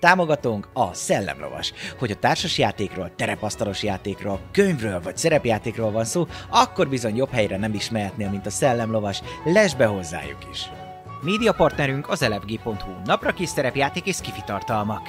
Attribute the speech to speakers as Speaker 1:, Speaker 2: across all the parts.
Speaker 1: Támogatónk a Szellemlovas. Hogy a társas játékról, terepasztalos játékról, könyvről vagy szerepjátékról van szó, akkor bizony jobb helyre nem is mehetnél, mint a Szellemlovas. Lesz be hozzájuk is! Média partnerünk az elefg.hu, napra kis szerepjáték és kifitartalmak.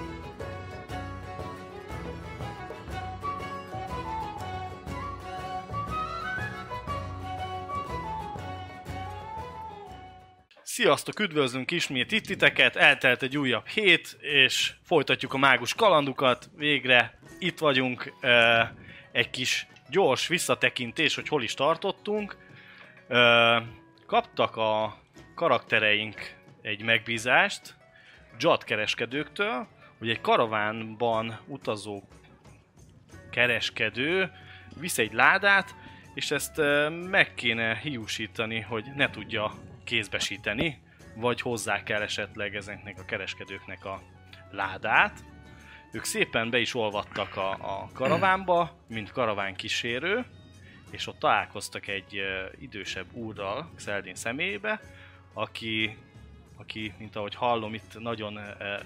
Speaker 2: Sziasztok, üdvözlünk ismét itt titeket, eltelt egy újabb hét, és folytatjuk a mágus kalandukat, végre itt vagyunk, ö, egy kis gyors visszatekintés, hogy hol is tartottunk. Ö, Kaptak a karaktereink egy megbízást Jad kereskedőktől, hogy egy karavánban utazó kereskedő visz egy ládát, és ezt ö, meg kéne hiúsítani, hogy ne tudja kézbesíteni, vagy hozzá kell esetleg ezeknek a kereskedőknek a ládát. Ők szépen be is olvadtak a, a karavánba, mint karavánkísérő, és ott találkoztak egy ö, idősebb úrral Xeldin személyébe, aki, aki, mint ahogy hallom, itt nagyon ö, ö,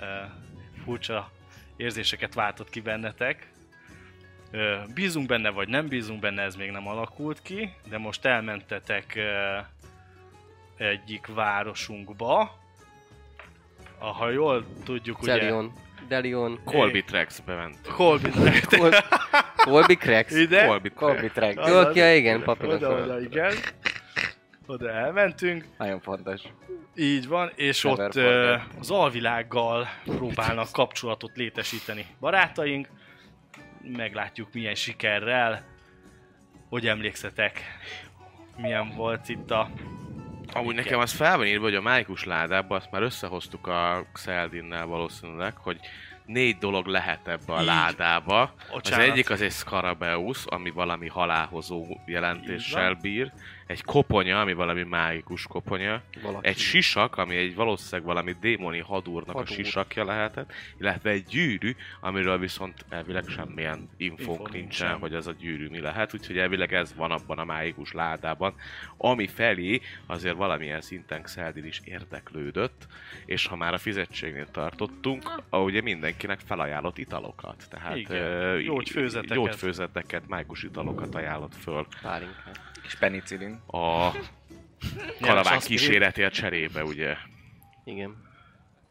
Speaker 2: furcsa érzéseket váltott ki bennetek, Ö, bízunk benne, vagy nem bízunk benne, ez még nem alakult ki, de most elmentetek ö, egyik városunkba. Ah, Ha jól tudjuk,
Speaker 3: Delion. Delion.
Speaker 2: Hey.
Speaker 4: Colby Tracks bement.
Speaker 2: ugye... Colby
Speaker 3: Col- Colby Cracks.
Speaker 2: ide,
Speaker 4: Colby
Speaker 3: Colby
Speaker 4: Tracks.
Speaker 3: Track.
Speaker 2: Az
Speaker 3: Jó,
Speaker 2: az.
Speaker 3: ki, igen, papíron
Speaker 2: oda, oda,
Speaker 3: föl.
Speaker 2: igen. Oda elmentünk,
Speaker 3: Nagyon fontos.
Speaker 2: így van, és
Speaker 3: Never
Speaker 2: ott
Speaker 3: forget.
Speaker 2: ö, az alvilággal próbálnak kapcsolatot létesíteni barátaink. Meglátjuk milyen sikerrel, hogy emlékszetek, milyen volt itt a...
Speaker 4: Amúgy nekem az fel van írva, hogy a májkus ládába, azt már összehoztuk a Xeldinnel valószínűleg, hogy négy dolog lehet ebbe a
Speaker 2: Így.
Speaker 4: ládába. Az
Speaker 2: Bocsánat.
Speaker 4: egyik az egy Scarabeus, ami valami halálhozó
Speaker 2: Így
Speaker 4: jelentéssel
Speaker 2: van.
Speaker 4: bír. Egy koponya, ami valami mágikus koponya.
Speaker 3: Valaki.
Speaker 4: Egy sisak, ami egy valószínűleg valami démoni hadúrnak
Speaker 3: Hadúr.
Speaker 4: a sisakja lehetett, illetve egy gyűrű, amiről viszont elvileg semmilyen infónk
Speaker 2: Infó
Speaker 4: nincsen,
Speaker 2: nincsen.
Speaker 4: hogy az a gyűrű mi lehet, úgyhogy elvileg ez van abban a mágikus ládában, ami felé azért valamilyen szinten Xeldin is érdeklődött, és ha már a fizetségnél tartottunk, ah, ugye mindenkinek felajánlott italokat, tehát
Speaker 2: Igen.
Speaker 4: ö,
Speaker 2: Gyógyfőzeteket.
Speaker 4: gyógyfőzeteket, mágikus italokat ajánlott föl
Speaker 3: Pálinkát.
Speaker 5: És penicillin.
Speaker 4: a karaván kíséretért cserébe, ugye.
Speaker 3: Igen.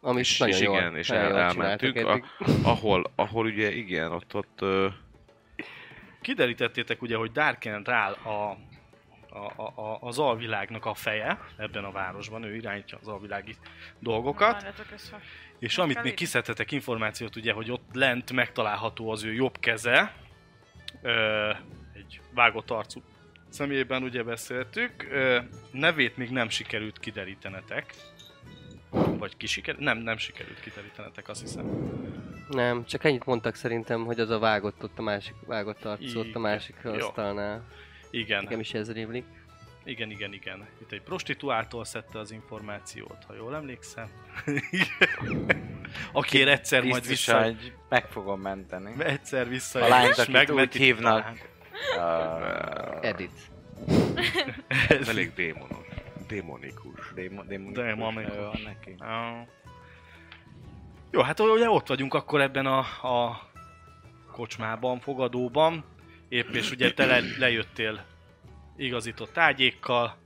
Speaker 3: Ami
Speaker 4: És,
Speaker 3: nagyon
Speaker 4: és
Speaker 3: jól,
Speaker 4: igen, és
Speaker 3: nagyon
Speaker 4: el,
Speaker 3: jól
Speaker 4: elmentünk,
Speaker 3: csináltak
Speaker 4: a,
Speaker 3: eddig.
Speaker 4: ahol, ahol ugye igen, ott ott ö,
Speaker 2: Kiderítettétek ugye, hogy Darken Rál a, a, a, a, az alvilágnak a feje ebben a városban, ő irányítja az alvilági dolgokat,
Speaker 6: Várjatok, ezt fel-
Speaker 2: és amit
Speaker 6: kell
Speaker 2: még
Speaker 6: írni.
Speaker 2: kiszedhetek információt ugye, hogy ott lent megtalálható az ő jobb keze, ö, egy vágott arcú személyében ugye beszéltük, ö, nevét még nem sikerült kiderítenetek, vagy ki siker... Nem, nem sikerült kiderítenetek, azt hiszem.
Speaker 3: Nem, csak ennyit mondtak szerintem, hogy az a vágott ott a másik, vágott arc ott a
Speaker 2: Igen.
Speaker 3: másik
Speaker 2: Jó.
Speaker 3: asztalnál.
Speaker 2: Igen.
Speaker 3: Nekem is ez rémlik.
Speaker 2: Igen, igen, igen. Itt egy prostituáltól szedte az információt, ha jól emlékszem. Akire egyszer majd
Speaker 5: Biztosan,
Speaker 2: vissza...
Speaker 5: hogy meg fogom menteni.
Speaker 2: Egyszer vissza...
Speaker 5: A lányt,
Speaker 2: és
Speaker 5: akit
Speaker 2: megmentik
Speaker 5: úgy hívnak.
Speaker 2: talán.
Speaker 5: Uh,
Speaker 3: Edit.
Speaker 4: ez elég démonos, démonikus.
Speaker 5: démo- démonikus.
Speaker 2: Démonikus.
Speaker 5: Jó, neki.
Speaker 2: Ah. Jó, hát ugye ott vagyunk akkor ebben a, a kocsmában, fogadóban. Épp és ugye te le, lejöttél igazított ágyékkal.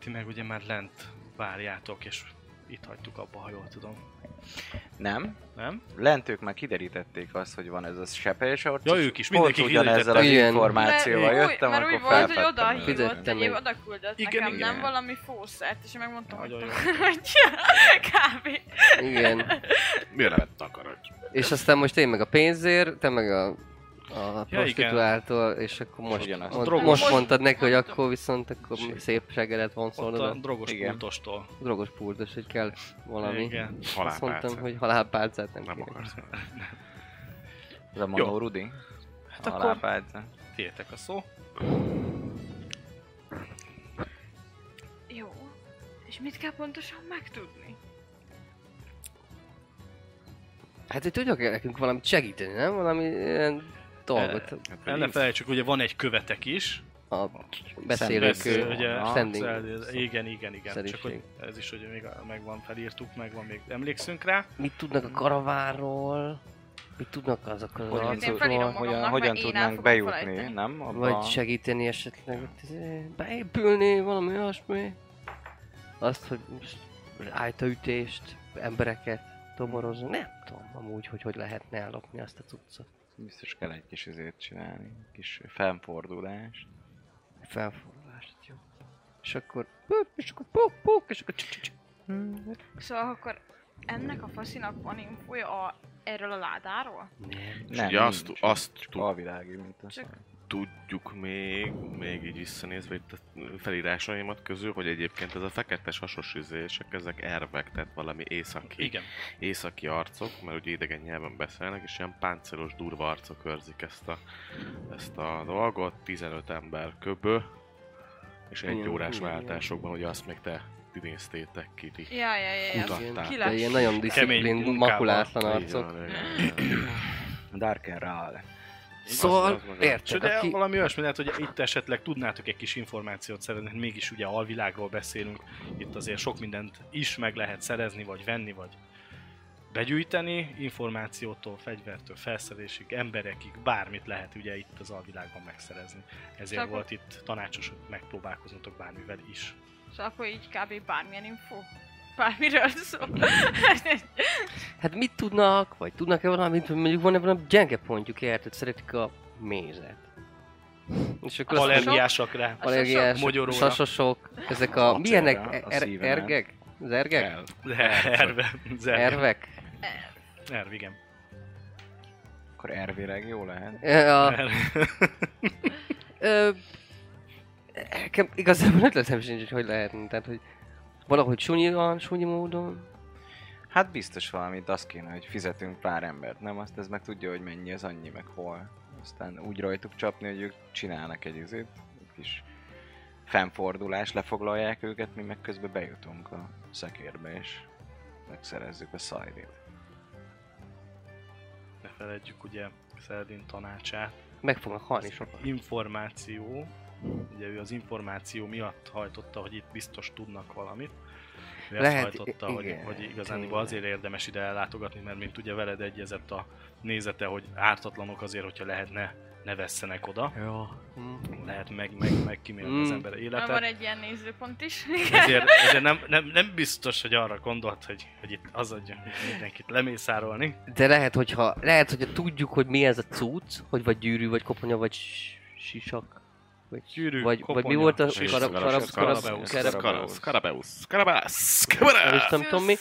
Speaker 2: Ti meg ugye már lent várjátok, és itt hagytuk abba, ha jól tudom.
Speaker 5: Nem.
Speaker 2: Nem?
Speaker 5: Lent ők már kiderítették azt, hogy van ez a sepe, és ott
Speaker 2: Ja,
Speaker 5: is
Speaker 2: ők is,
Speaker 5: pont
Speaker 2: mindenki
Speaker 5: ugyanezzel az
Speaker 3: kiderítette.
Speaker 5: információval
Speaker 6: mert,
Speaker 5: jöttem,
Speaker 6: úgy, mert
Speaker 5: akkor
Speaker 6: úgy volt, hogy oda
Speaker 5: felfedtem.
Speaker 6: hívott,
Speaker 3: Fizettem
Speaker 6: egy
Speaker 3: én.
Speaker 6: oda küldött
Speaker 2: Igen,
Speaker 6: nekem,
Speaker 5: igen.
Speaker 6: nem valami fószert, és én megmondtam, hogy,
Speaker 2: Nagyon
Speaker 6: hogy kb.
Speaker 3: Igen.
Speaker 4: Miért nevet takarodj?
Speaker 3: És aztán most én meg a pénzért, te meg a, a
Speaker 2: Ja, igen.
Speaker 3: prostituáltól, és akkor most,
Speaker 5: ugyanazt.
Speaker 3: mond,
Speaker 2: Drogos.
Speaker 3: most
Speaker 6: Most-
Speaker 3: mondtad neki, hogy
Speaker 6: mondtam.
Speaker 3: akkor viszont akkor szép seggelet van szóval
Speaker 2: Ott a
Speaker 3: szólod.
Speaker 2: drogos
Speaker 5: Igen.
Speaker 2: pultostól.
Speaker 3: drogos pultos, hogy kell valami.
Speaker 2: Igen.
Speaker 3: Azt mondtam,
Speaker 4: Halálpálcát.
Speaker 3: hogy halálpálcát nem,
Speaker 4: Nem
Speaker 3: kérek.
Speaker 4: akarsz.
Speaker 5: Ez a Manó Rudi? Hát
Speaker 2: akkor- Tiétek a szó.
Speaker 6: Jó. És mit kell pontosan megtudni?
Speaker 3: Hát, hogy tudjak nekünk valamit segíteni, nem? Valami ilyen dolgot.
Speaker 4: Hát,
Speaker 2: El ne felejtsük, ugye van egy követek is.
Speaker 3: A eh,
Speaker 2: Persze,
Speaker 3: beszélőkő.
Speaker 2: ugye,
Speaker 3: standing.
Speaker 2: szeld- igen, igen, igen. Csak
Speaker 3: Szerűség.
Speaker 2: hogy ez is ugye még megvan, felírtuk, megvan, még emlékszünk rá.
Speaker 3: Mit tudnak a karaváról? Mit tudnak azok az
Speaker 5: Hogyan,
Speaker 6: én
Speaker 5: tud,
Speaker 6: felírom
Speaker 5: hogyan,
Speaker 6: magamnak,
Speaker 5: hogyan,
Speaker 6: mert
Speaker 5: hogyan
Speaker 6: én el
Speaker 5: tudnánk
Speaker 6: fogom
Speaker 5: bejutni,
Speaker 6: felejteni.
Speaker 5: nem? Abba
Speaker 3: Vagy segíteni esetleg ott izé, beépülni, valami olyasmi. Azt, hogy most ájtaütést, embereket tomorozni. Nem tudom amúgy, hogy hogy lehetne ellopni azt a cuccot.
Speaker 5: Biztos kell egy kis ezért csinálni, kis fennfordulást.
Speaker 3: Felfordulást, jó. És akkor puk, és akkor puk, puk, és akkor csuk, csuk, csuk.
Speaker 6: Szóval akkor ennek a faszinak van infója a, erről a ládáról?
Speaker 3: Nem.
Speaker 4: És ugye azt,
Speaker 5: nincs.
Speaker 4: azt tud,
Speaker 5: Alvilági, mint a
Speaker 6: Csak-
Speaker 4: tudjuk még, még így visszanézve itt a felírásaimat közül, hogy egyébként ez a feketes hasos üzések, ezek ervek, tehát valami északi,
Speaker 2: Igen.
Speaker 4: északi arcok, mert ugye idegen nyelven beszélnek, és ilyen páncélos durva arcok őrzik ezt a, ezt a dolgot, 15 ember köbő, és egy
Speaker 3: Igen,
Speaker 4: órás
Speaker 3: igen,
Speaker 4: váltásokban, ugye azt még te idéztétek ki, ti.
Speaker 6: Ja, ja, ja, ja.
Speaker 4: Utat.
Speaker 3: Igen,
Speaker 6: kilás.
Speaker 3: de ilyen nagyon
Speaker 2: Kemény
Speaker 3: disziplin,
Speaker 2: munkával.
Speaker 3: makulátlan
Speaker 4: Így
Speaker 3: arcok.
Speaker 4: van, igen, igen.
Speaker 5: Dark and Raal.
Speaker 3: Szóval,
Speaker 4: Az- az maga.
Speaker 2: És
Speaker 3: érted,
Speaker 2: ugye
Speaker 3: aki...
Speaker 2: valami olyasmi lehet, hogy itt esetleg tudnátok egy kis információt szerezni, hát mégis ugye alvilágról beszélünk, itt azért sok mindent is meg lehet szerezni, vagy venni, vagy begyűjteni, információtól, fegyvertől, felszerelésig, emberekig, bármit lehet ugye itt az alvilágban megszerezni. Ezért
Speaker 6: Csak-
Speaker 2: volt itt tanácsos, hogy megpróbálkoznotok bármivel is.
Speaker 6: Szóval akkor így kb. bármilyen infó. Bármiről szól.
Speaker 3: Hát mit tudnak, vagy tudnak-e valamit, hogy mondjuk van-e valami gyenge pontjuk, érted? Szeretik a mézet. És akkor azt mondjuk,
Speaker 2: Allergiásak rá.
Speaker 6: A
Speaker 3: allergiás,
Speaker 2: sasok? Mogyoróra.
Speaker 3: sasosok, ezek
Speaker 5: A
Speaker 3: a...
Speaker 5: célra,
Speaker 3: Milyenek?
Speaker 5: a
Speaker 3: Er- er-
Speaker 5: szívemen.
Speaker 3: ergek? Az ergek?
Speaker 2: Erve. Erve.
Speaker 3: Ervek?
Speaker 2: Erve, igen.
Speaker 5: Akkor ervileg jó lehet.
Speaker 3: Ö, A,
Speaker 2: Erve.
Speaker 3: ö, nekem igazából ötletem sincs, hogy hogy lehetne. Tehát, hogy valahogy sunyian, sunyi módon.
Speaker 5: Hát biztos valamit, azt kéne, hogy fizetünk pár embert, nem? Azt ez meg tudja, hogy mennyi az annyi, meg hol. Aztán úgy rajtuk csapni, hogy ők csinálnak egy izét, egy kis fennfordulás, lefoglalják őket, mi meg közben bejutunk a szekérbe, és megszerezzük a szajdit.
Speaker 2: Ne feledjük ugye Szerdin tanácsát.
Speaker 3: Meg fognak halni sokan.
Speaker 2: információ, ugye ő az információ miatt hajtotta, hogy itt biztos tudnak valamit. Ő Lehet,
Speaker 3: Lehet,
Speaker 2: ezt hajtotta,
Speaker 3: i-
Speaker 2: hogy,
Speaker 3: igen,
Speaker 2: hogy igazán
Speaker 3: tényleg.
Speaker 2: azért érdemes ide ellátogatni, mert mint ugye veled egyezett a nézete, hogy ártatlanok azért, hogyha lehetne, ne vesszenek oda.
Speaker 3: Ja.
Speaker 2: Lehet meg, meg, meg kimélni az
Speaker 3: Mm.
Speaker 2: ember
Speaker 6: Már van
Speaker 2: életet.
Speaker 6: egy ilyen nézőpont is.
Speaker 2: Ezért, ezért nem, nem, nem, biztos, hogy arra gondolt, hogy, hogy itt az adja mindenkit lemészárolni.
Speaker 3: De lehet, hogyha, lehet, hogyha tudjuk, hogy mi ez a cucc, hogy vagy gyűrű, vagy koponya, vagy s- sisak. Vagy,
Speaker 2: Gyűrű,
Speaker 3: vagy,
Speaker 2: koponya,
Speaker 3: vagy mi volt a
Speaker 2: sisak,
Speaker 3: karab, karab,
Speaker 2: sisak,
Speaker 3: karab,
Speaker 2: karabeusz,
Speaker 3: karab,
Speaker 4: Skarabeusz, Skarabeusz, Skarabeusz,
Speaker 3: nem is
Speaker 4: Skarabeusz,
Speaker 3: nem tudom mi.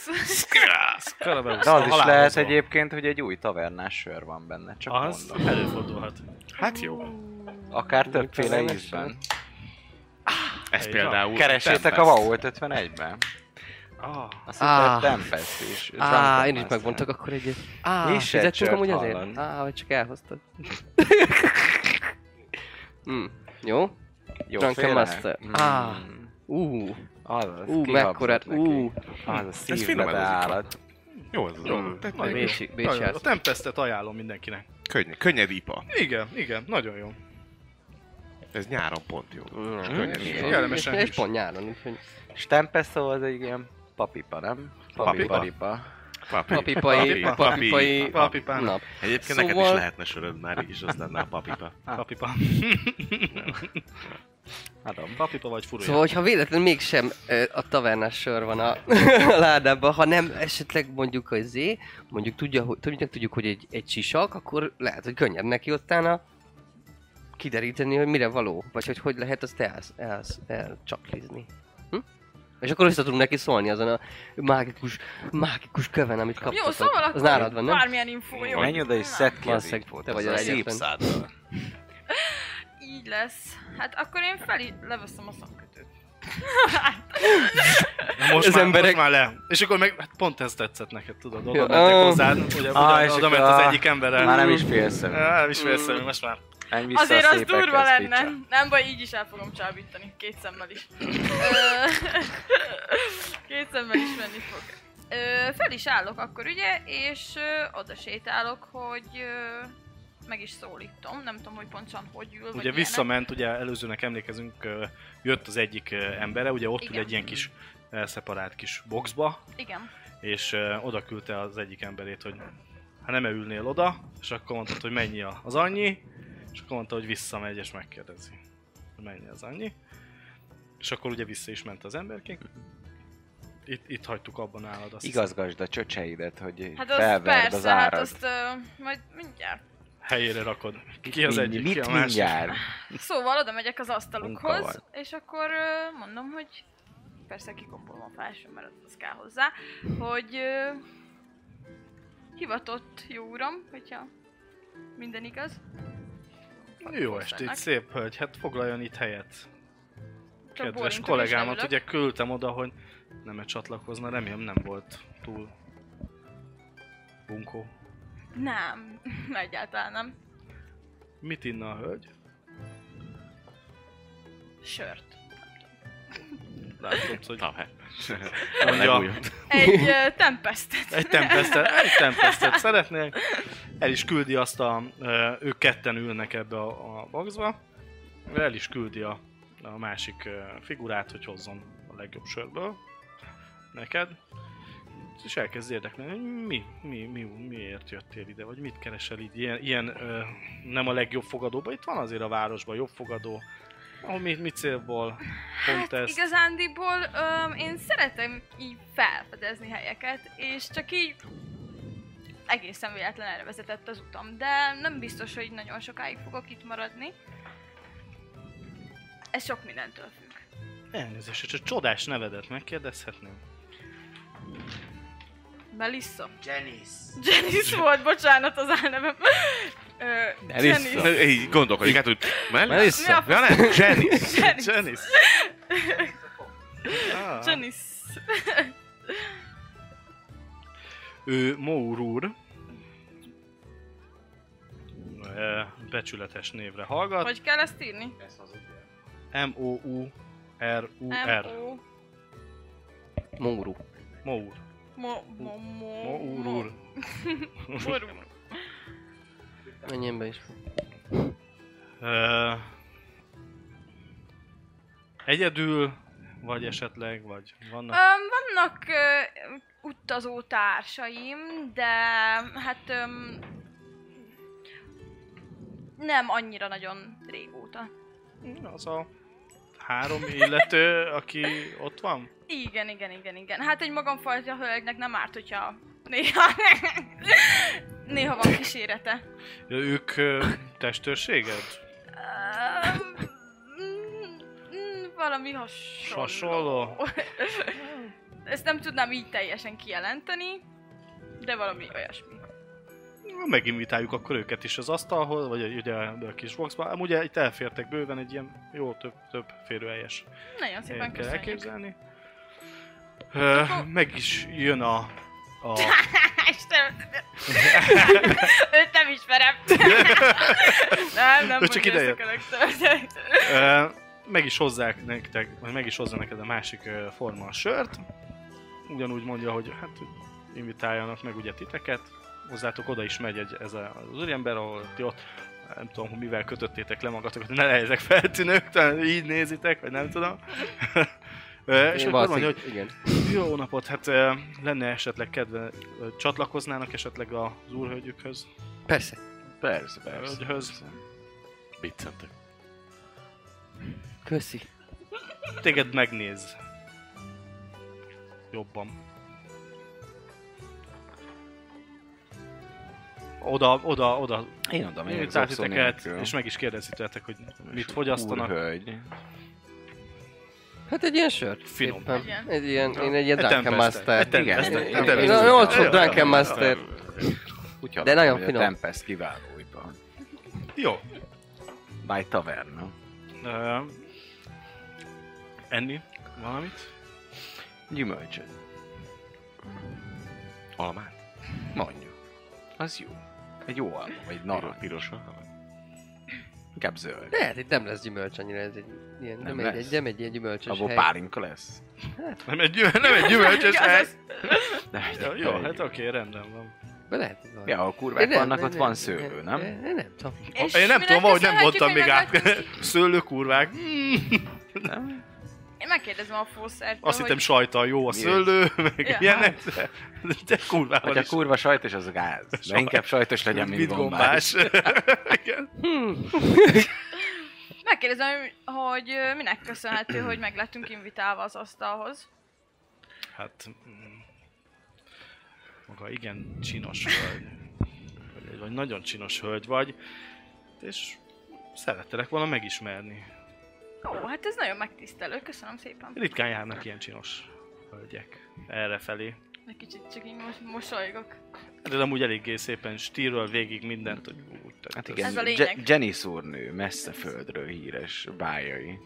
Speaker 5: De az is lehet egyébként, hogy egy új tavernás sör van benne, csak
Speaker 2: Az
Speaker 5: mondom.
Speaker 2: előfordulhat.
Speaker 4: Hát jó.
Speaker 5: Akár
Speaker 3: Tavernás
Speaker 5: többféle
Speaker 3: sör.
Speaker 5: ízben.
Speaker 4: Ez
Speaker 2: Így
Speaker 4: például...
Speaker 5: Keresétek a
Speaker 4: Tempest.
Speaker 5: Vault 51-ben.
Speaker 2: Ah,
Speaker 5: Azt
Speaker 3: Á.
Speaker 5: hiszem, Tempest is.
Speaker 3: Á, Ah, én is megmondtak akkor egyet. Á,
Speaker 5: És
Speaker 3: fizettünk
Speaker 5: egy
Speaker 3: amúgy
Speaker 5: sört
Speaker 3: azért?
Speaker 5: hallani.
Speaker 3: Á, vagy csak elhoztad. Hm, jó.
Speaker 5: Jó,
Speaker 3: Drunken
Speaker 5: félre?
Speaker 3: Master. Á.
Speaker 5: Mm.
Speaker 3: Ú,
Speaker 5: Az, az
Speaker 3: Ah. ú,
Speaker 5: kihapzott
Speaker 3: mekkora,
Speaker 5: neki.
Speaker 3: ú.
Speaker 5: Az a szívbe
Speaker 4: finom ez az
Speaker 5: állat.
Speaker 4: Jó, ez jó.
Speaker 3: Na, Bécsi, Bécsi
Speaker 2: nagyon jó. A
Speaker 3: jársz.
Speaker 2: Tempestet ajánlom mindenkinek.
Speaker 4: Könnyed, könnyed ipa.
Speaker 2: Igen, igen, nagyon jó.
Speaker 4: Ez nyáron pont jó. És
Speaker 3: Mm,
Speaker 4: könnyed
Speaker 3: és-
Speaker 4: ipa.
Speaker 2: Kellemesen
Speaker 3: És
Speaker 2: is.
Speaker 3: pont nyáron, úgyhogy
Speaker 5: Stempesszó szóval az egy ilyen papipa, nem?
Speaker 4: Papipa.
Speaker 5: Papipa.
Speaker 4: Papi.
Speaker 3: papipai,
Speaker 4: Papi.
Speaker 3: papipai,
Speaker 2: Papipán.
Speaker 3: nap.
Speaker 4: Egyébként
Speaker 3: Szóval-
Speaker 4: neked is lehetne söröd már, így is az lenne a papipa.
Speaker 2: Papipa.
Speaker 5: Adom.
Speaker 2: Papipa Hát vagy furulja.
Speaker 3: Szóval, hogyha véletlenül mégsem ö, a tavernás sör van a, a ládában, ha nem esetleg mondjuk a zé, mondjuk tudja, hogy, tudjuk, tudjuk, hogy egy, egy sisak, akkor lehet, hogy könnyebb neki utána kideríteni, hogy mire való, vagy hogy hogy lehet azt elsz, elsz, elcsaklizni. Hm? És akkor össze tudunk neki szólni azon a mágikus, mágikus köven, amit kaptatok.
Speaker 6: Jó, szóval
Speaker 3: Az
Speaker 6: akkor
Speaker 3: nálad van, nem?
Speaker 6: bármilyen infó jó.
Speaker 5: Menj oda és szedd ki az
Speaker 3: Valószínűleg
Speaker 5: infót.
Speaker 3: te
Speaker 5: az
Speaker 3: vagy
Speaker 5: a
Speaker 3: az
Speaker 5: szép
Speaker 3: egyetlen.
Speaker 5: száddal.
Speaker 6: Így lesz. Hát akkor én fel leveszem a szakkötőt.
Speaker 2: Na most,
Speaker 3: Az
Speaker 2: már,
Speaker 3: emberek-
Speaker 2: most már le. És akkor meg hát pont ez tetszett neked, tudod, oda
Speaker 3: Ja.
Speaker 2: mentek
Speaker 3: Ah.
Speaker 2: hozzád, ugye
Speaker 5: Ah,
Speaker 2: ah,
Speaker 5: és
Speaker 2: oda
Speaker 5: akkor-
Speaker 2: ment az
Speaker 5: ah,
Speaker 2: egyik emberrel. Mm.
Speaker 5: Már nem is félsz Mm. szemem.
Speaker 2: Á, nem is félsz, hogy most már.
Speaker 5: Menj vissza
Speaker 6: Azért
Speaker 5: a
Speaker 6: az
Speaker 5: szépekhez,
Speaker 6: durva lenne.
Speaker 5: picsa.
Speaker 6: Nem baj, így is el fogom csábítani. Két szemmel is. Ö, Két szemmel is menni fog. Ö, Fel is állok akkor ugye, és ö, oda sétálok, hogy ö, meg is szólítom. Nem tudom, hogy pontosan hogy ül, vagy
Speaker 2: Ugye
Speaker 6: ilyenek.
Speaker 2: visszament, ugye előzőnek emlékezünk, ö, jött az egyik ö, embere, ugye ott ül
Speaker 6: Igen.
Speaker 2: egy ilyen kis elszeparált kis boxba,
Speaker 6: Igen.
Speaker 2: és ö, oda küldte az egyik emberét, hogy ha nem ülnél oda, és akkor mondtad, hogy mennyi a- az annyi, és akkor mondta, hogy visszamegy, és megkérdezi, hogy mennyi az annyi. És akkor ugye vissza is ment az emberkénk. Itt, itt hagytuk abban nálad azt hiszem.
Speaker 5: Igazgasd a csöcseidet, hogy
Speaker 6: Hát az
Speaker 5: felverd
Speaker 6: persze,
Speaker 5: az
Speaker 6: hát
Speaker 5: árat.
Speaker 6: azt ö, majd mindjárt.
Speaker 2: helyére rakod. Ki az
Speaker 5: Mind-
Speaker 2: egyik, ki
Speaker 5: Mit
Speaker 2: a másik.
Speaker 5: mindjárt?
Speaker 6: Szóval oda megyek az asztalukhoz,
Speaker 5: Munka van.
Speaker 6: és akkor ö, mondom, hogy persze kikompolom a felső, mert az- az kell hozzá, hogy ö, hivatott jó uram, hogyha minden igaz.
Speaker 2: Jó estét, szép hölgy, hát foglaljon itt helyet.
Speaker 6: Csak
Speaker 2: Kedves
Speaker 6: bólintok, és
Speaker 2: kollégámat
Speaker 6: leülök.
Speaker 2: ugye küldtem oda, hogy nem -e csatlakozna, remélem nem volt túl bunkó.
Speaker 6: Nem, egyáltalán nem.
Speaker 2: Mit inna a hölgy?
Speaker 6: Sört.
Speaker 2: Látod, hogy
Speaker 4: Na, hát.
Speaker 2: mondja,
Speaker 6: Egy ö, tempestet.
Speaker 2: egy tempesztet, egy tempesztet szeretnék. El is küldi azt a, ö, ők ketten ülnek ebbe a, a boxba. El is küldi a, a másik ö, figurát, hogy hozzon a legjobb sörből neked. És elkezd érdeklődni, hogy mi, mi, mi, miért jöttél ide, vagy mit keresel így ilyen, ilyen ö, nem a legjobb fogadóba. Itt van azért a városban jobb fogadó. Ahol mi, mi célból pont
Speaker 6: Hát
Speaker 2: ezt.
Speaker 6: igazándiból öm, én szeretem így felfedezni helyeket, és csak így egészen véletlen erre vezetett az utam, de nem biztos, hogy nagyon sokáig fogok itt maradni. Ez sok mindentől függ.
Speaker 2: Elnézést, és a csodás nevedet megkérdezhetném.
Speaker 6: Melissa. Janice. Janice volt, bocsánat az álnevem. Ö,
Speaker 4: Elissa.
Speaker 6: Janice.
Speaker 4: Így gondolkodik, hát, hogy
Speaker 6: Mi a
Speaker 4: Melissa?
Speaker 6: fasz?
Speaker 4: Ja, nem, Jenny.
Speaker 6: Janice.
Speaker 2: Janice. Ah.
Speaker 6: Janice.
Speaker 2: Ő Mour úr. Ö, Becsületes névre hallgat.
Speaker 6: Hogy kell ezt írni?
Speaker 2: M-O-U-R-U-R.
Speaker 6: M-O...
Speaker 3: Móru.
Speaker 2: Mour.
Speaker 6: Mo... Mo... Mo...
Speaker 2: Mour úr.
Speaker 6: Moru.
Speaker 3: Menjen be is.
Speaker 2: Ö, Egyedül, vagy esetleg, vagy vannak
Speaker 6: Öm, vannak ö, utazó társaim, de hát öm, nem annyira nagyon régóta.
Speaker 2: az a három illető, aki ott van?
Speaker 6: Igen, igen, igen, igen. Hát egy magamfajta hölgynek nem árt, hogyha néha, néha van kísérete.
Speaker 2: Ők ö, testőrséged?
Speaker 6: Öm, mm, mm, valami hasonló.
Speaker 2: Hasonló?
Speaker 6: Ezt nem tudnám így teljesen kijelenteni, de valami olyasmi.
Speaker 2: Na, Meginvitáljuk akkor őket is az asztalhoz, vagy a- ugye a a kis boxba. Ám ugye itt elfértek bőven egy ilyen jó több, több férőhelyes
Speaker 6: Nagyon szépen
Speaker 2: helyen kell
Speaker 6: köszönjük. Hát
Speaker 2: elképzelni. Ö, meg is jön a... a...
Speaker 6: Istenem! Őt nem ismerem. nem, nem,
Speaker 2: Ő csak
Speaker 6: hogy
Speaker 2: ide jött.
Speaker 6: összekelek tőle.
Speaker 2: Ö, meg is hozzák nektek, vagy meg is hozza neked a másik ö, forma a sört. Ugyanúgy mondja, hogy hát hogy invitáljanak meg ugye titeket. Hozzátok oda is megy egy, ez a, az úriember, ahol ti ott nem tudom, hogy mivel kötöttétek le magatokat, ne lehelyezek feltűnők, talán így nézitek, vagy nem tudom. Ö, és akkor mondja, hogy
Speaker 3: Igen.
Speaker 2: jó napot, hát ö, lenne esetleg kedve, ö, csatlakoznának esetleg az úrhölgyükhöz,
Speaker 3: Persze.
Speaker 5: Persze, persze.
Speaker 2: hölgyhöz.
Speaker 4: Viccentek.
Speaker 3: Köszi.
Speaker 2: téged megnéz. Jobban. Oda, oda, oda.
Speaker 5: Én oda megyek
Speaker 2: Nyújtsz
Speaker 5: az
Speaker 2: át
Speaker 5: okszó
Speaker 2: titeket,
Speaker 5: nélkül.
Speaker 2: és meg is kérdezi tőletek, hogy mit
Speaker 5: És
Speaker 2: fogyasztanak.
Speaker 5: Úrhölgy.
Speaker 3: Hát egy ilyen sört.
Speaker 2: Finom.
Speaker 3: éppen. Egy ilyen, én egy ilyen
Speaker 2: Egy
Speaker 3: Drunken
Speaker 2: Tempest-et.
Speaker 3: Master.
Speaker 2: Egy Tempest-et.
Speaker 3: Igen,
Speaker 2: Egy
Speaker 3: én- én- én
Speaker 2: Tempest-et.
Speaker 3: olcsó
Speaker 2: Jó,
Speaker 3: Drunken Master.
Speaker 5: Úgy hallom,
Speaker 3: De nagyon
Speaker 5: hogy
Speaker 3: finom.
Speaker 5: A Tempest kiváló ipa.
Speaker 2: Jó.
Speaker 5: By Taverna.
Speaker 2: Ö, enni valamit?
Speaker 5: Gyümölcsöd.
Speaker 4: Almát?
Speaker 5: Mondjuk. Az jó. Egy jó alma, vagy
Speaker 4: Arra.
Speaker 5: narancs.
Speaker 4: Piros almát?
Speaker 5: Inkább zöld.
Speaker 3: Lehet, itt nem lesz gyümölcs annyira, ez egy ilyen, nem,
Speaker 5: Nem
Speaker 3: egy,
Speaker 5: lesz.
Speaker 3: egy, nem egy ilyen gyümölcsös
Speaker 5: Abból
Speaker 3: hely.
Speaker 5: pálinka lesz.
Speaker 2: Nem egy, gyümö- nem egy gyümölcsös
Speaker 6: Igaz,
Speaker 2: hely.
Speaker 6: az-
Speaker 5: De,
Speaker 2: Jó, jó, hát oké, rendben van.
Speaker 3: Be lehet, hogy van.
Speaker 5: Ja, a
Speaker 3: Én
Speaker 5: kurvák
Speaker 3: nem-
Speaker 5: vannak,
Speaker 3: nem-
Speaker 5: ott van
Speaker 3: nem-
Speaker 5: szőlő, nem?
Speaker 3: Én nem tudom.
Speaker 6: És
Speaker 2: Én nem
Speaker 6: minek
Speaker 2: tudom, valahogy nem
Speaker 6: köszönhetjük,
Speaker 2: voltam
Speaker 6: hogy
Speaker 2: még át.
Speaker 6: meglátunk?
Speaker 2: Szőlőkurvák. Mm.
Speaker 6: Én megkérdezem a fószertől,
Speaker 2: Azt
Speaker 6: hogy...
Speaker 2: hittem sajta, jó a
Speaker 5: Mi
Speaker 2: szőlő, meg
Speaker 6: Ja.
Speaker 2: ilyenek. De, de kurvával
Speaker 5: Hogy a
Speaker 2: is.
Speaker 5: kurva sajtos, az gáz. De
Speaker 2: Sajt.
Speaker 5: inkább sajtos legyen, mint gombás.
Speaker 2: Igen.
Speaker 6: Megkérdezem, hogy- hogy ö, minek köszönhető, hogy meg lettünk invitálva az asztalhoz.
Speaker 2: Hát... mm, Maga igen csinos hölgy. Vagy, vagy nagyon csinos hölgy vagy. És szerettelek volna megismerni.
Speaker 6: Ó, hát ez nagyon megtisztelő, köszönöm szépen.
Speaker 2: Ritkán járnak ilyen csinos hölgyek errefelé.
Speaker 6: Egy kicsit csak így most mosolygok.
Speaker 2: De Hát, amúgy eléggé szépen stíről végig mindent, hogy úgy tett.
Speaker 5: Hát
Speaker 6: Ez a
Speaker 5: igen,
Speaker 6: lényeg.
Speaker 5: Je- Jenny szúrnő, messze földről híres bájai.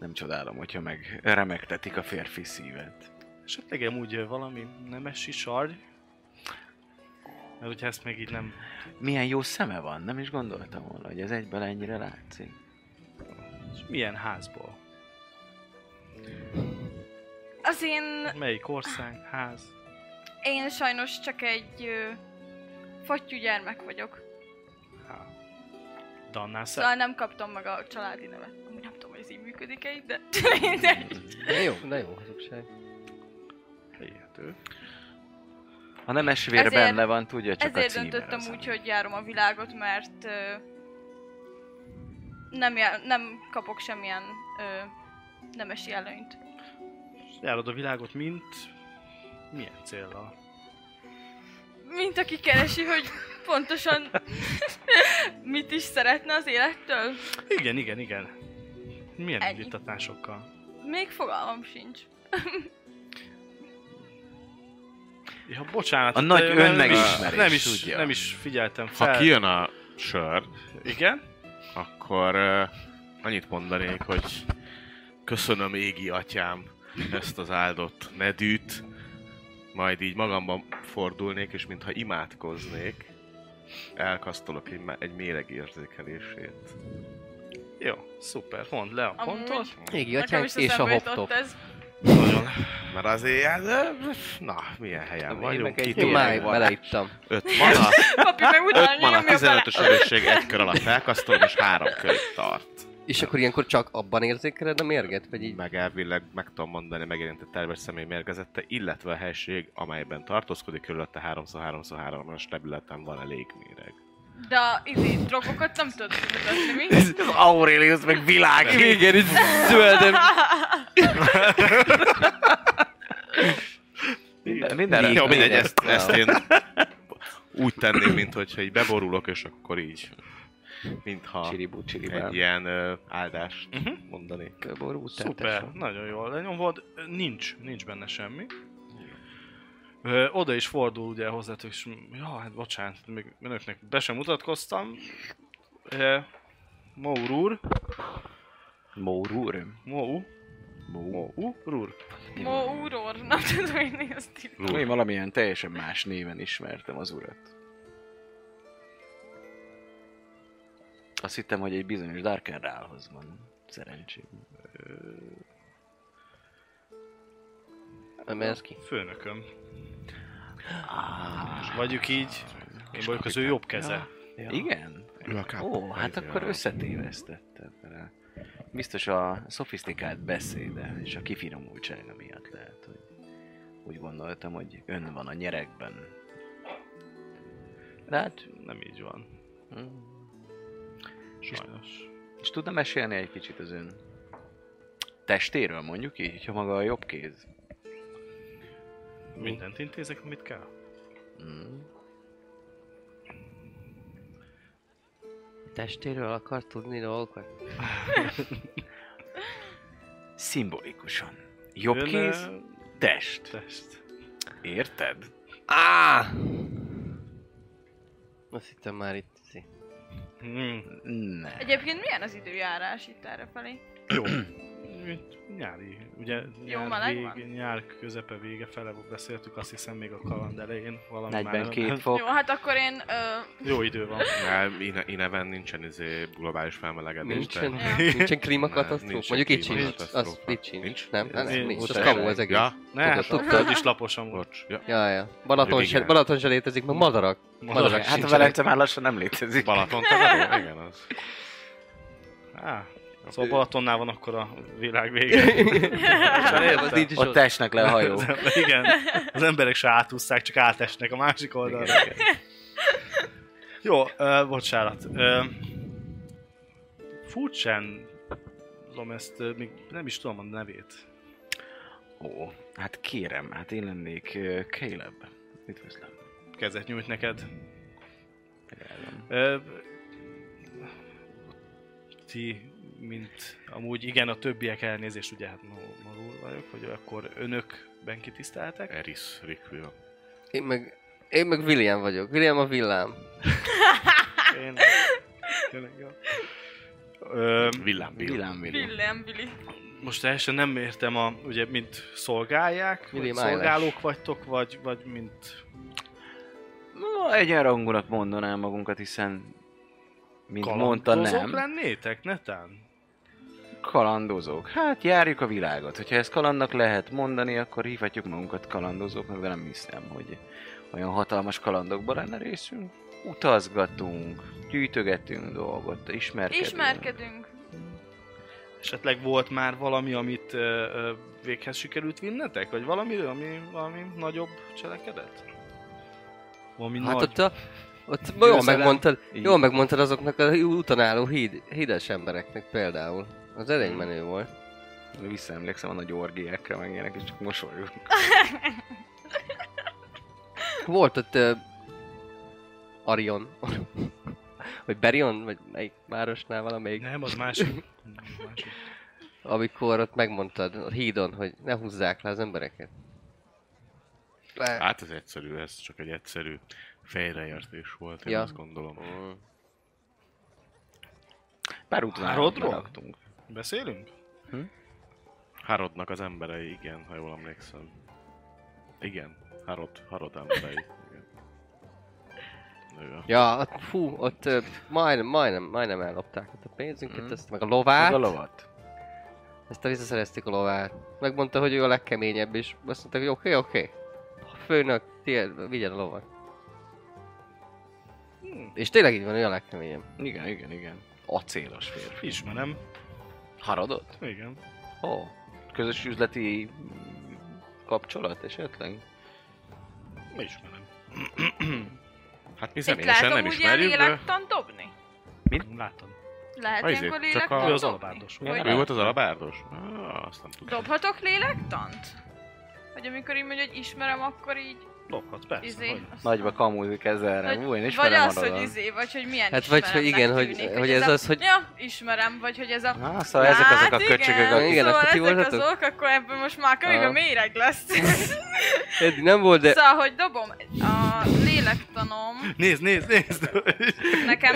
Speaker 5: Nem csodálom, hogyha meg remegtetik a férfi szívet.
Speaker 2: Esetleg amúgy ö, valami nemesi sarj? Mert hogyha ezt még így nem...
Speaker 5: Milyen jó szeme van, nem is gondoltam volna, hogy ez egyből ennyire látszik.
Speaker 2: És Milyen házból?
Speaker 6: Az én,
Speaker 2: Melyik ország? Ház?
Speaker 6: én sajnos csak egy ö, fattyú gyermek vagyok.
Speaker 2: Há. De annál szebb.
Speaker 6: Szóval nem kaptam meg a családi nevet. Amúgy nem tudom, hogy ez így működik-e itt, de mindegy.
Speaker 3: Na jó, na jó hazugság.
Speaker 2: Hihető.
Speaker 5: A nemes vér
Speaker 6: Ezért-
Speaker 5: benne van, tudja csak a
Speaker 6: Ezért
Speaker 5: címe
Speaker 6: döntöttem
Speaker 5: az,
Speaker 6: úgy,
Speaker 5: ami-
Speaker 6: hogy járom a világot, mert ö, nem, jár, nem kapok semmilyen ö, nemesi előnyt.
Speaker 2: Járod a világot, mint... Milyen célra?
Speaker 6: Mint aki keresi, hogy pontosan mit is szeretne az élettől.
Speaker 2: Igen, igen, igen. Milyen
Speaker 6: Ennyi.
Speaker 2: indítatásokkal?
Speaker 6: Még fogalmam sincs.
Speaker 2: Ja, bocsánat.
Speaker 5: A
Speaker 2: hát,
Speaker 5: nagy
Speaker 2: ö, nem
Speaker 5: önmegismerés,
Speaker 2: is- Nem is,
Speaker 5: tudja.
Speaker 2: nem is figyeltem fel.
Speaker 4: Ha kijön a sör,
Speaker 2: Igen?
Speaker 4: akkor uh, annyit mondanék, hogy köszönöm égi atyám ezt az áldott nedűt, majd így magamban fordulnék, és mintha imádkoznék, elkasztolok egy, má- egy méreg érzékelését.
Speaker 2: Jó, szuper. Mondd le a
Speaker 6: Amúgy
Speaker 2: pontot.
Speaker 3: Égi
Speaker 6: Nekem
Speaker 3: atyánk
Speaker 6: is
Speaker 3: és a
Speaker 6: eszembe jutott
Speaker 3: hoptop.
Speaker 6: ez.
Speaker 2: Nagyon.
Speaker 4: Mert azért, hát, na, milyen helyen
Speaker 5: Én
Speaker 4: vagyunk,
Speaker 5: meg egy
Speaker 4: két
Speaker 3: Jó, már
Speaker 4: méreg van,
Speaker 3: beleittam.
Speaker 4: öt mana,
Speaker 6: Papi meg utána
Speaker 4: öt mana,
Speaker 6: nyomja bele.
Speaker 4: 15-ös erősség, egy kör alatt elkasztolom, és három körig tart.
Speaker 3: És akkor ilyenkor csak abban érzékeled a mérget? Vagy
Speaker 4: így
Speaker 3: így?
Speaker 4: meg elvileg meg tudom mondani megjelentett terves személy mérgezette, illetve a helység, amelyben tartózkodik körülötte 3x3x3-as területen van elég méreg.
Speaker 6: De a izé, drogokat nem tudod mutatni, mi?
Speaker 5: Az Aurelius meg világ.
Speaker 3: Igen, így zöldön.
Speaker 5: Minden, mindenre.
Speaker 4: Jó, mindegy, ezt, ezt én úgy tenném, mint hogyha így beborulok, és akkor így, mintha
Speaker 5: Csiribú, csiribán.
Speaker 4: egy ilyen ö, áldást mondani.
Speaker 3: Ború,
Speaker 2: Szuper, nagyon jól lenyomod. Nincs, nincs benne semmi. Ö, oda is fordul ugye hozzátok, és m- ja, hát bocsánat, még önöknek be sem mutatkoztam. Ö, Maur úr,
Speaker 5: Mórúr.
Speaker 2: Mou,
Speaker 5: Mó.
Speaker 2: Mou, Rúr.
Speaker 6: Mó úror, nem tudom, hogy nézti.
Speaker 5: Én valamilyen teljesen más néven ismertem az urat. Azt hittem, hogy egy bizonyos Darken Rálhoz van. Szerencsém.
Speaker 3: Nem ez ki.
Speaker 2: Főnököm. És vagyunk így, én vagyok az ő jobb keze.
Speaker 5: Ja. Igen? Ó, hát akkor összetévesztettem rá. Biztos a szofisztikált beszéde és a kifinomultsága miatt lehet, hogy úgy gondoltam, hogy ön van a nyerekben. De hát,
Speaker 2: Nem így van,
Speaker 5: mm,
Speaker 2: sajnos.
Speaker 5: és tudna mesélni egy kicsit az ön testéről mondjuk így, hogyha maga a jobb kéz.
Speaker 2: Mindent intézek, amit kell.
Speaker 5: Mm.
Speaker 3: Testéről akar tudni dolgokat?
Speaker 5: Szimbolikusan. Jobb
Speaker 2: Ön,
Speaker 5: kéz,
Speaker 2: ö,
Speaker 5: test.
Speaker 2: Test.
Speaker 5: Érted?
Speaker 3: Á! Azt hittem már itt. izé.
Speaker 2: Hmm.
Speaker 5: Ne.
Speaker 6: Egyébként milyen az időjárás itt errefelé?
Speaker 2: Jó. Mint Nyári, ugye nyár,
Speaker 6: meleg
Speaker 2: vég,
Speaker 6: van?
Speaker 2: nyár közepe vége fele beszéltük, azt hiszem még a kaland elején valami már-
Speaker 5: 42 fok.
Speaker 6: Jó, hát akkor én... Ö,
Speaker 2: Jó idő van.
Speaker 4: Már ine- Ineven nincsen izé globális felmelegedés.
Speaker 3: Nincsen,
Speaker 4: de-
Speaker 6: Ja.
Speaker 3: nincsen
Speaker 4: Hát Nem,
Speaker 3: klímakatasztrófa.
Speaker 4: nincsen
Speaker 3: Mondjuk itt sincs.
Speaker 4: klímakatasztrófa.
Speaker 3: Az itt sincs.
Speaker 4: Nincs?
Speaker 3: Nem, nem,
Speaker 2: Nincs.
Speaker 3: nincs. Az
Speaker 5: Nincs.
Speaker 3: kamu az egész.
Speaker 4: Ja,
Speaker 2: Ne, hát
Speaker 3: Tudod,
Speaker 2: akkor az is laposan volt.
Speaker 4: bocs. Ja.
Speaker 3: Ja, ja. Balaton,
Speaker 4: Mondjuk
Speaker 3: se,
Speaker 4: igen.
Speaker 3: Balaton se létezik, meg madarak. Madarak
Speaker 5: Hát a
Speaker 3: sincsenek.
Speaker 5: Velence már lassan nem létezik.
Speaker 4: Balaton takaró? Igen, az.
Speaker 2: Á, szóval Balatonnál van akkor a világ vége. Hát
Speaker 3: Az nincs is
Speaker 5: Ott
Speaker 3: ott.
Speaker 5: esnek le a hajó.
Speaker 2: Az ember- Igen, az emberek se átúszszák, csak átesnek a másik oldalra. Jó, ö, bocsánat. Ö, Furcsán tudom ezt, ö, még nem is tudom a nevét.
Speaker 5: Ó, hát kérem, hát én lennék ö, Caleb. Üdvözlöm.
Speaker 2: Kezet nyújt neked. Ö, ti, mint amúgy igen, a többiek elnézést, ugye hát ma- magul vagyok, hogy akkor önökben kitiszteltek.
Speaker 4: Eris Requiem.
Speaker 3: Én meg, én meg William vagyok. William a villám.
Speaker 5: Eh.
Speaker 2: Én... Tényleg jó. Ö,
Speaker 4: Villám, villám.
Speaker 5: Villám, villám.
Speaker 6: Willem, Billy.
Speaker 2: most teljesen nem értem, a, ugye, mint szolgálják, vagy
Speaker 3: William
Speaker 2: szolgálók
Speaker 3: Eilish.
Speaker 2: vagytok, vagy, vagy mint...
Speaker 5: No, egyenrangúnak mondanám magunkat, hiszen mint mondta,
Speaker 2: kalandozók
Speaker 5: nem.
Speaker 2: lennétek, netán?
Speaker 5: Kalandozók. Hát járjuk a világot. Hogyha ezt kalandnak lehet mondani, akkor hívhatjuk magunkat kalandozóknak, de nem hiszem, hogy olyan hatalmas kalandokban lenne részünk. Utazgatunk, gyűjtögetünk dolgot, ismerkedünk.
Speaker 6: Ismerkedünk.
Speaker 2: Esetleg volt már valami, amit ö, ö, véghez sikerült vinnetek? Vagy valami, ami, valami nagyobb cselekedet? Valami
Speaker 3: Hát
Speaker 2: nagy...
Speaker 3: ott a... Ott jól
Speaker 5: Győzelem.
Speaker 3: megmondtad,
Speaker 5: Így.
Speaker 3: jól megmondtad azoknak a úton álló híd, hídes embereknek például. Az elég menő volt.
Speaker 5: Hmm. Visszaemlékszem a nagy orgiákra, meg ilyenek, és csak mosolyog.
Speaker 3: Volt ott uh, Arion. vagy Berion, vagy melyik városnál valamelyik.
Speaker 2: Nem, az másik. Az másik.
Speaker 3: Amikor ott megmondtad a hídon, hogy ne húzzák le az embereket. Le-
Speaker 4: Hát ez egyszerű, ez csak egy egyszerű félreértés volt, én
Speaker 3: Ja.
Speaker 4: azt gondolom.
Speaker 5: Pár útvonalon
Speaker 2: Hárodról?
Speaker 5: belaktunk.
Speaker 2: Beszélünk?
Speaker 4: Harodnak az emberei, igen, ha jól emlékszem. Igen, Harod, Harod emberei. Igen. Ő a-
Speaker 3: Ja, ott, fú, ott ö, majdnem, majdnem, majdnem ellopták ott a pénzünket,
Speaker 5: Mhm.
Speaker 3: ezt meg a lovát.
Speaker 5: Meg a lovat.
Speaker 3: Ezt a visszaszerezték a lovát. Megmondta, hogy ő a legkeményebb, és azt mondta, hogy oké, oké. Főnök, tiéd, vigyen a lovat.
Speaker 5: Hmm.
Speaker 3: És tényleg így van, ő a legkeményebb.
Speaker 5: Igen, igen, igen. Acélos férfi.
Speaker 2: Ismerem.
Speaker 5: Harodot?
Speaker 2: Igen.
Speaker 5: Ó, oh, közös üzleti mm, kapcsolat esetleg?
Speaker 2: Ismerem.
Speaker 4: Hát mi
Speaker 6: Itt
Speaker 4: személyesen
Speaker 6: látom
Speaker 4: nem
Speaker 6: úgy ilyen
Speaker 4: ismerjük, de
Speaker 6: lélektan dobni.
Speaker 2: Láttam.
Speaker 6: Lehet
Speaker 4: Ha, izé,
Speaker 6: ilyenkor
Speaker 4: csak
Speaker 6: lélektan
Speaker 4: a-
Speaker 2: Ő
Speaker 6: dobni?
Speaker 2: az alabárdos.
Speaker 6: Vagy
Speaker 4: ő volt az alabárdos? Ah, azt nem tudom.
Speaker 6: Dobhatok lélektant? Hogy amikor így mondja, hogy ismerem, akkor így
Speaker 2: Lophat, persze.
Speaker 6: izé...
Speaker 2: Szóval, hogy ne.
Speaker 6: azt-
Speaker 5: Nagyba kamúzik ezzel rám, új,
Speaker 6: vagy
Speaker 5: én ismerem
Speaker 6: az,
Speaker 5: Harodot.
Speaker 6: hogy izé, vagy hogy milyen
Speaker 3: Hát vagy, hogy igen,
Speaker 6: ismeremnek
Speaker 3: hogy-
Speaker 6: tűnik,
Speaker 3: hogy ez az, hogy-
Speaker 6: Ja, ismerem, vagy hogy ez a...
Speaker 5: Na, szóval ezek azok a
Speaker 6: Hát igen,
Speaker 5: köcsögök, akik...
Speaker 3: Igen,
Speaker 6: szóval
Speaker 3: akkor ti
Speaker 6: ezek
Speaker 3: voltatok?
Speaker 6: azok, akkor ebből most már könyvben
Speaker 5: Aha.
Speaker 6: méreg lesz.
Speaker 3: Eddig nem volt, de...
Speaker 6: Szóval, hogy dobom a lélektanom,
Speaker 2: Nézd, nézd, nézd!
Speaker 6: nekem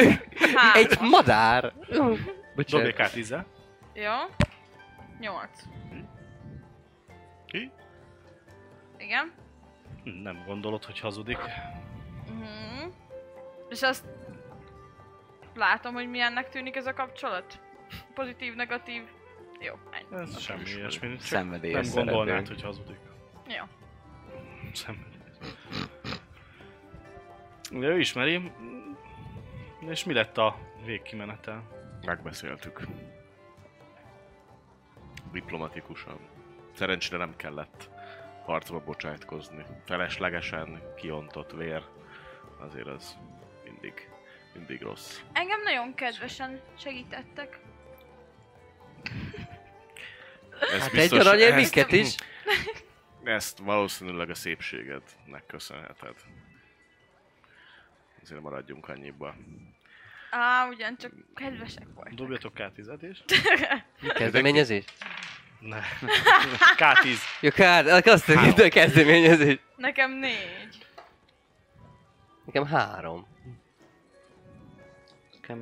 Speaker 6: három.
Speaker 3: Egy madár!
Speaker 2: Dobj
Speaker 3: Bocsánat.
Speaker 2: k 10
Speaker 6: Jó? Nyolc.
Speaker 4: Ki?
Speaker 6: Igen.
Speaker 2: Nem gondolod, hogy hazudik.
Speaker 6: Mhm. És azt látom, hogy milyennek tűnik ez a kapcsolat. Pozitív, negatív. Jó, ennyi.
Speaker 2: Ez semmi
Speaker 4: ismerjük.
Speaker 2: ilyesmi. Csak nem
Speaker 5: Szenvedélyes
Speaker 2: gondolnád,
Speaker 5: szerető.
Speaker 2: hogy hazudik.
Speaker 6: Jó.
Speaker 2: Szenvedélyes. Ugye ő ismeri. Mm. És mi lett a végkimenetel?
Speaker 4: Megbeszéltük. Diplomatikusan. Szerencsére nem kellett harcba bocsájtkozni. Feleslegesen kiontott vér. Azért az mindig, mindig rossz.
Speaker 6: Engem nagyon kedvesen segítettek.
Speaker 4: Ez
Speaker 3: Hát egy aranyér minket is.
Speaker 4: Ezt valószínűleg a szépségednek köszönheted. Azért maradjunk annyiba.
Speaker 6: Á, ugyancsak kedvesek voltak.
Speaker 2: Dobjatok K10-et is.
Speaker 3: Kezdeményezés?
Speaker 2: Ne. K10.
Speaker 3: Jó, kár, hát azt mondom, kezdeményezés.
Speaker 6: Nekem négy.
Speaker 3: Nekem három.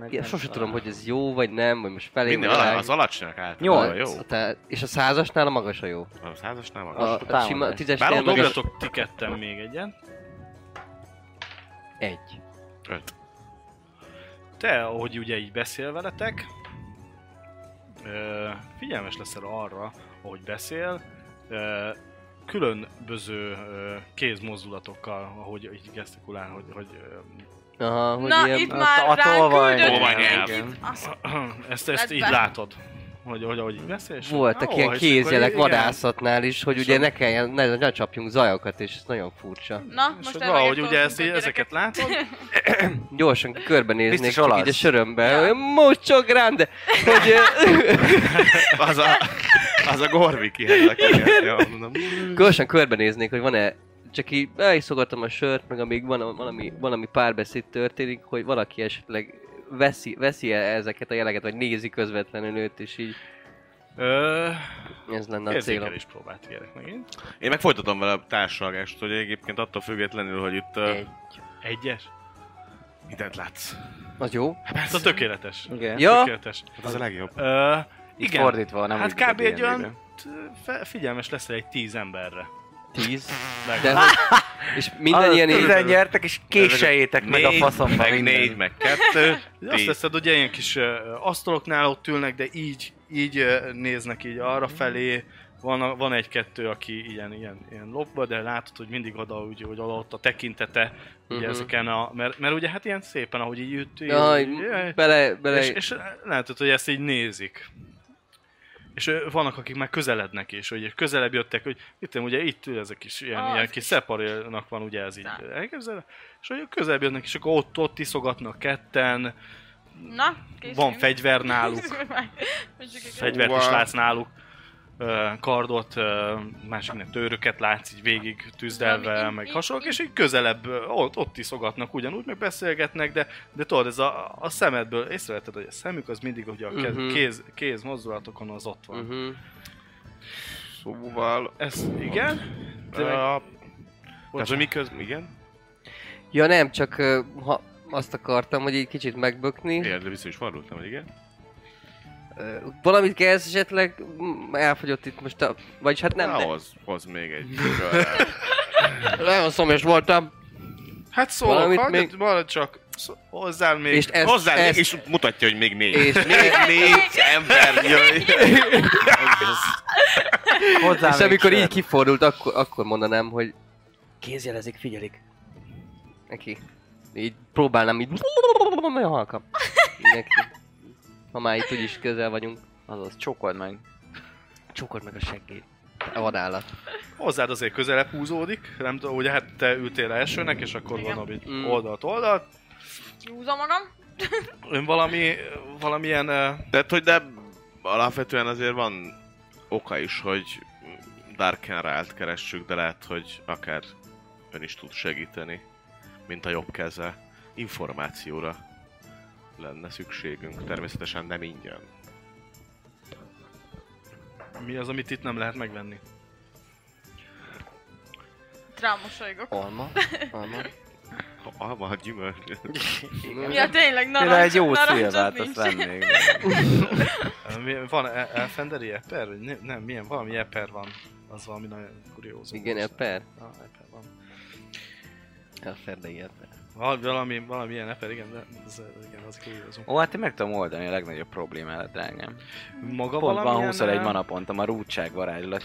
Speaker 3: Igen, sose tudom, hogy ez jó vagy nem, vagy most felé
Speaker 4: Minden
Speaker 3: vagy
Speaker 4: ala,
Speaker 3: ág.
Speaker 4: az alacsonyak általában
Speaker 5: Nyolc.
Speaker 4: jó.
Speaker 3: A te- és a százasnál a magas a jó.
Speaker 4: A százasnál
Speaker 3: A,
Speaker 4: magas.
Speaker 5: Most
Speaker 3: a,
Speaker 5: utána
Speaker 3: sima, a
Speaker 5: megy.
Speaker 3: tízesnél
Speaker 4: Bár
Speaker 3: magas
Speaker 2: Dobjatok ti ketten még egyen.
Speaker 3: egy.
Speaker 4: Öt.
Speaker 2: Te, ahogy ugye így beszél veletek, ö, figyelmes leszel arra, ahogy beszél, ö, különböző ö, kézmozdulatokkal, ahogy így gesztikulál, hogy, hogy
Speaker 3: Aha, hogy
Speaker 6: Na,
Speaker 3: ilyen...
Speaker 6: itt
Speaker 5: a-
Speaker 6: már
Speaker 5: a
Speaker 6: ránk
Speaker 5: tolvaj
Speaker 6: küldött
Speaker 4: nyelv.
Speaker 6: mindenkit. Azt
Speaker 2: ö, ezt, ezt így
Speaker 6: Medve.
Speaker 2: látod. Hogy, hogy ahogy így beszél, és
Speaker 3: Voltak
Speaker 2: Ó,
Speaker 3: ilyen
Speaker 2: és
Speaker 3: kézjelek
Speaker 2: akkor igen.
Speaker 3: vadászatnál is, hogy ugye
Speaker 2: Sok-
Speaker 3: ne kelljen, ne, ne csapjunk zajokat, és ez nagyon furcsa.
Speaker 6: Na,
Speaker 2: És
Speaker 6: most
Speaker 2: hogy valahogy
Speaker 6: elvágják
Speaker 2: ugye ezt,
Speaker 6: toltunk a
Speaker 2: ezeket látod,
Speaker 3: Gyorsan körbenéznék,
Speaker 5: Biztos
Speaker 3: csak így
Speaker 5: olasz.
Speaker 3: a sörömbe, hogy mucho grande, hogy
Speaker 4: Az a, az a Gorvi kihez
Speaker 3: ö, gyorsan körbenéznék, hogy van-e csak így eliszogatom a sört, meg amíg van, valami, valami párbeszéd történik, hogy valaki esetleg veszi, veszi -e ezeket a jeleket, vagy nézi közvetlenül őt, és így
Speaker 2: Ö,
Speaker 3: ez lenne a célom.
Speaker 2: érzékelés próbált kérek megint.
Speaker 4: Én meg folytatom vele a társalgást, hogy egyébként attól függetlenül, hogy itt... Uh,
Speaker 3: Egy.
Speaker 2: Egyes?
Speaker 4: mindent látsz.
Speaker 3: Az jó?
Speaker 2: Hát a tökéletes.
Speaker 5: Igen.
Speaker 3: Ja,
Speaker 2: Tökéletes.
Speaker 4: Hát ez a legjobb.
Speaker 2: Ö,
Speaker 5: Itt
Speaker 2: igen,
Speaker 5: fordítva, nem
Speaker 2: hát
Speaker 5: úgy, mint a
Speaker 2: kb. egy olyan
Speaker 5: D&D-ben.
Speaker 2: t- fe- figyelmes leszel egy tíz emberre.
Speaker 3: tíz. De,
Speaker 2: Legalább.
Speaker 3: hogy- és minden ilyen így-
Speaker 5: Tizen nyertek és késejétek meg a
Speaker 4: Négy,
Speaker 5: faszomba
Speaker 4: Meg
Speaker 5: minden.
Speaker 4: négy, meg kettő,
Speaker 2: De azt
Speaker 4: tíz.
Speaker 2: teszed, ugye ilyen kis ö, asztaloknál ott ülnek, de így, így ö, néznek így arra felé. Van, a- van egy-kettő, aki ilyen, ilyen, ilyen lopva, de látod, hogy mindig oda, úgy, hogy oda ott a tekintete, ugye
Speaker 3: Mhm.
Speaker 2: ezeken a... Mert, mert, ugye hát ilyen szépen, ahogy így üt, így,
Speaker 3: Jaj,
Speaker 2: így-
Speaker 3: bele, bele...
Speaker 2: És, és látod, hogy ezt így nézik. És ö, vannak, akik már közelednek is, hogy közelebb jöttek, hogy itt ugye itt ül ez a kis, ilyen,
Speaker 6: Az
Speaker 2: ilyen kis
Speaker 6: is.
Speaker 2: szeparilnak van ugye ez így
Speaker 6: Na.
Speaker 2: elképzelve, és hogy közelebb jönnek, és akkor ott, ott iszogatnak ketten,
Speaker 6: Na, készülünk.
Speaker 2: van fegyver náluk,
Speaker 6: Mondjuk, igen.
Speaker 2: fegyvert is látsz náluk, ö, kardot, ö, másiknek tőröket látsz így végig
Speaker 6: Valami
Speaker 2: tűzdelve,
Speaker 6: így-
Speaker 2: meg
Speaker 6: így-
Speaker 2: hasonlók,
Speaker 6: így-
Speaker 2: és így közelebb ö, ott, ott iszogatnak ugyanúgy, meg beszélgetnek, de, de tudod, ez a, a szemedből észrevetted, hogy a szemük az mindig ugye a kez,
Speaker 3: Mhm.
Speaker 2: kéz, kéz mozdulatokon az ott van. Uh-huh.
Speaker 3: Mhm.
Speaker 4: Szóval...
Speaker 2: Ez igen,
Speaker 4: Ö,
Speaker 2: meg-
Speaker 4: Tehát, hogy miköz... Igen?
Speaker 3: Ja nem, csak ö, ha, azt akartam, hogy egy kicsit megbökni.
Speaker 4: Igen, de vissza is fordultam, hogy igen.
Speaker 3: Ö, Valamit kell esetleg, m, elfogyott itt most a... Vagyis hát nem,
Speaker 4: Na,
Speaker 3: de...
Speaker 4: hoz, hoz még egy körrel.
Speaker 3: Nagyon szomjas voltam.
Speaker 2: hát szólok,
Speaker 3: Valamit
Speaker 2: hadd-
Speaker 3: még-
Speaker 2: marad csak, szó, hozzál még,
Speaker 3: És ezt,
Speaker 4: Hozzá,
Speaker 3: ezt,
Speaker 4: és mutatja, hogy még négy.
Speaker 3: és,
Speaker 4: Még négy ember jön.
Speaker 5: Hozzá
Speaker 3: és
Speaker 5: még
Speaker 3: amikor
Speaker 5: sör.
Speaker 3: így kifordult, akkor, akkor mondanám, hogy kézjelezik, figyelik. Neki. Így próbálnám így... Olyan halkam. Így Neki. Ha már itt úgyis közel vagyunk.
Speaker 5: Azaz, csókold meg.
Speaker 3: Csukod meg a seggét. A vadállat.
Speaker 2: hozzád azért közelebb húzódik, nem tudom, ugye hát te ültél elsőnek, és akkor
Speaker 6: Igen.
Speaker 2: van, amit
Speaker 3: Mm.
Speaker 2: oldalt oldalt,
Speaker 6: Húzom magam.
Speaker 2: ön valami, valamilyen ö,
Speaker 4: Tehát, hogy de alapvetően azért van oka is, hogy Darken Rált keressük, de lehet, hogy akár ön is tud segíteni, mint a jobb keze. Információra lenne szükségünk, természetesen nem ingyen.
Speaker 2: mi az, amit itt nem lehet megvenni.
Speaker 6: Rámosolygok.
Speaker 3: Alma. Alma.
Speaker 4: Ha alma, ha gyümölcs.
Speaker 6: Ja, tényleg,
Speaker 5: Például
Speaker 6: narancs,
Speaker 5: egy jó
Speaker 6: narancs,
Speaker 5: szilvát,
Speaker 6: az
Speaker 5: azt
Speaker 6: nincs.
Speaker 5: vennék.
Speaker 2: Mi- Van e- Elfenderi eper? Vagy ne- Nem, milyen, valami eper van. Az valami nagyon kuriózum.
Speaker 3: Igen,
Speaker 2: Most
Speaker 3: eper.
Speaker 2: nem- Ah, eper van.
Speaker 3: Elferdei eper.
Speaker 2: Val- valami, valami ilyen eper, igen, de az, igen, az kuriózum.
Speaker 5: Ó, hát én meg tudom oldani a legnagyobb problémádat, drágám.
Speaker 2: Maga
Speaker 3: Szóval
Speaker 5: Pont van
Speaker 2: valamilyen,
Speaker 5: 21
Speaker 2: ö,
Speaker 5: manapontom, a rútság varázslat.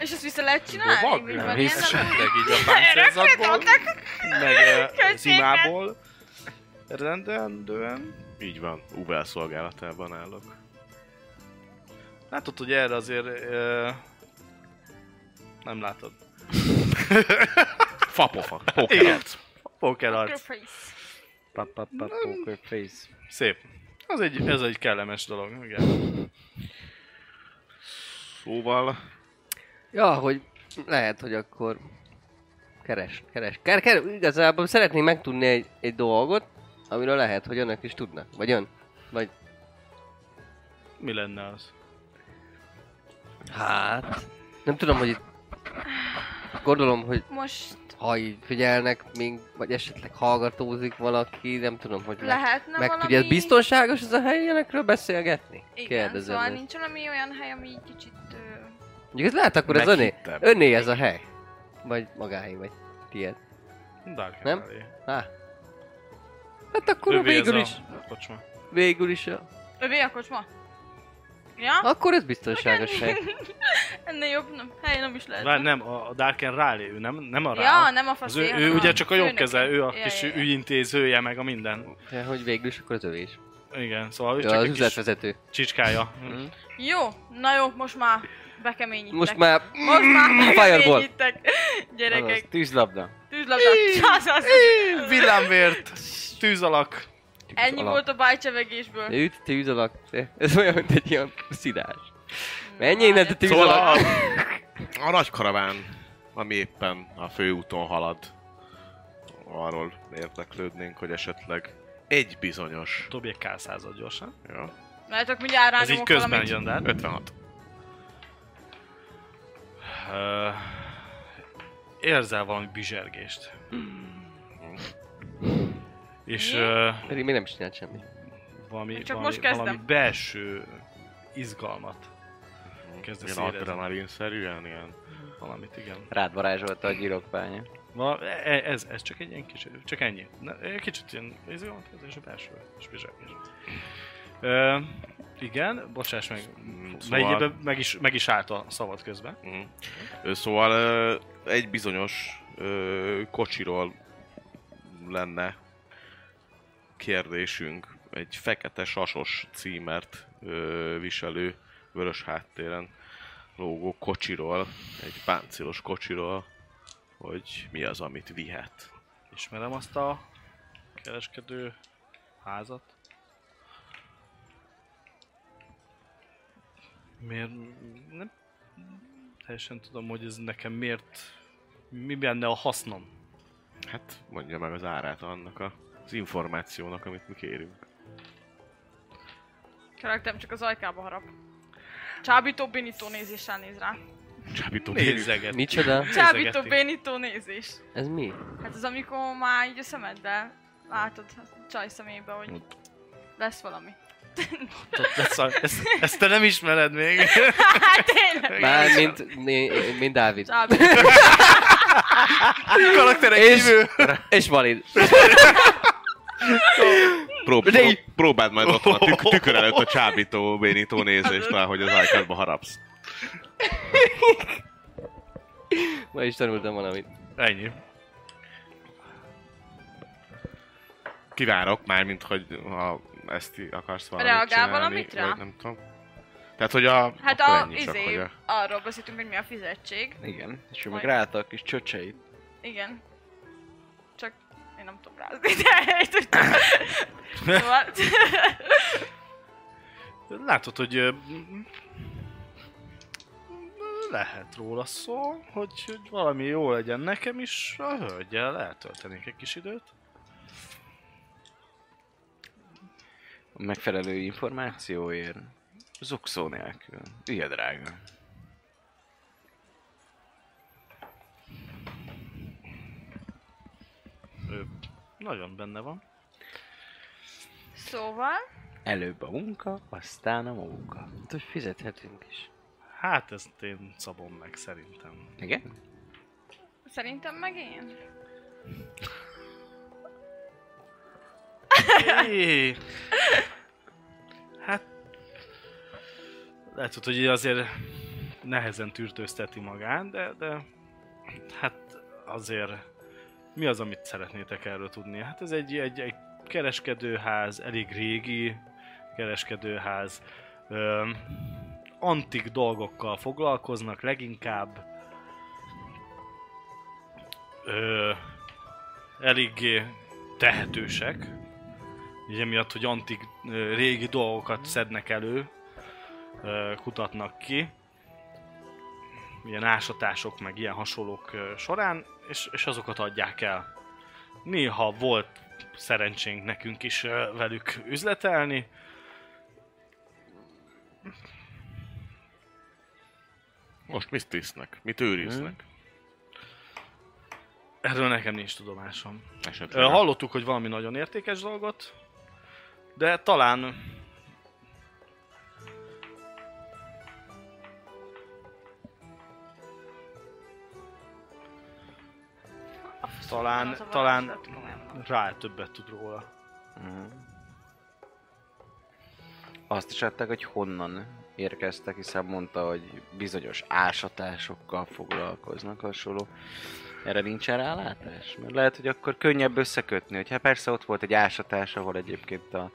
Speaker 6: És ezt vissza lehet
Speaker 2: Lovag?
Speaker 6: csinálni? Vagy van ilyen
Speaker 2: Esetleg így a hát-
Speaker 6: Örökre
Speaker 2: páncélzatból,
Speaker 6: dobtak.
Speaker 2: meg ö, az
Speaker 6: Köszönöm.
Speaker 2: imából rendendően.
Speaker 4: Így van, Uvel szolgálatában állok.
Speaker 2: Látod, hogy erre azért... ö, nem látod.
Speaker 4: Fapofa,
Speaker 2: Igen.
Speaker 4: pokert.
Speaker 2: Poker arc.
Speaker 6: Microface.
Speaker 5: Pap, pap, pap, poker face.
Speaker 2: Szép. Az egy, ez egy kellemes dolog, igen.
Speaker 4: Szóval,
Speaker 3: Ja, hogy lehet, hogy akkor keres, keres. Ker, ker, igazából szeretnék megtudni egy, egy dolgot, amiről lehet, hogy önök is tudnak. Vagy ön. Vagy
Speaker 2: Mi lenne az?
Speaker 3: hát... Nem tudom, hogy itt... Gondolom, hogy
Speaker 6: Most
Speaker 3: ha így figyelnek még, vagy esetleg hallgatózik valaki, nem tudom, hogy meg,
Speaker 6: lehetne
Speaker 3: meg
Speaker 6: valami...
Speaker 3: tudja, ez biztonságos ez a hely ilyenekről beszélgetni?
Speaker 6: Igen,
Speaker 3: Kérdezem
Speaker 6: szóval
Speaker 3: én.
Speaker 6: nincs valami olyan hely, ami így kicsit... Ö...
Speaker 3: Mondjuk ez lehet, akkor ez öné,
Speaker 4: Meghittem.
Speaker 3: öné ez a hely. Vagy magáé, vagy tiéd.
Speaker 2: Dark
Speaker 3: Nem?
Speaker 2: Alley.
Speaker 3: Há. Hát akkor
Speaker 2: Övé ez
Speaker 3: végül
Speaker 2: a
Speaker 3: is,
Speaker 2: Kocsma.
Speaker 3: végül is a...
Speaker 6: Övé a kocsma? Ja?
Speaker 3: Akkor ez biztonságos hely.
Speaker 6: Ennél jobb nem, hely nem is lehet.
Speaker 2: Vár, nem, a a Dark and Raleigh, ő nem, nem a rá.
Speaker 6: Ja, nem a
Speaker 2: az
Speaker 6: faszé,
Speaker 2: ő, ő
Speaker 6: hanem
Speaker 2: ugye
Speaker 6: a
Speaker 2: csak a jobb
Speaker 6: főnöke.
Speaker 2: keze, ő a
Speaker 6: Ja,
Speaker 2: kis
Speaker 6: ja, ja.
Speaker 2: ügyintézője, meg a minden.
Speaker 3: De hogy végül is, akkor az övé is.
Speaker 2: Igen, szóval ő
Speaker 3: Ő
Speaker 2: csak
Speaker 3: az
Speaker 2: egy kis
Speaker 3: üzletvezető.
Speaker 2: csicskája.
Speaker 6: Jó, na jó, most már bekeményítek.
Speaker 3: Most már...
Speaker 6: Most már
Speaker 3: Fireball!
Speaker 6: bekeményítek. Gyerekek,
Speaker 5: Tűzlabda.
Speaker 6: tűzlabda. Az, az.
Speaker 2: Villámvért, tűzalak.
Speaker 6: Ennyi
Speaker 3: alap.
Speaker 6: volt a bájcsevegésből.
Speaker 3: Őt tűzalak. Ez olyan, mint egy ilyen szidás. Mennyi innen a
Speaker 4: szóval
Speaker 3: tűzalak?
Speaker 4: a, a nagy karaván, ami éppen a főúton halad, arról érdeklődnénk, hogy esetleg egy bizonyos...
Speaker 2: Dobj egy K100-at gyorsan.
Speaker 4: Ja,
Speaker 6: Mert akkor mindjárt
Speaker 2: Ez így
Speaker 6: rányomok
Speaker 2: közben
Speaker 6: valamit.
Speaker 2: jön, de... hát,
Speaker 4: 56.
Speaker 2: Ö, Érzel valami bizsergést. És
Speaker 6: Mi?
Speaker 2: ö,
Speaker 3: Pedig még nem is csinált semmi.
Speaker 2: valami,
Speaker 6: Csak
Speaker 2: valami,
Speaker 6: most kezdem.
Speaker 2: valami belső izgalmat. Kezdesz
Speaker 4: Ilyen
Speaker 2: érezni
Speaker 4: adrenalin-szerűen, ilyen...
Speaker 2: valamit, igen.
Speaker 5: Rád varázsolta a gyilokpánya.
Speaker 2: Val- e- ez, ez csak egy ilyen kicsit, csak ennyi. Na, egy kicsit ilyen izgalmat, és a belső és bizsergés. Ö, igen, bocsáss meg.
Speaker 4: Mm,
Speaker 2: Szóval... Na, így, meg, is, meg is állt a szavad közben.
Speaker 4: Mhm. Ö, Szóval ö, egy bizonyos ö, kocsiról lenne kérdésünk. Egy fekete sasos címert ö, viselő vörös háttéren lógó kocsiról, egy páncélos kocsiról, hogy mi az, amit vihet.
Speaker 2: Ismerem azt a kereskedő házat. Miért... Nem... Teljesen tudom, hogy ez nekem miért... Mi benne a hasznom?
Speaker 4: Hát mondja meg az árát annak a, az információnak, amit mi kérünk.
Speaker 6: Karakterem csak az ajkába harap. Csábító Benito nézéssel néz rá.
Speaker 4: Csábító
Speaker 2: Nézzeget.
Speaker 3: Micsoda?
Speaker 6: Csábító Benito nézés.
Speaker 3: Ez mi?
Speaker 6: Hát az amikor már így a szemeddel látod a csaj szemébe, hogy lesz valami.
Speaker 2: Ezt, Szóval ezt, ezt, te nem ismered még.
Speaker 6: Hát tényleg.
Speaker 3: Már mint, né- mint Dávid.
Speaker 6: Csábító.
Speaker 2: Karakterek
Speaker 3: És, és valid.
Speaker 4: Prób-
Speaker 3: De így-
Speaker 4: prób- próbáld majd ott a tük- tükör előtt a csábító, bénító nézést rá, hogy az ajkádba harapsz.
Speaker 3: Ma is tanultam valamit.
Speaker 2: Ennyi.
Speaker 4: Kivárok, mármint, hogy ha ezt í- akarsz valamit
Speaker 6: Reagál
Speaker 4: csinálni,
Speaker 6: valamit rá?
Speaker 4: Vagy nem tudom. Tehát, hogy a...
Speaker 6: Hát
Speaker 4: akkor
Speaker 6: a,
Speaker 4: ennyi csak, hogy
Speaker 6: izé,
Speaker 4: a...
Speaker 6: arról beszéltünk, hogy mi a fizetség.
Speaker 5: Igen. És ő meg
Speaker 6: Majd.
Speaker 5: ráállta a kis csöcseit.
Speaker 6: Igen. Csak én nem tudom rázni, de így tudtam. Szóval...
Speaker 2: Látod, hogy ö, lehet róla szó, hogy, hogy valami jó legyen nekem is, a hölgyel eltöltenék egy kis időt.
Speaker 5: A megfelelő információért. Zukszó nélkül. Hülye drága.
Speaker 2: Ő nagyon benne van.
Speaker 6: Szóval...
Speaker 5: Előbb a munka, aztán a munka.
Speaker 3: Hát, hogy fizethetünk is.
Speaker 2: Hát ezt én szabom meg szerintem.
Speaker 5: Igen?
Speaker 6: Szerintem meg én.
Speaker 2: Éj. Hát... Látod, hogy azért nehezen tűrtőzteti magán, de, de... Hát azért... Mi az, amit szeretnétek erről tudni? Hát ez egy, egy, egy kereskedőház, elég régi kereskedőház. Öm, antik dolgokkal foglalkoznak leginkább. Ö, eléggé tehetősek, Ugye miatt, hogy antik, ö, régi dolgokat szednek elő, ö, kutatnak ki. ilyen ásatások, meg ilyen hasonlók ö, során, és, és azokat adják el. Néha volt szerencsénk nekünk is ö, velük üzletelni.
Speaker 4: Most mit tisznek? Mit őriznek?
Speaker 5: Hmm.
Speaker 2: Erről nekem nincs tudomásom. Ö,
Speaker 4: Esetleg.
Speaker 2: Hallottuk, hogy valami nagyon értékes dolgot, de talán... Talán,
Speaker 6: Szóval Az a
Speaker 2: talán
Speaker 6: varázslat, komolyan mondom.
Speaker 2: rá többet tud róla.
Speaker 5: Mhm. Azt is adták, hogy honnan érkeztek, hiszen mondta, hogy bizonyos ásatásokkal foglalkoznak hasonló. Erre nincsen rálátás? Mert lehet, hogy akkor könnyebb összekötni, hogy hát persze ott volt egy ásatás, ahol egyébként a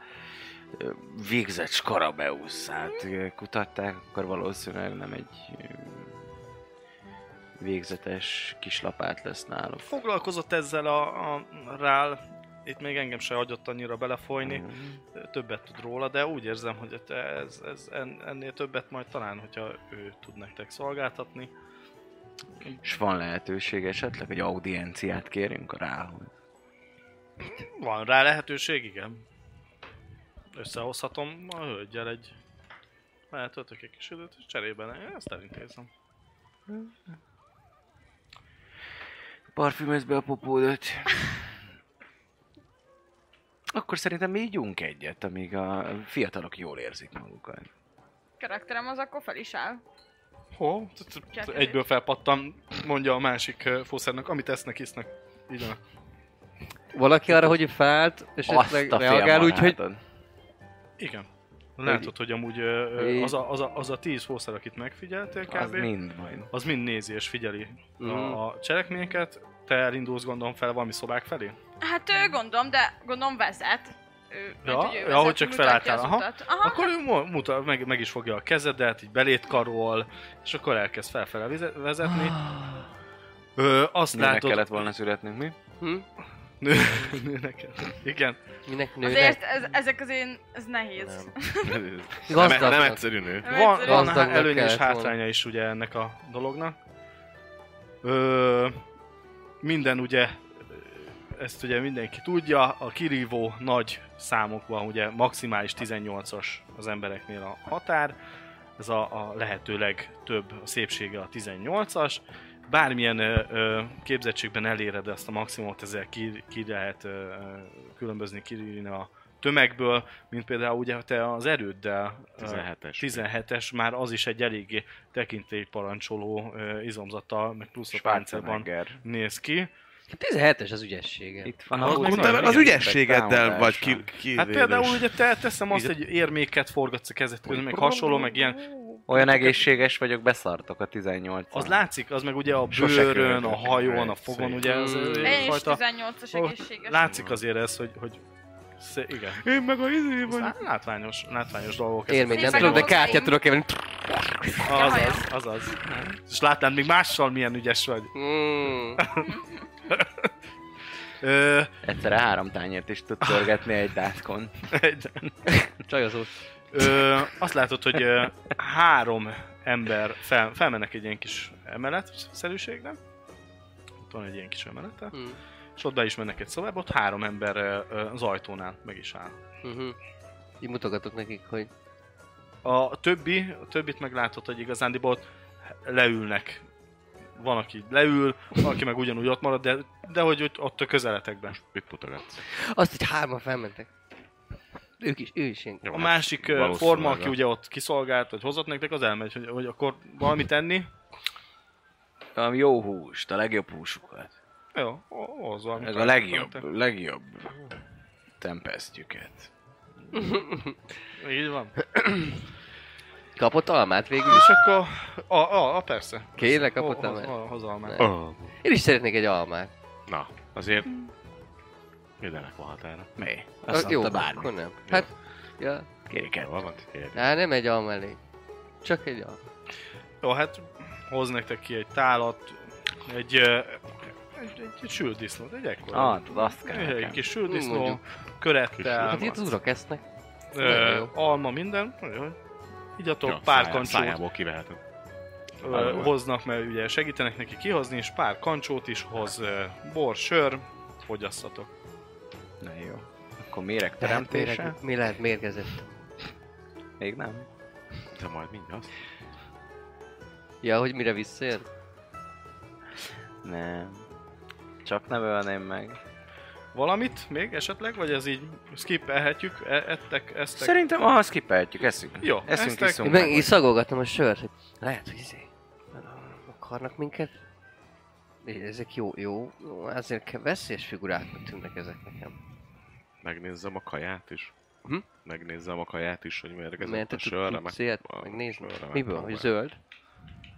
Speaker 5: ö, végzett skarabeuszát ö, kutatták, akkor valószínűleg nem egy ö, végzetes kislapát lesz náluk.
Speaker 2: Foglalkozott ezzel a, a rál, itt még engem se hagyott annyira belefolyni,
Speaker 5: Mhm.
Speaker 2: többet tud róla, de úgy érzem, hogy ez, ez, en- ennél többet majd talán, hogyha ő tud nektek szolgáltatni.
Speaker 5: És van lehetőség esetleg, hogy audienciát kérjünk rá, hogy
Speaker 2: Van rá lehetőség, igen. Összehozhatom a hölgyel egy... Lehet, töltök egy kis időt, és cserében én ezt elintézem.
Speaker 5: parfümözd be a popódot. Akkor szerintem mi ígyunk egyet, amíg a fiatalok jól érzik magukat.
Speaker 6: Karakterem az akkor fel is áll.
Speaker 2: Hó?
Speaker 6: Csak-
Speaker 2: Egyből felpattam, mondja a másik ö, fószernek, amit esznek, isznek. Így van.
Speaker 3: Valaki arra, hogy felt, és esetleg reagál úgy, hogy...
Speaker 5: félmanátod.
Speaker 2: Igen. Látod, hogy amúgy ö, ö, az a, az a, az a tíz fószer, akit megfigyeltél kb.
Speaker 5: Az mind majd.
Speaker 2: az mind nézi és figyeli
Speaker 3: Mhm.
Speaker 2: a, a cselekményeket. Te elindulsz gondolom fel valami szobák felé?
Speaker 6: Hát ő gondolom, de gondolom vezet. Ő,
Speaker 2: Hmm. Ja,
Speaker 6: mert ugye ő
Speaker 2: ja,
Speaker 6: vezet,
Speaker 2: hogy csak
Speaker 6: mutatja
Speaker 2: felálltál,
Speaker 6: az
Speaker 2: aha.
Speaker 6: utat. aha.
Speaker 2: Akkor ő mu- muta, meg, meg is fogja a kezedet, így beléd karol, és akkor elkezd felfele vize- vezetni. Ö, azt
Speaker 5: Minek
Speaker 2: látod...
Speaker 5: kellett volna születnünk mi?
Speaker 3: Hm?
Speaker 2: Nő, nőnek kellett. Igen.
Speaker 3: Minek nőnek?
Speaker 6: Azért ez, ezek az én, ez nehéz.
Speaker 3: Nem.
Speaker 4: nem,
Speaker 3: Gazdagnak.
Speaker 4: nem egyszerű nő.
Speaker 6: Nem
Speaker 2: Van,
Speaker 6: egyszerűen.
Speaker 2: van
Speaker 3: Gazdagnak
Speaker 2: előnye és
Speaker 3: kellett volna.
Speaker 2: hátránya is ugye ennek a dolognak. Ö, minden ugye, ezt ugye mindenki tudja, a kirívó nagy számokban ugye maximális 18-as az embereknél a határ, ez a, a lehető legtöbb a szépsége a 18-as, bármilyen ö, ö, képzettségben eléred ezt a maximumot, ezzel ki, ki lehet ö, ö, különbözni, kirívni a tömegből, mint például ugye te az erőddel ö,
Speaker 4: 17-es.
Speaker 2: 17-es már az is egy eléggé tekintélyparancsoló ö, izomzattal, meg plusz a páncélban
Speaker 5: Schwarzenegger.
Speaker 2: néz ki. Hát
Speaker 3: 17-es az ügyessége.
Speaker 5: Itt van
Speaker 2: Az
Speaker 5: ahol
Speaker 2: meg
Speaker 5: úgy
Speaker 2: utána-
Speaker 5: van,
Speaker 4: az
Speaker 5: igen,
Speaker 4: ügyességeddel vagy
Speaker 5: támadásra.
Speaker 4: ki, ki
Speaker 2: Hát például ugye te teszem azt, hogy érméket forgatsz a kezed közben, meg hasonló, meg ilyen.
Speaker 5: Olyan egészséges vagyok, beszartok a 18
Speaker 2: Az látszik, az meg ugye a
Speaker 5: Sose
Speaker 2: bőrön, a
Speaker 5: költök.
Speaker 2: hajón, a fogon,
Speaker 5: Szép.
Speaker 2: ugye ez
Speaker 3: Mm.
Speaker 2: egy
Speaker 6: Én is
Speaker 2: fajta...
Speaker 6: 18-as
Speaker 2: Ó,
Speaker 6: egészséges.
Speaker 2: Látszik azért ez, hogy... hogy szé- igen.
Speaker 4: Én meg a izé
Speaker 2: Ez
Speaker 4: vagy.
Speaker 2: lá- Látványos, látványos dolgok. ezek.
Speaker 3: Én még nem
Speaker 6: Szépen
Speaker 3: tudok, de
Speaker 6: hozzáim.
Speaker 3: kártyát tudok keverni.
Speaker 6: hajam.
Speaker 2: Azaz, azaz. És látnád még mással milyen ügyes vagy.
Speaker 3: Mm.
Speaker 2: Ö,
Speaker 5: Egyszerre három tányért is tud törgetni egy dászkon.
Speaker 2: egy-
Speaker 3: Csajozó.
Speaker 2: Ö, azt látod, hogy ö, három ember fel, felmennek egy ilyen kis emeletszerűségre. Ott van egy ilyen kis emelete.
Speaker 5: Hm.
Speaker 3: Mm.
Speaker 2: És ott be is mennek egy szobába, ott három ember ö, ö, az ajtónál meg is áll.
Speaker 3: Mhm. Így mutogatok nekik, hogy
Speaker 2: A többi, a többit meglátod, hogy igazándiból ott leülnek. Van, aki leül, van, aki meg ugyanúgy ott marad, de, de hogy ott- ott a közeletekben.
Speaker 4: Mit mutogatsz?
Speaker 3: azt, hogy hárman felmentek. Ők is, ő is én.
Speaker 4: Jó,
Speaker 2: A
Speaker 4: hát
Speaker 2: másik ö,
Speaker 4: valószínűleg
Speaker 2: forma, aki
Speaker 4: a-
Speaker 2: ugye ott kiszolgált, vagy hozott nektek, az elmegy, hogy, hogy akkor valamit tenni.
Speaker 5: Ami jó húst, a legjobb húsukat.
Speaker 2: Jó, ho- hozz valamit.
Speaker 5: Ez a legjobb, legjobb tempesztjüket.
Speaker 2: Így van.
Speaker 3: Kapott almát végül
Speaker 2: És
Speaker 3: is?
Speaker 2: akkor... A, a, a persze.
Speaker 3: Kérlek, kapott
Speaker 2: Ho- ho-
Speaker 3: almát?
Speaker 2: ho- Hozom már.
Speaker 3: Ne.
Speaker 4: Ó,
Speaker 3: Én is szeretnék egy almát.
Speaker 4: Na, azért
Speaker 6: Hmm.
Speaker 4: mindennek van határa.
Speaker 5: Mi?
Speaker 3: Ah,
Speaker 5: Azt
Speaker 3: jó,
Speaker 5: mondta bármi.
Speaker 3: akkor nem. Hát, ja.
Speaker 5: Kérj kettőt.
Speaker 4: Jól van, kérjük.
Speaker 3: Á, nem egy alma elég. Csak egy alma.
Speaker 2: Jó, hát hoz nektek ki egy tálat, egy... ö, Egy, egy, egy sült disznót, egy ekkora.
Speaker 5: Ah, tudod, azt kell
Speaker 2: egy
Speaker 5: nekem.
Speaker 2: kis sült disznó,
Speaker 3: Mondjuk.
Speaker 2: körettel,
Speaker 3: Hát itt zúrok esznek.
Speaker 2: ö,
Speaker 3: nagyon jó.
Speaker 2: alma, minden. Nagyon jó. Igyatok
Speaker 4: Jó,
Speaker 2: pár
Speaker 4: szájá-
Speaker 2: kancsót.
Speaker 4: Szájából kivehetem.
Speaker 2: ö, hoznak, mert ugye segítenek neki kihozni, és pár kancsót is hoz, ö, bor, sör, fogyasszatok.
Speaker 5: Na jó. Akkor
Speaker 3: Lehet
Speaker 5: méregteremtése?
Speaker 3: mérgezett, mi lehet mérgezett?
Speaker 5: Még nem.
Speaker 4: De majd mindjárt.
Speaker 3: Ja, hogy mire visszajön?
Speaker 5: Nem. Csak nem ölném meg.
Speaker 2: Valamit még esetleg, vagy ez így skippelhetjük, E- ettek, eztek?
Speaker 5: Szerintem ahhoz kipelhetjük, eszünk.
Speaker 2: Jó,
Speaker 5: eszünk,
Speaker 2: eztek.
Speaker 5: iszunk.
Speaker 3: Én meg így szagolgattam a sört, hogy lehet, hogy izé, akarnak minket? É, Ezek jó, jó, jó, azért ke- veszélyes figuráknak tűnnek ezek nekem.
Speaker 4: Megnézzem a kaját is.
Speaker 3: Hm?
Speaker 4: Megnézzem a kaját is, hogy mérgezett
Speaker 3: Mert
Speaker 4: a sörre.
Speaker 3: tudsz ilyet
Speaker 4: a
Speaker 3: megnézni?
Speaker 4: sörre
Speaker 3: Miből? Izé-
Speaker 4: megpróbál.
Speaker 3: Hogy zöld?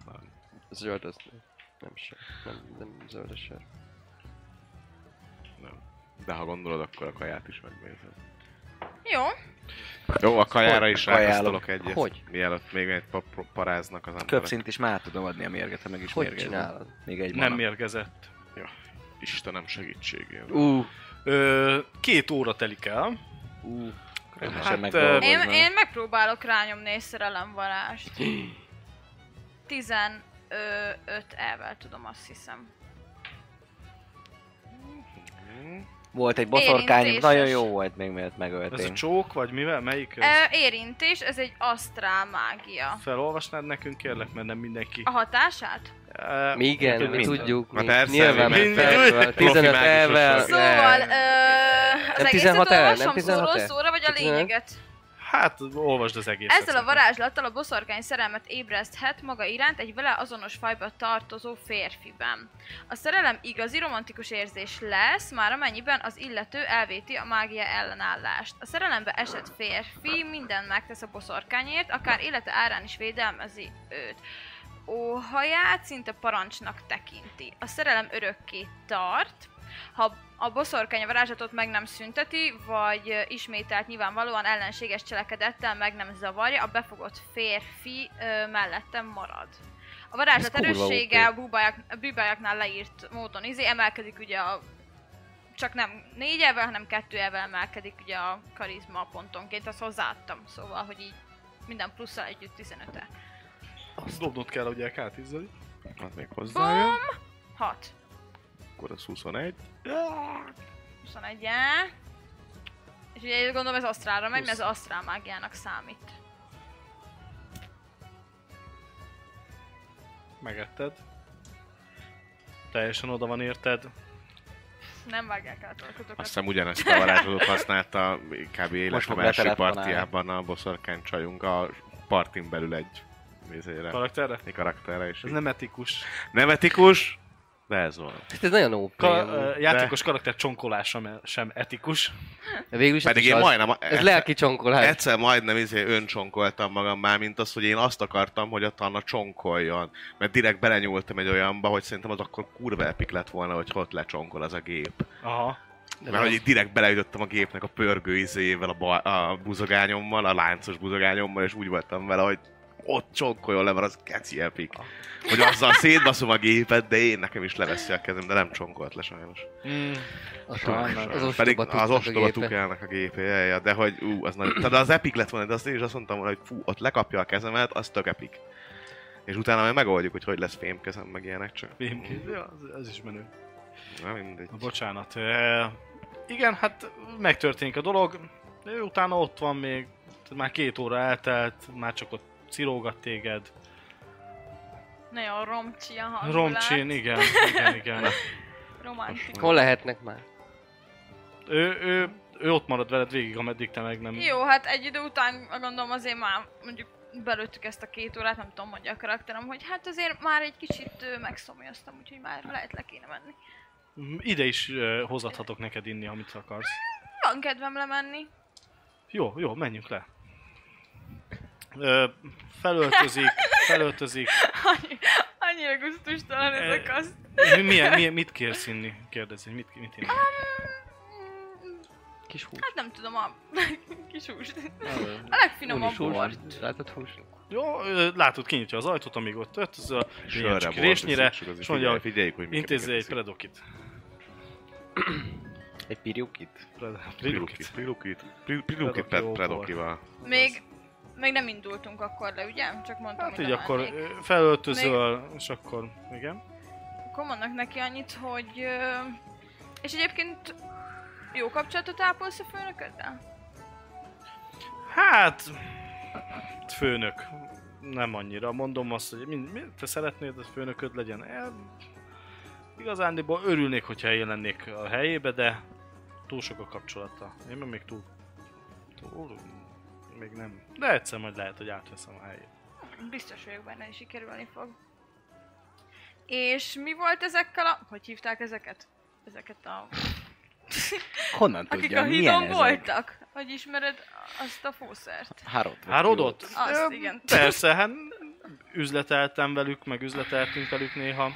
Speaker 4: Nem.
Speaker 3: Zöld az nem sör, nem, nem zöld a sör.
Speaker 4: De ha gondolod, akkor a kaját is megnézed.
Speaker 6: Jó,
Speaker 4: Jó, a kajára is
Speaker 5: Kajálok.
Speaker 4: rákasztalok egyet.
Speaker 3: Hogy?
Speaker 4: Mielőtt még egy pa- paráznak az emberek.
Speaker 5: Köpszint is már tudom adni a mérget, ha meg is
Speaker 3: Hogy
Speaker 5: mérgezem.
Speaker 3: csinálod?
Speaker 5: Még egy
Speaker 2: Nem
Speaker 5: nem
Speaker 2: mérgezett.
Speaker 4: Istenem segítségével.
Speaker 3: Ú,
Speaker 2: Ö, két óra telik el.
Speaker 3: ú,
Speaker 2: Hát,
Speaker 5: megdolgozom.
Speaker 2: ö,
Speaker 6: én,
Speaker 5: Hozd meg.
Speaker 6: én megpróbálok rányomni egy szerelemvarást. 15 elvel tudom, azt hiszem.
Speaker 5: Volt egy boszorkányunk,
Speaker 6: Érintéses.
Speaker 5: nagyon jó volt még mielőtt
Speaker 2: ez a
Speaker 5: megöltünk.
Speaker 2: csók, vagy mivel? Melyik ez?
Speaker 6: Ö, érintés, ez egy asztrál mágia.
Speaker 2: Felolvasnád nekünk, kérlek, mert nem mindenki.
Speaker 6: A hatását?
Speaker 2: Ö,
Speaker 3: mi igen, mi
Speaker 2: mind-
Speaker 3: tudjuk,
Speaker 4: Hát, Na
Speaker 3: mi,
Speaker 4: persze,
Speaker 3: nyilván,
Speaker 4: mi
Speaker 3: mi
Speaker 4: minden-
Speaker 3: persze,
Speaker 4: Profi
Speaker 3: 15
Speaker 4: mágusok
Speaker 3: elvel.
Speaker 4: vagyunk.
Speaker 6: Szóval, ö, az
Speaker 3: Nem
Speaker 6: egészet
Speaker 3: 16 el? Nem
Speaker 6: olvasom
Speaker 3: 16
Speaker 6: szóról
Speaker 3: el?
Speaker 6: szóra, vagy a
Speaker 3: 15?
Speaker 6: lényeget?
Speaker 2: Hát, olvasd az egészet.
Speaker 6: Ezzel a varázslattal a boszorkány szerelmet ébreszthet maga iránt egy vele azonos fajba tartozó férfiben. A szerelem igazi romantikus érzés lesz, már amennyiben az illető elvéti a mágia ellenállást. A szerelembe esett férfi mindent megtesz a boszorkányért, akár élete árán is védelmezi őt. Óhaját szinte parancsnak tekinti. A szerelem örökké tart, ha a boszorkány a varázslatot meg nem szünteti, vagy ö, ismételt nyilvánvalóan ellenséges cselekedettel meg nem zavarja, a befogott férfi ö, mellettem marad. A varázslat
Speaker 3: Ez kurva
Speaker 6: erőssége a búbályák, a bűbályáknál leírt módon izé, emelkedik ugye a csak nem négy elvel, hanem kettő elvel emelkedik ugye a karizma pontonként, azt hozzáadtam, szóval, hogy így minden plusszal együtt 15 -e.
Speaker 2: Azt dobnod kell, ugye, k 10
Speaker 4: Az még hozzájön.
Speaker 6: 6.
Speaker 4: Akkor az 21.
Speaker 6: 21 -e. És ugye gondolom ez asztrálra megy, mert ez asztrál mágiának számít.
Speaker 2: Megetted. Teljesen oda van érted.
Speaker 6: Nem vágják át a kötöket.
Speaker 4: Azt hiszem ugyanezt a varázslatot használta kb. életem
Speaker 5: fog
Speaker 4: első
Speaker 5: betelefonálni.
Speaker 4: partiában a boszorkány csajunk a partin belül egy vizére.
Speaker 2: Karakterre?
Speaker 4: Egy karakterre is.
Speaker 2: Ez
Speaker 4: Nem,
Speaker 2: nem etikus.
Speaker 4: nem etikus, de ez volt.
Speaker 3: Hát Ez nagyon OP.
Speaker 2: Ka-
Speaker 3: amúgy.
Speaker 2: ö, játékos karakter csonkolása me- sem etikus.
Speaker 3: Végül is ez
Speaker 4: Pedig
Speaker 3: is
Speaker 4: én
Speaker 3: az.
Speaker 4: majdnem...
Speaker 3: Ez hát. lelki csonkolás.
Speaker 4: Egyszer majdnem izé öncsonkoltam magam már, mint az, hogy én azt akartam, hogy a Tanna csonkoljon. Mert direkt belenyúltam egy olyanba, hogy szerintem az akkor kurva epik lett volna, hogy ott lecsonkol az a gép.
Speaker 2: Aha.
Speaker 3: De
Speaker 4: Mert
Speaker 3: nem.
Speaker 4: hogy így direkt beleütöttem a gépnek a pörgő izével, a, ba- a buzogányommal, a láncos buzogányommal, és úgy voltam vele, hogy ott csonkoljon le, mert az keci epik. Hogy azzal szétbaszom a gépet, de én nekem is leveszi a kezem, de nem csonkolt le sajnos.
Speaker 2: Mm.
Speaker 3: A
Speaker 4: Sajnos.
Speaker 3: tuk- Az
Speaker 4: Pedig
Speaker 3: ostoba
Speaker 4: az ostoba
Speaker 3: tuknak a gépe.
Speaker 4: tukálnak a gépe, ja, ja, de hogy ú, az nagy... Tehát az epic lett volna, de azt én is azt mondtam volna, hogy fú, ott lekapja a kezemet, az tök epic. És utána majd megoldjuk, hogy hogy lesz fém kezem, meg ilyenek csak.
Speaker 2: Fémkéz. Ja, az, az is menő.
Speaker 4: Na mindegy.
Speaker 2: Na, Bocsánat. Ö, igen, hát megtörténik a dolog. Ő utána ott van még, már két óra eltelt, már csak ott cirógat téged.
Speaker 6: Nagyon romcsi a hangulat.
Speaker 2: Romcsin, igen, igen, igen.
Speaker 6: Romantikus.
Speaker 3: Hol lehetnek már?
Speaker 2: ő, ő, ő ott marad veled végig, ameddig te meg nem...
Speaker 6: Jó, hát egy idő után gondolom azért már mondjuk belőttük ezt a két órát, nem tudom, mondja a karakterem, hogy hát azért már egy kicsit ö, megszomjaztam, úgyhogy már lehet le kéne menni.
Speaker 2: Mhm, Ide is ö, hozathatok neked inni, amit akarsz.
Speaker 6: Van kedvem lemenni.
Speaker 2: Jó, jó, menjünk le. Ö, felöltözik, felöltözik.
Speaker 6: Annyi- Annyira gusztustalan ez a kaszt.
Speaker 2: Mi- Milyen, milyen, mit kérsz inni? Kérdezi, mit, mit inni?
Speaker 6: Mm,
Speaker 3: Kis hús.
Speaker 6: Hát nem tudom, a kis húst. A
Speaker 3: Úgyis
Speaker 6: legfinomabb
Speaker 3: hús.
Speaker 6: bort.
Speaker 3: Látod hús?
Speaker 2: Jó, ö, látod, kinyitja az ajtót, amíg ott tört, ez a
Speaker 4: Sörre
Speaker 2: csak
Speaker 4: volt,
Speaker 2: résnyire,
Speaker 4: és
Speaker 2: és mondja,
Speaker 4: figyelj- figyeljük, hogy miket-
Speaker 2: intézze egy
Speaker 4: miket
Speaker 2: predokit.
Speaker 5: Egy pirjukit?
Speaker 2: Pred- Predokit.
Speaker 4: Prilukit, Prilukit,
Speaker 2: Predoki
Speaker 4: Prilukit,
Speaker 2: jó
Speaker 4: Predokival.
Speaker 6: Még Még nem indultunk akkor le, ugye? Csak mondtam,
Speaker 2: Hát
Speaker 6: hogy
Speaker 2: így
Speaker 6: a
Speaker 2: akkor
Speaker 6: mellék.
Speaker 2: ö, felöltözöl, és akkor igen.
Speaker 6: Akkor mondnak neki annyit, hogy... ö, És egyébként jó kapcsolatot ápolsz a főnököddel?
Speaker 2: Hát, főnök, nem annyira. Mondom azt, hogy mind, mind, te szeretnéd, hogy főnököd legyen. E, igazándiból örülnék, hogyha én lennék a helyébe, de túl sok a kapcsolata. Én meg még túl... túl még nem. De egyszer majd lehet, hogy átveszem a helyét.
Speaker 6: Biztos vagyok benne, hogy sikerülni fog. És mi volt ezekkel a... Hogy hívták ezeket? Ezeket a...
Speaker 5: Honnan
Speaker 6: Akik
Speaker 5: tudja,
Speaker 6: a
Speaker 5: Hát milyen
Speaker 6: hídon
Speaker 5: ezek?
Speaker 6: voltak. Hogy ismered azt a fószert?
Speaker 5: Hárod. vagy
Speaker 2: Hárodott?
Speaker 5: kiút.
Speaker 6: Azt,
Speaker 2: Ö,
Speaker 6: igen.
Speaker 2: Persze, hát üzleteltem velük, meg üzleteltünk velük néha.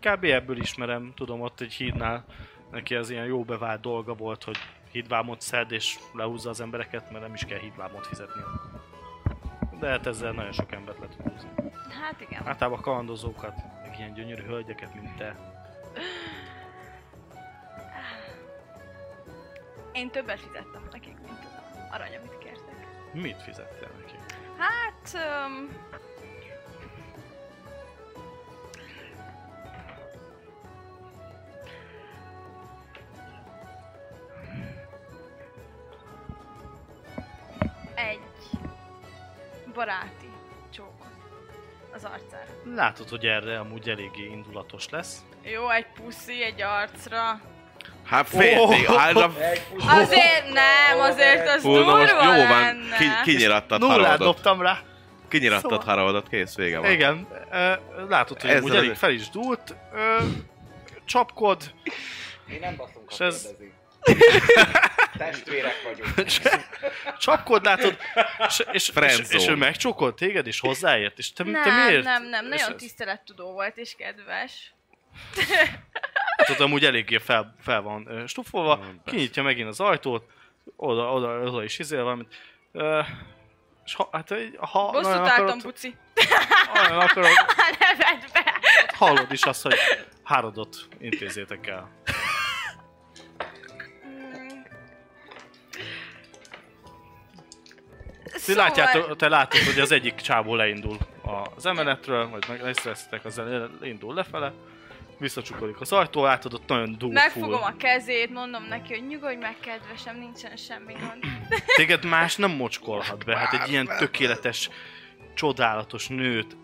Speaker 2: Kb. ebből ismerem, tudom ott egy hídnál neki az ilyen jó bevált dolga volt, hogy hídvámot szed és lehúzza az embereket, mert nem is kell hídvámot fizetni. De hát ezzel nagyon sok embert lehet húzni.
Speaker 6: Hát igen.
Speaker 2: Általában kalandozókat, meg ilyen gyönyörű hölgyeket, mint te.
Speaker 6: Én többet fizettem nekik, mint az arany, amit kértek.
Speaker 2: Mit fizettél neki?
Speaker 6: Hát... Um... Egy baráti csókot az arcára.
Speaker 2: Látod, hogy erre amúgy eléggé indulatos lesz.
Speaker 6: Jó, egy puszi egy arcra.
Speaker 4: Hát félték, hát a
Speaker 6: Azért nem, azért az
Speaker 4: fú, na
Speaker 6: durva
Speaker 4: most jó van,
Speaker 6: lenne.
Speaker 4: ki, kinyilattad
Speaker 2: Nullát
Speaker 4: haravadot.
Speaker 2: dobtam rá.
Speaker 4: Kinyilattad
Speaker 2: Szóval-
Speaker 4: haravadot, kész, vége van.
Speaker 2: Igen, ö, látod, hogy
Speaker 4: Ez
Speaker 2: amúgy
Speaker 4: az-
Speaker 2: elég fel is dúlt, ö, csapkod,
Speaker 7: Mi nem baszunk,
Speaker 2: És
Speaker 7: ha
Speaker 2: ez-
Speaker 7: kérdezi. Testvérek vagyunk.
Speaker 2: csapkod, látod, és, és, és,
Speaker 4: Friendzone.
Speaker 2: és ő megcsókolt téged, és hozzáért, és te,
Speaker 6: Nem,
Speaker 2: te miért?
Speaker 6: nem, nem,
Speaker 2: És
Speaker 6: nagyon
Speaker 2: ez-
Speaker 6: tisztelettudó volt és kedves.
Speaker 2: Tudod, amúgy eléggé fel, fel van ö, stufolva,
Speaker 4: Ah, persze.
Speaker 2: kinyitja megint az ajtót, oda, oda, oda is izél valamit, ö, és ha, hát, így, ha
Speaker 6: Bosszút
Speaker 2: nagyon
Speaker 6: álltam,
Speaker 2: akarod,
Speaker 6: buci.
Speaker 2: nagyon akarod,
Speaker 6: Neved be!
Speaker 2: hallod is azt, hogy hárodot intézzétek el. Ti
Speaker 6: Szóval-
Speaker 2: látjátok, te látod, hogy az egyik csávó leindul az emeletről, majd meg leszresztek, az el- indul lefele, visszacsukolik az ajtó, látod, ott nagyon dúful.
Speaker 6: Megfogom a kezét, mondom neki, hogy nyugodj meg, kedvesem, nincsen semmi gond.
Speaker 2: Téged más nem mocskolhat be, hát egy ilyen tökéletes, csodálatos nőt.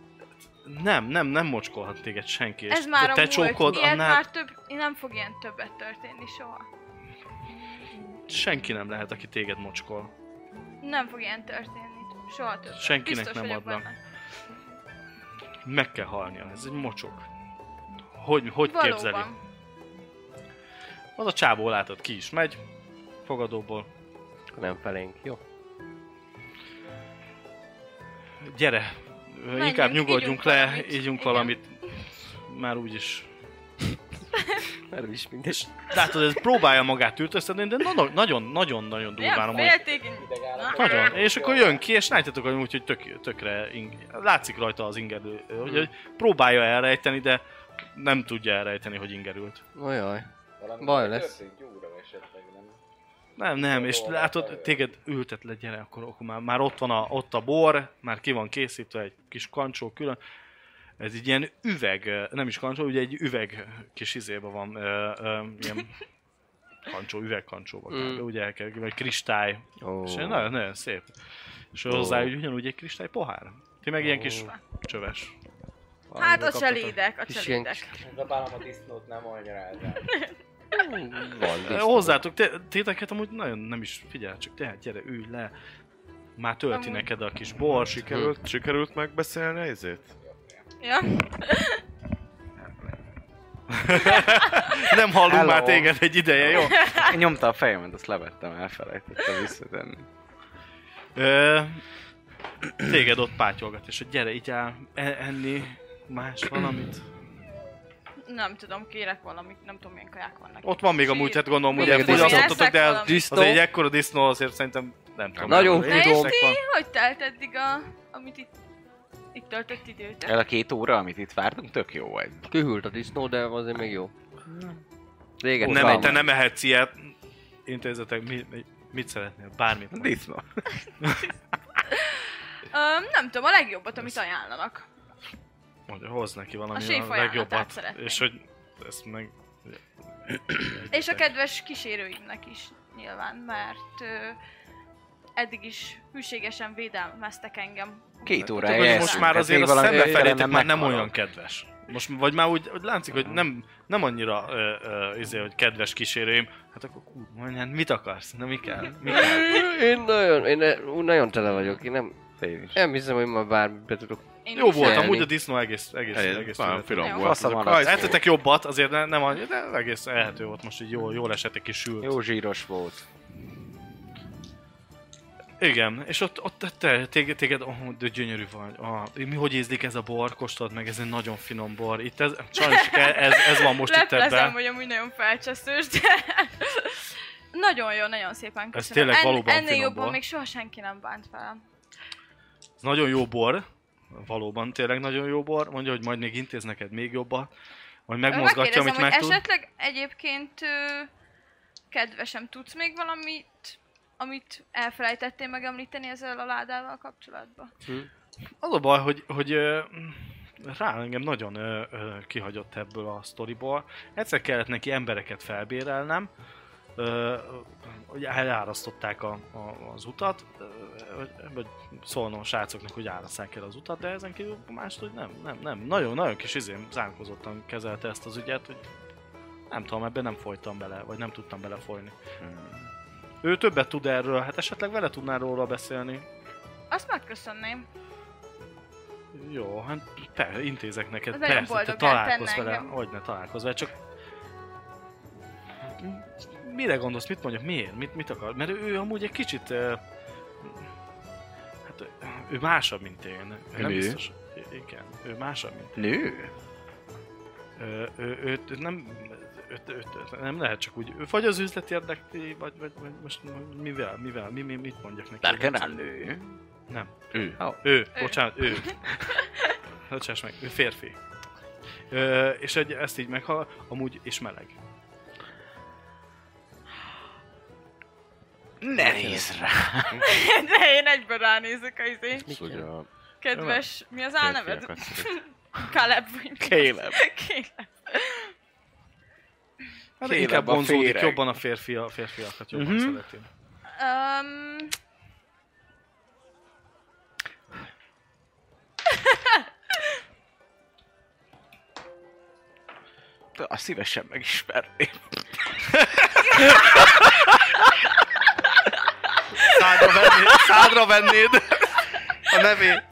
Speaker 2: Nem, nem, nem mocskolhat téged senki. és
Speaker 6: Ez már a
Speaker 2: te
Speaker 6: múlt,
Speaker 2: csókod,
Speaker 6: ilyet
Speaker 2: annál
Speaker 6: már több, nem fog ilyen többet történni soha.
Speaker 2: senki nem lehet, aki téged mocskol.
Speaker 6: Nem fog ilyen történni. Soha többet.
Speaker 2: Senkinek
Speaker 6: Biztos
Speaker 2: nem
Speaker 6: vagyok
Speaker 2: adnak.
Speaker 6: benne.
Speaker 2: Meg kell halnia, ez egy mocsok. Hogy, hogy képzeli?
Speaker 6: Valóban.
Speaker 2: Az a csávó látod, ki is megy, fogadóból.
Speaker 3: Akkor nem felénk, jó?
Speaker 2: Gyere, Menjünk, inkább nyugodjunk
Speaker 6: ígyunk
Speaker 2: le,
Speaker 6: valamit.
Speaker 2: ígyunk
Speaker 6: Igen.
Speaker 2: valamit. Már úgyis.
Speaker 3: Erről is mindegy.
Speaker 2: Látod, ez próbálja magát ültöztetni, de nagyon-nagyon-nagyon durván
Speaker 6: Ilyen
Speaker 2: amúgy.
Speaker 6: féltékeny.
Speaker 7: Idegállam.
Speaker 2: Nagyon. És akkor jön ki, és látjátok, hogy úgy, hogy tök, tökre ing... látszik rajta az ingerő, hogy, hogy próbálja elrejteni, de nem tudja elrejteni, hogy ingerült.
Speaker 3: Ojaj.
Speaker 7: Valami
Speaker 3: Baj lesz.
Speaker 7: történt, Gyúra esetleg, nem?
Speaker 2: Nem, nem, és látod, téged ültet le, gyere, akkor, akkor már, már ott van a, ott a bor, már ki van készítve egy kis kancsó külön. Ez egy ilyen üveg, ö, nem is kancsó, ugye egy üveg kis izébe van, ö, ö, ilyen kancsó, üvegkancsóba
Speaker 3: Mm.
Speaker 2: mm. ugye, vagy kristály,
Speaker 3: Ó.
Speaker 2: És ilyen nagyon, nagyon szép. És oh. hozzá úgy ugyanúgy egy kristály pohár. Ti meg oh. ilyen kis
Speaker 3: Ó.
Speaker 2: csöves.
Speaker 6: Hát a
Speaker 2: Valamiből kaptatok.
Speaker 6: cselédek, a
Speaker 3: Kis ilyen
Speaker 6: cselédek.
Speaker 7: Zabálom a disznót, nem magyarázom.
Speaker 3: Van
Speaker 2: Eh, Hozzátok, te, téteket amúgy nagyon nem is figyel, csak tehát gyere, ülj le. Már tölti
Speaker 6: Amúgy.
Speaker 2: neked a kis
Speaker 3: Hát,
Speaker 2: bor, sikerül.
Speaker 4: Sikerült, sikerült megbeszélni ezért?
Speaker 6: Ja.
Speaker 2: Nem hallunk
Speaker 5: Hello.
Speaker 2: már téged egy ideje, jó?
Speaker 5: Én nyomta a fejemet, azt levettem, elfelejtettem visszatenni.
Speaker 2: Ö, téged ott pátyolgat, és hogy gyere, így áll e- enni más valamit.
Speaker 6: Nem tudom, kérek valamit, nem tudom milyen kaják vannak.
Speaker 2: Ott van még amúgy, hát gondolom,
Speaker 6: Még
Speaker 2: ugye
Speaker 3: valami
Speaker 2: fogyasztottatok,
Speaker 6: eszek
Speaker 2: de az,
Speaker 6: valamit.
Speaker 2: az egy ekkora disznó azért szerintem nem tudom.
Speaker 3: Nagyon
Speaker 2: Észek
Speaker 6: tudom.
Speaker 2: van.
Speaker 6: Hogy telt eddig a... amit itt... Itt töltött időt?
Speaker 5: El a két óra, amit itt vártunk, tök jó volt.
Speaker 3: Kühült a disznó, de azért még jó.
Speaker 5: Régen
Speaker 2: Nem,
Speaker 5: van.
Speaker 2: te nem ehetsz ilyet. Intézetek, mi, mi, Mit szeretnél? Bármit. mond.
Speaker 4: Disznó.
Speaker 6: Öm, nem tudom, a legjobbat, amit ajánlanak.
Speaker 2: Mondja, hoz neki
Speaker 6: A
Speaker 2: valami a,
Speaker 6: séf ajánlatát
Speaker 2: legjobbat.
Speaker 6: szeretném.
Speaker 2: És hogy ezt meg...
Speaker 6: És a kedves kísérőimnek is nyilván, mert ö, eddig is hűségesen védelmeztek engem.
Speaker 5: Két órája
Speaker 2: Tudod, hogy
Speaker 5: jelzünk,
Speaker 2: most már
Speaker 5: tehát
Speaker 2: azért
Speaker 5: hát még
Speaker 2: a
Speaker 5: valami
Speaker 2: szembe felétek
Speaker 5: értelem
Speaker 2: már nem
Speaker 5: megmarad.
Speaker 2: olyan kedves. Most, vagy már úgy, úgy látszik, hogy nem, nem annyira ö, ö, izé, hogy kedves kísérőim, hát akkor kú, mondjad, mit akarsz? Na mi kell? Mi kell?
Speaker 3: Én nagyon, én ne- ú, nagyon tele vagyok, én nem,
Speaker 5: Én is.
Speaker 3: nem hiszem, hogy ma bármit be tudok.
Speaker 6: Én
Speaker 2: Jó
Speaker 6: is-
Speaker 2: volt,
Speaker 3: Elni.
Speaker 2: amúgy a disznó egész, egész, egész,
Speaker 4: Nagyon
Speaker 2: egész
Speaker 4: finom
Speaker 6: Jó.
Speaker 4: volt.
Speaker 5: Fasza
Speaker 4: Azok
Speaker 5: van az.
Speaker 4: rajzfilm.
Speaker 2: Ettetek jobbat, azért ne, nem annyi, de egész elhető volt most, így jól, jól esett egy kis sült.
Speaker 5: Jó zsíros volt.
Speaker 2: Igen, és ott, ott te, téged, téged oh, de gyönyörű vagy. Ah, mi hogy ízlik ez a bor? Kóstold meg, ez egy nagyon finom bor. Itt ez, sajnos ke- ez, ez van most itt
Speaker 6: Leplezem,
Speaker 2: ebben.
Speaker 6: hogy amúgy nagyon felcseszős, de... nagyon jó, nagyon szépen köszönöm.
Speaker 2: tényleg
Speaker 6: En-
Speaker 2: valóban
Speaker 6: Ennél
Speaker 2: finom
Speaker 6: jobban
Speaker 2: bor.
Speaker 6: még soha senki nem bánt velem.
Speaker 2: Ez nagyon jó bor. Valóban tényleg nagyon jó bor. Mondja, hogy majd még intéz neked még jobban. Majd megmozgatja,
Speaker 6: Megkérdezem,
Speaker 2: amit
Speaker 6: hogy
Speaker 2: meg tud.
Speaker 6: esetleg egyébként ö, kedvesem, tudsz még valamit, amit elfelejtettél megemlíteni ezzel a ládával kapcsolatban?
Speaker 2: Az a baj, hogy, hogy ö, rá engem nagyon ö, ö, kihagyott ebből a sztoriból. Egyszer kellett neki embereket felbérelnem, ö, hogy elárasztották a, a, az utat, ö, vagy- vagy szólnom a srácoknak, hogy árasszák el az utat, de ezen kívül mást, hogy nem, nem, nem. Nagyon, nagyon kis izém zánkozottan kezelte ezt az ügyet, hogy nem tudom, ebben nem folytam bele, vagy nem tudtam belefolyni. Ő többet tud erről, hát esetleg vele tudnál róla beszélni.
Speaker 6: Azt megköszönném.
Speaker 2: Jó, hát per, intézek neked,
Speaker 6: Az
Speaker 2: persze,
Speaker 6: nagyon
Speaker 2: te
Speaker 6: boldoggá
Speaker 2: találkozz
Speaker 6: tenne
Speaker 2: vele,
Speaker 6: engem.
Speaker 2: hogy ne találkozz vele, csak... Mire gondolsz, mit mondjak, miért, mit, mit akar? Mert ő amúgy egy kicsit... ö, Hát ö, ő másabb, mint én. Ő nem
Speaker 5: Nő?
Speaker 2: biztos. I- Igen, ő másabb, mint
Speaker 5: Nő?
Speaker 2: ő, ő, őt nem, őt, őt, őt, nem lehet csak úgy, vagy az üzleti érdekli, vagy, vagy, vagy most mivel, mivel, mi, mi, mit mondjak neki?
Speaker 5: Bergerán nő.
Speaker 4: Ő.
Speaker 2: Ő, bocsánat, ő. Bocsáss meg, ő férfi. Ö, és egy, ezt így meghal, amúgy és meleg.
Speaker 5: Ne nézz rá.
Speaker 6: De én egyben ránézek a izé.
Speaker 4: Szóval a
Speaker 6: Kedves, mi az
Speaker 4: férfiak
Speaker 6: álneved?
Speaker 4: azt mondják.
Speaker 6: Caleb vagy
Speaker 5: Caleb.
Speaker 6: Caleb.
Speaker 2: Hát
Speaker 5: Kélebb
Speaker 2: inkább
Speaker 5: a
Speaker 2: vonzódik,
Speaker 5: féreg.
Speaker 2: jobban a férfi, a férfiakat jobban
Speaker 5: Mhm.
Speaker 2: szereti.
Speaker 6: Um,
Speaker 5: Azt szívesen megismerném.
Speaker 2: Szádra vennéd, szádra vennéd a nevét.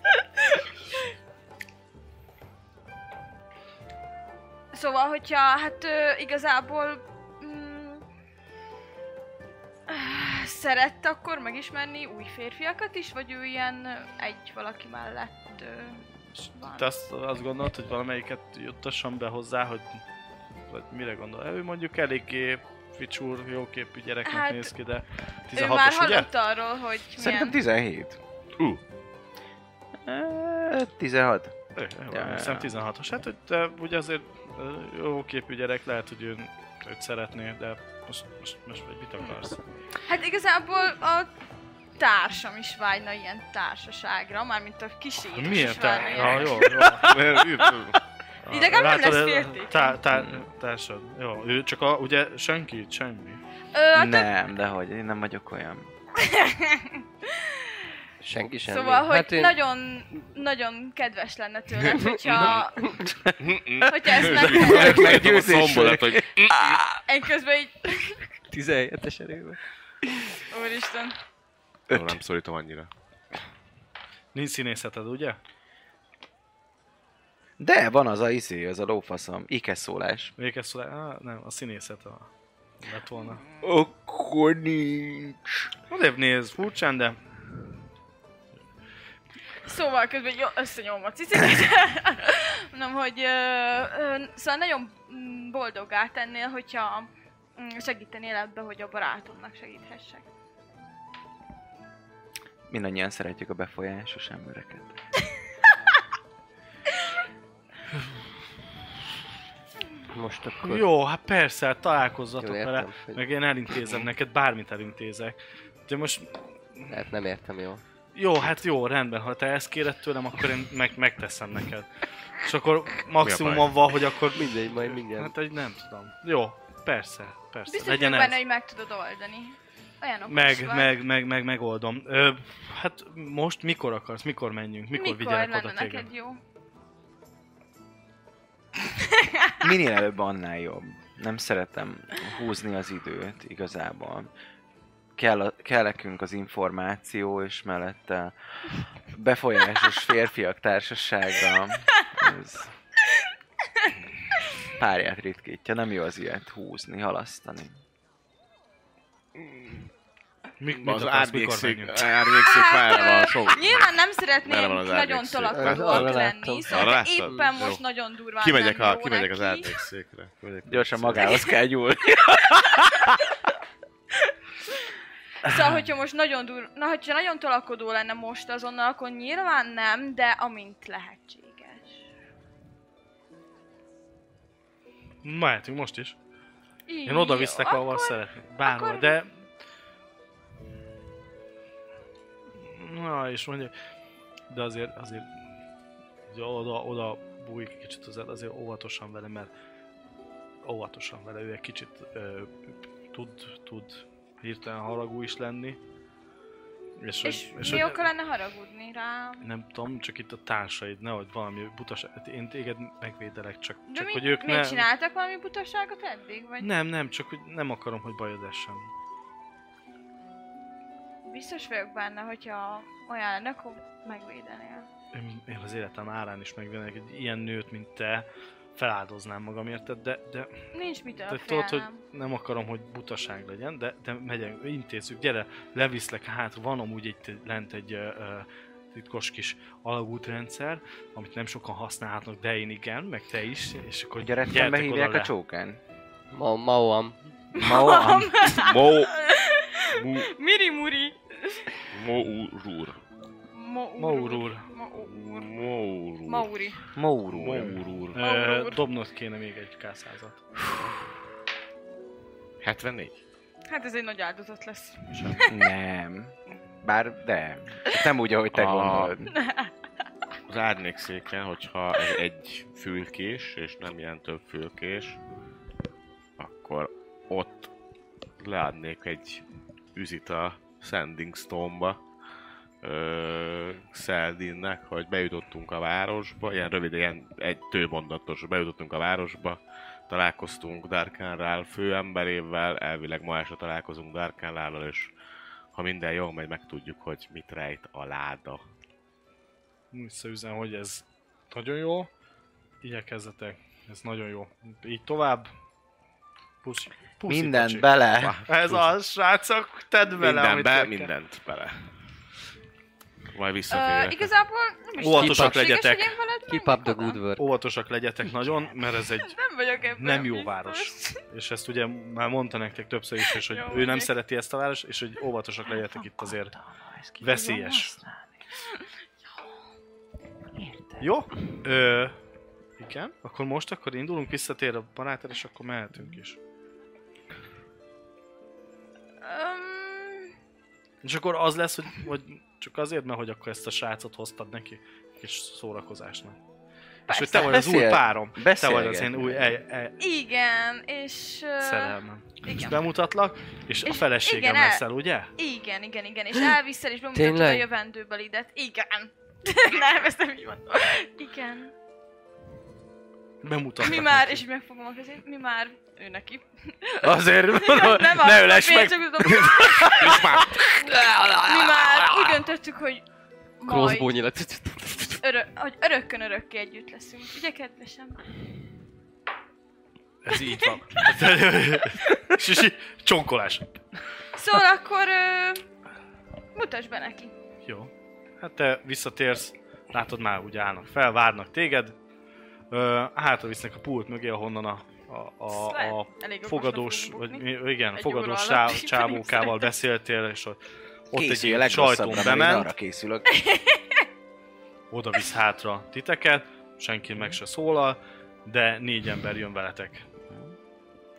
Speaker 6: Szóval, hogyha hát ö, igazából mm, áh, szerette akkor megismerni új férfiakat is, vagy ő ilyen ö, egy valaki mellett ö, van?
Speaker 2: Te azt, azt gondolod, hogy valamelyiket juttassam be hozzá, hogy vagy mire gondol? Ő mondjuk eléggé ficsúr, jóképű gyereknek
Speaker 6: Hát,
Speaker 2: néz ki, de
Speaker 6: ő már
Speaker 2: 16-os, ugye?
Speaker 6: hallott arról, hogy
Speaker 5: Szerintem
Speaker 6: milyen...
Speaker 5: 17.
Speaker 4: Ú.
Speaker 5: Eh, 16.
Speaker 2: Ő,
Speaker 5: Ja,
Speaker 2: ja,
Speaker 5: ja,
Speaker 2: hiszem
Speaker 5: ja.
Speaker 2: 16-os. Hát, hogy te ugye azért ö, jó képű gyerek, lehet, hogy ő, őt szeretné, de most, most, most vagy mit akarsz?
Speaker 6: Hát igazából a társam is vágyna ilyen társaságra, mármint a kísérés
Speaker 2: Hát Milyen
Speaker 6: is vágyna
Speaker 2: tár...
Speaker 6: ilyen.
Speaker 2: Ja, jó, jó.
Speaker 4: Mert ő-
Speaker 6: Idegen nem
Speaker 2: Látod,
Speaker 6: lesz
Speaker 2: ez-
Speaker 6: féltékeny.
Speaker 2: tá- tá- Társad. Jó, ő csak a, ugye senki, semmi.
Speaker 6: Ö, a több-
Speaker 5: Nem, dehogy, én nem vagyok olyan.
Speaker 3: Senki sem. Hát
Speaker 6: Szóval, hogy nagyon, nagyon kedves lenne tőlem, hogyha, hogyha ezt meg...
Speaker 4: Ők
Speaker 5: meggyőzés.
Speaker 4: a szombolat, hogy
Speaker 6: Én közben így...
Speaker 3: 17-es erővel.
Speaker 6: Úristen.
Speaker 4: Ó, nem szorítom annyira.
Speaker 2: Nincs színészeted, ugye?
Speaker 5: De van az a izé, az a lófaszom, ikeszólás.
Speaker 2: Végezszólás? Á, nem, a színészet a... lett volna.
Speaker 5: Akkor nincs.
Speaker 2: Odébb néz, furcsán, de...
Speaker 6: Szóval közben így összenyomom a cicit. Mondom, hogy ö, ö, szóval nagyon mm, boldogá tennél, hogyha mm, segítenél ebbe, hogy a barátomnak segíthessek.
Speaker 5: Mindannyian szeretjük a befolyásos embereket.
Speaker 3: Most akkor...
Speaker 2: Jó, hát persze, hát találkozzatok
Speaker 3: Jól
Speaker 2: vele.
Speaker 3: értem, hogy-
Speaker 2: Meg én elintézem neked, bármit elintézek. De most
Speaker 3: Hát nem értem jól.
Speaker 2: Jó, hát jó, rendben, ha te ezt kéred tőlem, akkor én meg, megteszem neked. És akkor maximum
Speaker 4: Mi a baj?
Speaker 2: avval, hogy akkor...
Speaker 3: Mindegy, majd mindjárt.
Speaker 2: Hát egy nem tudom. Jó, persze, persze.
Speaker 6: Biztos
Speaker 2: legyen
Speaker 6: vagyok
Speaker 2: ez.
Speaker 6: benne, hogy meg tudod oldani. Olyan okos
Speaker 2: Meg,
Speaker 6: vagy.
Speaker 2: meg, meg, meg, megoldom. Ö, hát most mikor akarsz, mikor menjünk, mikor,
Speaker 6: Mikor
Speaker 2: vigyelek
Speaker 6: lenne
Speaker 2: oda téged?
Speaker 6: neked jó?
Speaker 5: Minél előbb, annál jobb. Nem szeretem húzni az időt igazából. Kell, a, kell nekünk az információ, és mellette befolyásos férfiak társasága. Ez párját ritkítja, nem jó az ilyet húzni, halasztani.
Speaker 2: Mi, mit
Speaker 4: Az
Speaker 2: akarsz, mikor
Speaker 4: árnyékszék,
Speaker 2: menjünk?
Speaker 4: árnyékszék
Speaker 6: ö,
Speaker 4: már van sok.
Speaker 6: Nyilván nem
Speaker 4: Merre
Speaker 6: szeretnék
Speaker 4: van az
Speaker 6: nagyon
Speaker 4: árnyékszék?
Speaker 3: Arra
Speaker 6: tolakodóak
Speaker 3: láttam.
Speaker 6: lenni,
Speaker 4: Arra
Speaker 6: szóval
Speaker 4: láttad?
Speaker 6: éppen
Speaker 4: Jó.
Speaker 6: most nagyon durván
Speaker 4: Kimegyek,
Speaker 6: nem
Speaker 4: a,
Speaker 6: jó
Speaker 4: kimegyek az
Speaker 6: neki.
Speaker 4: árnyékszékre. Kimegyek az
Speaker 5: Gyorsan
Speaker 4: árnyékszékre.
Speaker 5: magához kell nyúlni.
Speaker 6: Szóval, hogyha most nagyon dur... Na, hogyha nagyon tolakodó lenne most azonnal, akkor nyilván nem, de amint lehetséges.
Speaker 2: Mehetünk most is.
Speaker 6: Így,
Speaker 2: Én oda viszlek,
Speaker 6: jó,
Speaker 2: ahova
Speaker 6: akkor-
Speaker 2: szeretném. Bárhol,
Speaker 6: akkor-
Speaker 2: de... Na, és mondja, de azért, azért ugye oda, oda bújik egy kicsit az el, azért óvatosan vele, mert óvatosan vele, ő egy kicsit ö, tud, tud hirtelen haragú is lenni. És,
Speaker 6: És,
Speaker 2: hogy-
Speaker 6: és
Speaker 2: hogy-
Speaker 6: mi oka lenne haragudni rá?
Speaker 2: nem tudom, csak itt a társaid, nehogy valami butas, hát én téged megvédelek, csak,
Speaker 6: De
Speaker 2: csak
Speaker 6: mi,
Speaker 2: hogy ők
Speaker 6: miért
Speaker 2: ne...
Speaker 6: csináltak valami butaságot eddig? Vagy
Speaker 2: Nem, nem, csak hogy nem akarom, hogy bajod essen.
Speaker 6: biztos vagyok benne, hogyha olyan lenne, akkor megvédenél.
Speaker 2: Én, én az életem árán is megvennék egy ilyen nőt, mint te, feláldoznám magam érted, de, de
Speaker 6: Nincs mitől
Speaker 2: te
Speaker 6: félnem.
Speaker 2: tudod, hogy nem akarom, hogy butaság legyen, de, de megyek, intézzük, gyere, leviszlek, hát van amúgy itt lent egy ö, ö, titkos kis alagútrendszer, amit nem sokan használhatnak, de én igen, meg te is, és akkor
Speaker 5: Ugye rettenbe
Speaker 2: gyertek oda
Speaker 5: hívják
Speaker 2: le.
Speaker 5: a csókán.
Speaker 3: Ma, maoam.
Speaker 5: Ma
Speaker 4: Mo... Mu...
Speaker 6: Mirimuri!
Speaker 4: Mourur.
Speaker 2: Maur
Speaker 6: Maurur.
Speaker 2: úr.
Speaker 6: Maurur.
Speaker 4: Mourur.
Speaker 6: Mauri.
Speaker 5: Maurú.
Speaker 4: Mourur.
Speaker 2: Ö,
Speaker 6: Maur úr.
Speaker 2: Dobnod kéne még egy kászázat.
Speaker 4: 74?
Speaker 6: Hát ez egy nagy áldozat lesz.
Speaker 5: Nem. Bár de. Hát Nem úgy, ahogy te
Speaker 4: A-
Speaker 5: gondolod.
Speaker 4: Az árnyékszéken, hogyha ez egy fülkés, és nem ilyen több fülkés, akkor ott leadnék egy üzit a Sanding Stone-ba. Ö, Szeldinnek, hogy bejutottunk a városba, ilyen rövid, ilyen egy tőmondatos, bejutottunk a városba, találkoztunk Darkan Rál főemberével, elvileg ma este találkozunk Darkan Rállal, és ha minden jól megy, megtudjuk, hogy mit rejt a láda.
Speaker 2: visszaüzen, hogy ez nagyon jó, igyekezzetek, ez nagyon jó. Így tovább, puszi, puszi
Speaker 5: Mindent
Speaker 2: kocsi.
Speaker 5: bele.
Speaker 2: Ez az, srácok, tedd bele,
Speaker 4: Minden
Speaker 2: amit
Speaker 4: be,
Speaker 2: kell.
Speaker 4: mindent bele. Majd
Speaker 6: Ö,
Speaker 4: visszatérek.
Speaker 6: igazából nem is
Speaker 2: Óvatosak
Speaker 6: szükséges,
Speaker 2: legyetek.
Speaker 6: hogy én veled
Speaker 3: Keep
Speaker 6: menjek
Speaker 3: up the
Speaker 6: oda.
Speaker 3: good work.
Speaker 2: Óvatosak legyetek nagyon, mert ez egy
Speaker 6: Nem vagyok ebben
Speaker 2: nem jó
Speaker 6: biztos.
Speaker 2: város. És ezt ugye már mondta nektek többször is, és hogy
Speaker 6: Jó,
Speaker 2: ő nem
Speaker 6: oké.
Speaker 2: szereti ezt a város, és hogy óvatosak legyetek itt azért. Veszélyes. Jó? Ö, igen, akkor most akkor indulunk, visszatér a barátod, és akkor mehetünk is.
Speaker 6: Öm,
Speaker 2: És akkor az lesz, hogy, hogy csak azért, mert hogy akkor ezt a srácot hoztad neki kis szórakozásnak. És hogy te vagy az új
Speaker 5: Beszél-
Speaker 2: párom. Te vagy az én
Speaker 5: beszélgetni.
Speaker 2: új e- el, el,
Speaker 6: igen, és... ö,
Speaker 2: szerelmem. És
Speaker 6: Igen.
Speaker 2: bemutatlak, és, a
Speaker 6: És
Speaker 2: feleségem
Speaker 6: igen, el-
Speaker 2: leszel, ugye?
Speaker 6: Igen, igen, igen, és elviszel és bemutatod
Speaker 3: Tényleg?
Speaker 6: a jövendőből idet. Igen. nem, ezt nem így mondom. Igen.
Speaker 2: Bemutatlak.
Speaker 6: Mi már,
Speaker 2: neki.
Speaker 6: és megfogom a kezét, mi már ő neki.
Speaker 5: Azért
Speaker 6: nem
Speaker 5: ne
Speaker 6: az-
Speaker 5: üles
Speaker 6: miért
Speaker 5: meg.
Speaker 6: csak tudom- Mi már úgy döntöttük, hogy
Speaker 3: Crossbow
Speaker 6: majd,
Speaker 3: nyilat.
Speaker 6: örö- hogy örökkön örökké együtt leszünk. Ugye, kedvesem?
Speaker 2: Ez így van. és, és így, csonkolás.
Speaker 6: Szóval akkor ö, mutasd be neki.
Speaker 2: Jó. Hát te visszatérsz, látod már úgy állnak fel, várnak téged. Ö, hátra visznek a pult mögé, ahonnan a, a,
Speaker 6: Ezt
Speaker 2: a,
Speaker 6: lehet
Speaker 2: a
Speaker 6: elég okosan
Speaker 2: fogadós,
Speaker 6: fogunk
Speaker 2: vagy
Speaker 6: bukni.
Speaker 2: mi- igen,
Speaker 6: Egy
Speaker 2: fogadós
Speaker 6: óra alatt
Speaker 2: sá-
Speaker 6: így
Speaker 2: csávókával
Speaker 6: szerintem.
Speaker 2: beszéltél, és ott, ott egy
Speaker 5: Készülj a
Speaker 2: ilyen
Speaker 5: legrosszabbra,
Speaker 2: sajtón
Speaker 5: mert én
Speaker 2: bement,
Speaker 5: Arra készülök.
Speaker 2: oda visz hátra titeket, senki meg se szólal, de négy ember jön veletek.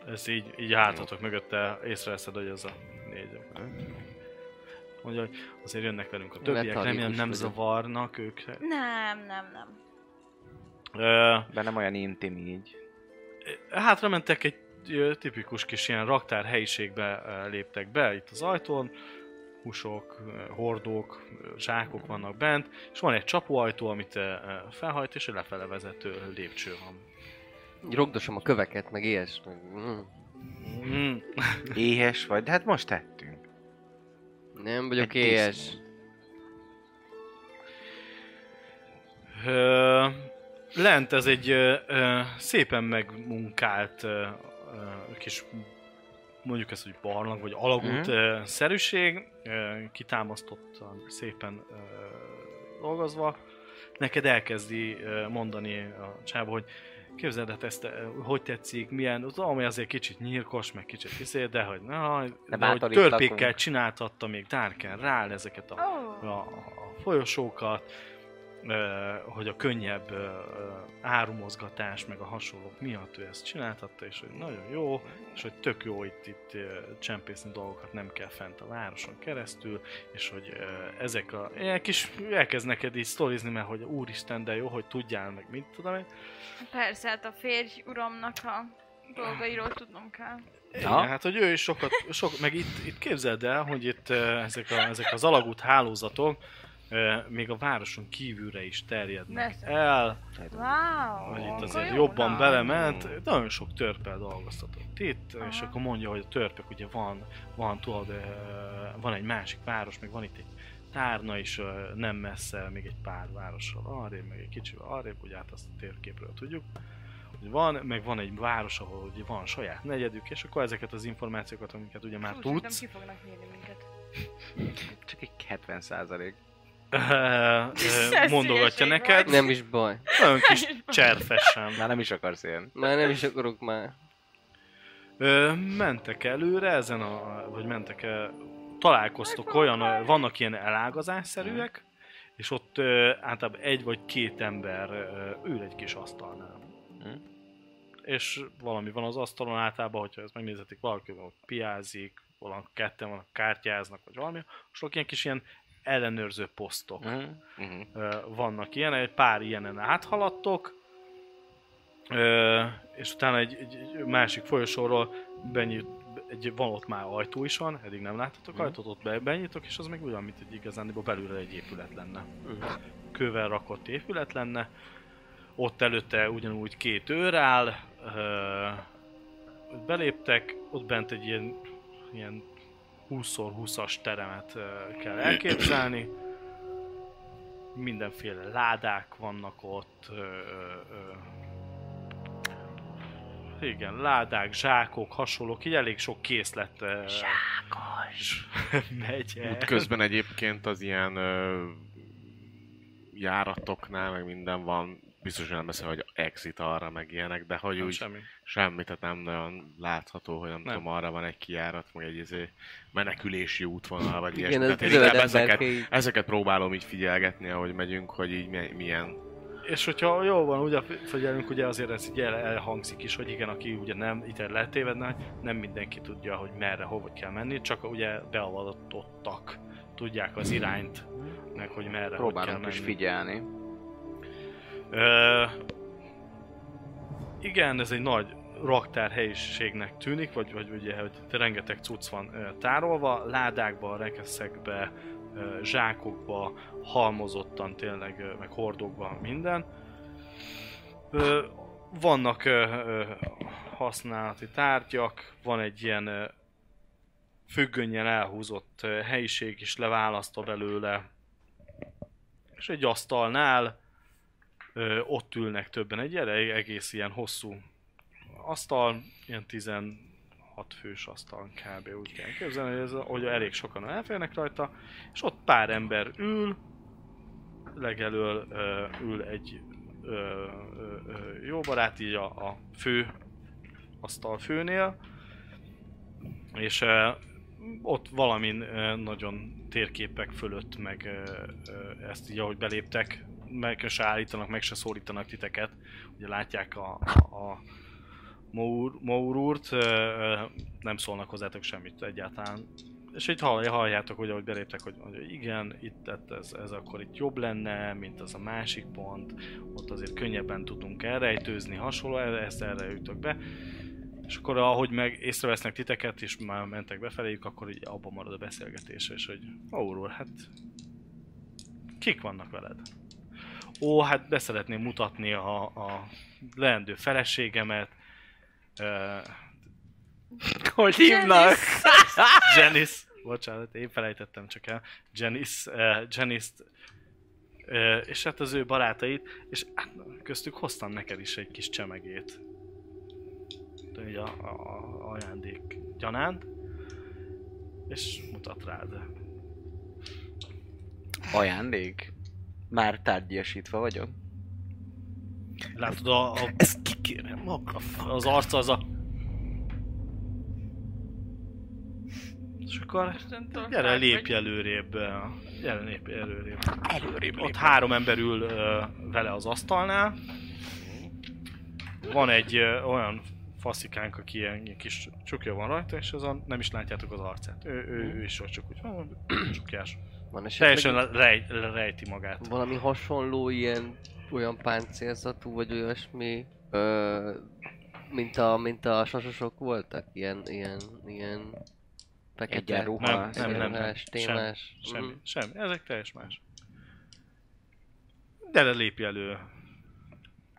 Speaker 2: Ez így, így hátatok mögötte észreveszed, hogy ez a négy ember. Mondja, hogy azért jönnek velünk a
Speaker 3: Ne
Speaker 2: többiek,
Speaker 3: tarikus
Speaker 2: remélem nem
Speaker 3: vagyok.
Speaker 2: zavarnak ők.
Speaker 6: Nem, nem, nem.
Speaker 2: Ö,
Speaker 5: De nem olyan intim így.
Speaker 2: hátra mentek egy ö, tipikus kis ilyen raktár helyiségbe ö, léptek be, itt az ajtón, húsok, ö, hordók, ö, zsákok vannak bent, és van egy csapóajtó, amit ö, ö, felhajt, és egy lefele vezető lépcső van.
Speaker 3: Rogdosom a köveket, meg ilyes. Meg... Mm.
Speaker 2: Mm.
Speaker 5: Éhes vagy? De hát most tettünk.
Speaker 3: Nem vagyok
Speaker 5: Egy
Speaker 3: éhes.
Speaker 2: Ö, lent ez egy ö, ö, szépen megmunkált ö, ö, kis, mondjuk ez, hogy barlang, vagy alagút mm. szerűség, ö, kitámasztottan, szépen ö, dolgozva. Neked elkezdi ö, mondani a csába, hogy képzeld, hát ezt ö, hogy tetszik, milyen, az, ami azért kicsit nyírkos, meg kicsit izé, de hogy, na, de, de hogy
Speaker 5: bátorítlakunk.
Speaker 2: törpékkel csináltatta még Dárken rá ezeket a a,
Speaker 6: Oh.
Speaker 2: a folyosókat, ö, hogy a könnyebb ö, ö, árumozgatás, meg a hasonlók miatt ő ezt csináltatta, és hogy nagyon jó, és hogy tök jó itt, itt ö, csempészni dolgokat nem kell fent a városon keresztül, és hogy ö, ezek a ilyen kis, elkezd neked így sztorizni, mert hogy úristen, de jó, hogy tudjál, meg mit tudom én.
Speaker 6: Persze, hát a férj uramnak a dolgairól tudnom kell.
Speaker 2: Igen, hát hogy ő is sokat, sok, meg itt, itt képzeld el, hogy itt ö, ezek, a, ezek az alagút hálózatok ö, még a városon kívülre is terjednek
Speaker 6: Persze.
Speaker 2: el,
Speaker 6: Wow!
Speaker 2: hogy itt
Speaker 6: akkor
Speaker 2: azért
Speaker 6: jó,
Speaker 2: jobban
Speaker 6: na.
Speaker 2: belement, nagyon sok törpel dolgoztatott itt, Aha. és akkor mondja, hogy a törpök ugye van, van, tudod, ö, van egy másik város, meg van itt egy tárna is ö, nem messze, még egy pár várossal arrébb, meg egy kicsivel arrébb, ugye hát azt a térképről tudjuk, hogy van, meg van egy város, ahol ugye van saját negyedük, és akkor ezeket az információkat, amiket ugye már
Speaker 6: Fú, szerintem
Speaker 2: tudsz,
Speaker 6: ki fognak nyírni minket.
Speaker 5: Csak egy 70 százalék.
Speaker 2: ö, ö, eh, mondogatja
Speaker 6: Hülyeségben.
Speaker 2: neked,
Speaker 3: Nem is baj.
Speaker 2: nagyon kis cserfesen.
Speaker 5: Már nem is akarsz ilyen.
Speaker 3: Már nem is akarok már.
Speaker 2: Ö, mentek előre ezen a, vagy mentek, ö, találkoztok olyan, ö, vannak ilyen elágazásszerűek, és ott ö, általában egy vagy két ember ö, ül egy kis asztalnál.
Speaker 5: Hm.
Speaker 2: És valami van az asztalon általában, hogyha ezt megnézetik, valaki van, ott piázik, valami ketten vannak, kártyáznak, vagy valami, és ott ilyen kis ilyen ellenőrző posztok
Speaker 5: Uh-huh.
Speaker 2: ö, vannak ilyen, egy pár ilyenen áthaladtok, ö, és utána egy, egy, egy másik folyosóról benyit, egy, van ott már ajtó is van, eddig nem láttatok ajtót, ott be, benyitok, és az még olyan, mint egy igazán belülre egy épület lenne. Kővel rakott épület lenne, ott előtte ugyanúgy két őr áll, ö, beléptek, ott bent egy ilyen, ilyen 20x20-as teremet ö, kell elképzelni, mindenféle ládák vannak ott, ö, ö, ö, igen, ládák, zsákok, hasonlók, így elég sok készlet ö,
Speaker 6: Zsákos!
Speaker 2: megy el.
Speaker 4: Útközben egyébként az ilyen ö, járatoknál, meg minden van, biztos nem beszél, hogy exit arra, meg ilyenek, de hogy
Speaker 2: Nem,
Speaker 4: úgy
Speaker 2: semmi.
Speaker 4: semmi, tehát nem nagyon látható, hogy nem,
Speaker 2: Nem.
Speaker 4: nem. tudom, arra van egy kijárat, meg egy izé menekülési útvonal, vagy
Speaker 3: Igen,
Speaker 4: ilyesmi.
Speaker 3: ez
Speaker 4: Tehát én
Speaker 3: tized
Speaker 4: inkább ezeket,
Speaker 3: emberke így.
Speaker 4: ezeket próbálom így figyelgetni, ahogy megyünk, hogy így mi- milyen.
Speaker 2: És hogyha jól van, ugye figyelünk, ugye azért ez így el, elhangzik is, hogy igen, aki ugye nem, itt el lehet tévedni, hogy nem mindenki tudja, hogy merre, hova kell menni, csak ugye beavatottak tudják az irányt, meg hogy merre, hogy kell
Speaker 5: Próbálunk
Speaker 2: menni.
Speaker 5: is figyelni.
Speaker 2: Ö, igen, ez egy nagy raktár helyiségnek tűnik, vagy, vagy ugye, hogy rengeteg cucc van ö, tárolva, ládákba, rekeszekbe, ö, zsákokba, halmozottan tényleg, ö, meg hordokban minden. Ö, vannak ö, ö, használati tárgyak, van egy ilyen ö, függönyen elhúzott ö, helyiség is leválasztva belőle, és egy asztalnál ö, ott ülnek többen egy elég egész ilyen hosszú asztal, ilyen 16 fős asztal kb. úgy kell képzelni, hogy, ez, hogy elég sokan elférnek rajta, és ott pár ember ül, legelől ö, ül egy ö, ö, ö, jó barát így a, a fő asztal főnél, és ö, ott valamin ö, nagyon térképek fölött, meg ö, ö, ezt így ahogy beléptek, meg se állítanak, meg se szólítanak titeket. Ugye látják a, a, a Maur, Maur úrt, ö, ö, nem szólnak hozzátok semmit egyáltalán. És így hallja, halljátok, hogy ahogy beléptek, hogy, hogy igen, itt tehát ez, ez akkor itt jobb lenne, mint az a másik pont, ott azért könnyebben tudunk elrejtőzni, hasonló, erre, ezt erre ütök be. És akkor ahogy meg észrevesznek titeket, és már mentek befeléjük, akkor így abban marad a beszélgetés, és hogy Auror, hát kik vannak veled? Ó, hát beszeretném mutatni a, a leendő feleségemet, ö,
Speaker 5: Hogy hívnak?
Speaker 2: Janice, bocsánat, én felejtettem csak el, Janice, uh, janice uh, és hát az ő barátait, és hát köztük hoztam neked is egy kis csemegét. Így a, a, a ajándék gyanánt, és mutat rád.
Speaker 5: Ajándék? Már tárgyasítva vagyok?
Speaker 2: Látod a, a,
Speaker 1: Ez kikérem maga.
Speaker 2: a az arca az a... És akkor gyere,
Speaker 4: hát
Speaker 2: lépj előrébb. ö, Gyere, lépj előrébb.
Speaker 1: Előrébb
Speaker 2: Ott három ember ül ö, vele az asztalnál. Van egy ö, olyan faszikánk, aki ilyen ilyen kis csukja van rajta, és azon nem is látjátok az arcát. Ő, ő,
Speaker 4: Mhm.
Speaker 2: ő is ott csak úgy van, csukjás.
Speaker 4: hát
Speaker 3: Van esetleg
Speaker 2: Teljesen le- rej, le- rejti magát.
Speaker 3: valami hasonló ilyen olyan páncélzatú, vagy olyasmi, ö, mint, a, mint a sasosok voltak? Ilyen, ilyen, ilyen fekete
Speaker 5: Egyenruha,
Speaker 2: Nem, nem, nem, nem.
Speaker 3: szélrás, témás.
Speaker 4: Mhm.
Speaker 2: Semmi,
Speaker 3: Mm.
Speaker 2: semmi. Ezek teljes más. Gyere, lépj elő.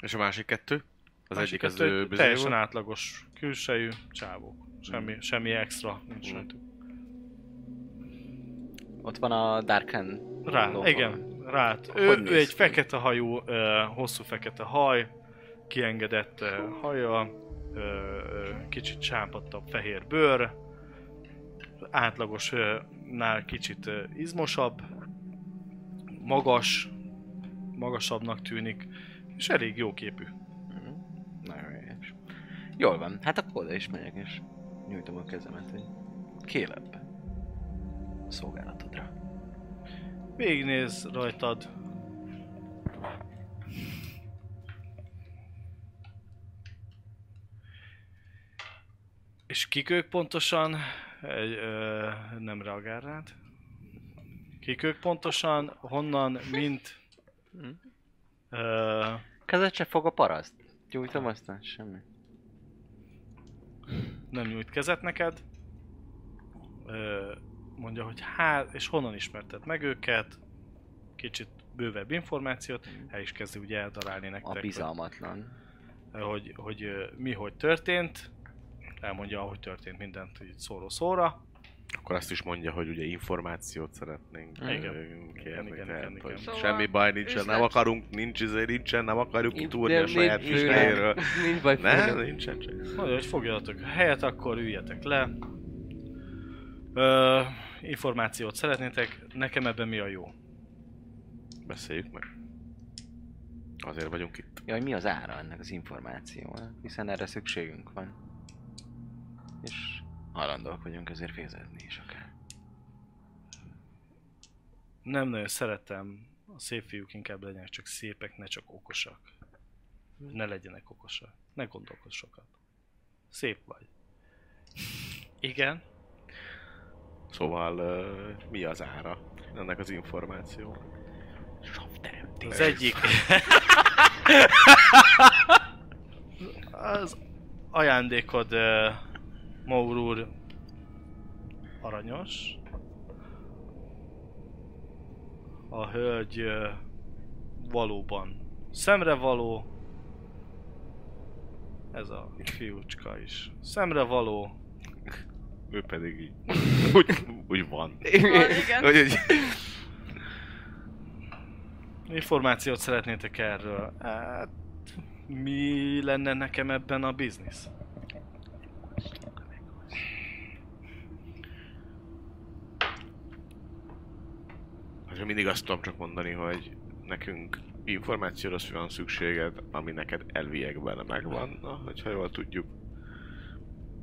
Speaker 4: És a másik kettő? Az
Speaker 2: Másik
Speaker 4: egyik az
Speaker 2: kettő
Speaker 4: ő
Speaker 2: Teljesen
Speaker 4: bizonyos.
Speaker 2: átlagos külsejű csávók. Semmi, semmi extra
Speaker 4: Mhm.
Speaker 2: nincs rajtuk.
Speaker 5: Ott van a Darken.
Speaker 2: Rá,
Speaker 5: Gondolom.
Speaker 2: igen, rát.
Speaker 5: Hogy
Speaker 2: Ő,
Speaker 5: néz
Speaker 2: ő egy
Speaker 5: ki?
Speaker 2: fekete hajú, ö, hosszú fekete haj, kiengedett ö, haja, ö, ö, kicsit sápadtabb fehér bőr, átlagosnál kicsit ö, izmosabb, magas, magasabbnak tűnik, és elég jó képű.
Speaker 5: Mhm. Nagyon helyes. Jól van, hát akkor oda is megyek, és nyújtom a kezemet, hogy Kélebb. Szolgálatodra.
Speaker 2: Végignéz rajtad. És kik ők pontosan? Egy, ö, nem reagál rád. Kik ők pontosan? Honnan? Mint?
Speaker 5: Mhm.
Speaker 2: Ö,
Speaker 5: Kezet se fog a paraszt. Gyújtom aztán, semmi.
Speaker 2: nem nyújt kezet neked. Ö, mondja, hogy hát, és honnan ismerted meg őket? Kicsit bővebb információt. El is kezdi ugye eldarálni nektek.
Speaker 5: A
Speaker 2: hogy-
Speaker 5: bizalmatlan.
Speaker 2: hogy, hogy ö, mi hogy történt, elmondja, hogy történt mindent így szóról szóra.
Speaker 4: Akkor azt is mondja, hogy ugye információt szeretnénk
Speaker 5: Igen.
Speaker 4: ö,
Speaker 2: Igen,
Speaker 4: kérni.
Speaker 2: igen,
Speaker 4: tehát,
Speaker 2: igen,
Speaker 4: hogy
Speaker 2: igen.
Speaker 6: Szóval
Speaker 4: Semmi baj nincsen,
Speaker 6: üzlet.
Speaker 4: nem akarunk, nincs izé, nincsen, nem akarjuk
Speaker 3: Itt
Speaker 4: kitúrni
Speaker 3: nem-
Speaker 4: a saját
Speaker 3: nincs főleg.
Speaker 4: kisnéről.
Speaker 3: Nincs baj,
Speaker 4: Nem,
Speaker 3: főleg.
Speaker 4: nincsen csak.
Speaker 2: Mondja, hogy fogjatok a helyet, akkor üljetek le. Ö, információt szeretnétek, nekem ebben mi a jó?
Speaker 4: Beszéljük meg. Azért vagyunk itt.
Speaker 5: Jaj, mi az ára ennek az információnak? Hiszen erre szükségünk van. És hajlandóak vagyunk ezért fizetni is akár.
Speaker 2: Nem nagyon szeretem, a szép fiúk inkább legyenek csak szépek, ne csak okosak. Ne legyenek okosak, ne gondolkodj sokat. Szép vagy. Igen,
Speaker 4: Szóval ö, mi az ára ennek az információ?
Speaker 2: Az egyik... az ajándékod, uh, Maur úr, aranyos. A hölgy uh, valóban szemrevaló. Ez a fiúcska is szemrevaló.
Speaker 4: Ő pedig így. úgy, úgy van.
Speaker 6: Van, igen.
Speaker 4: Hogy egy...
Speaker 2: Információt szeretnétek erről. Hát, mi lenne nekem ebben a biznisz?
Speaker 4: Hát én mindig azt tudom csak mondani, hogy nekünk információra van szükséged, ami neked elviekben megvan, Na, hogyha jól tudjuk.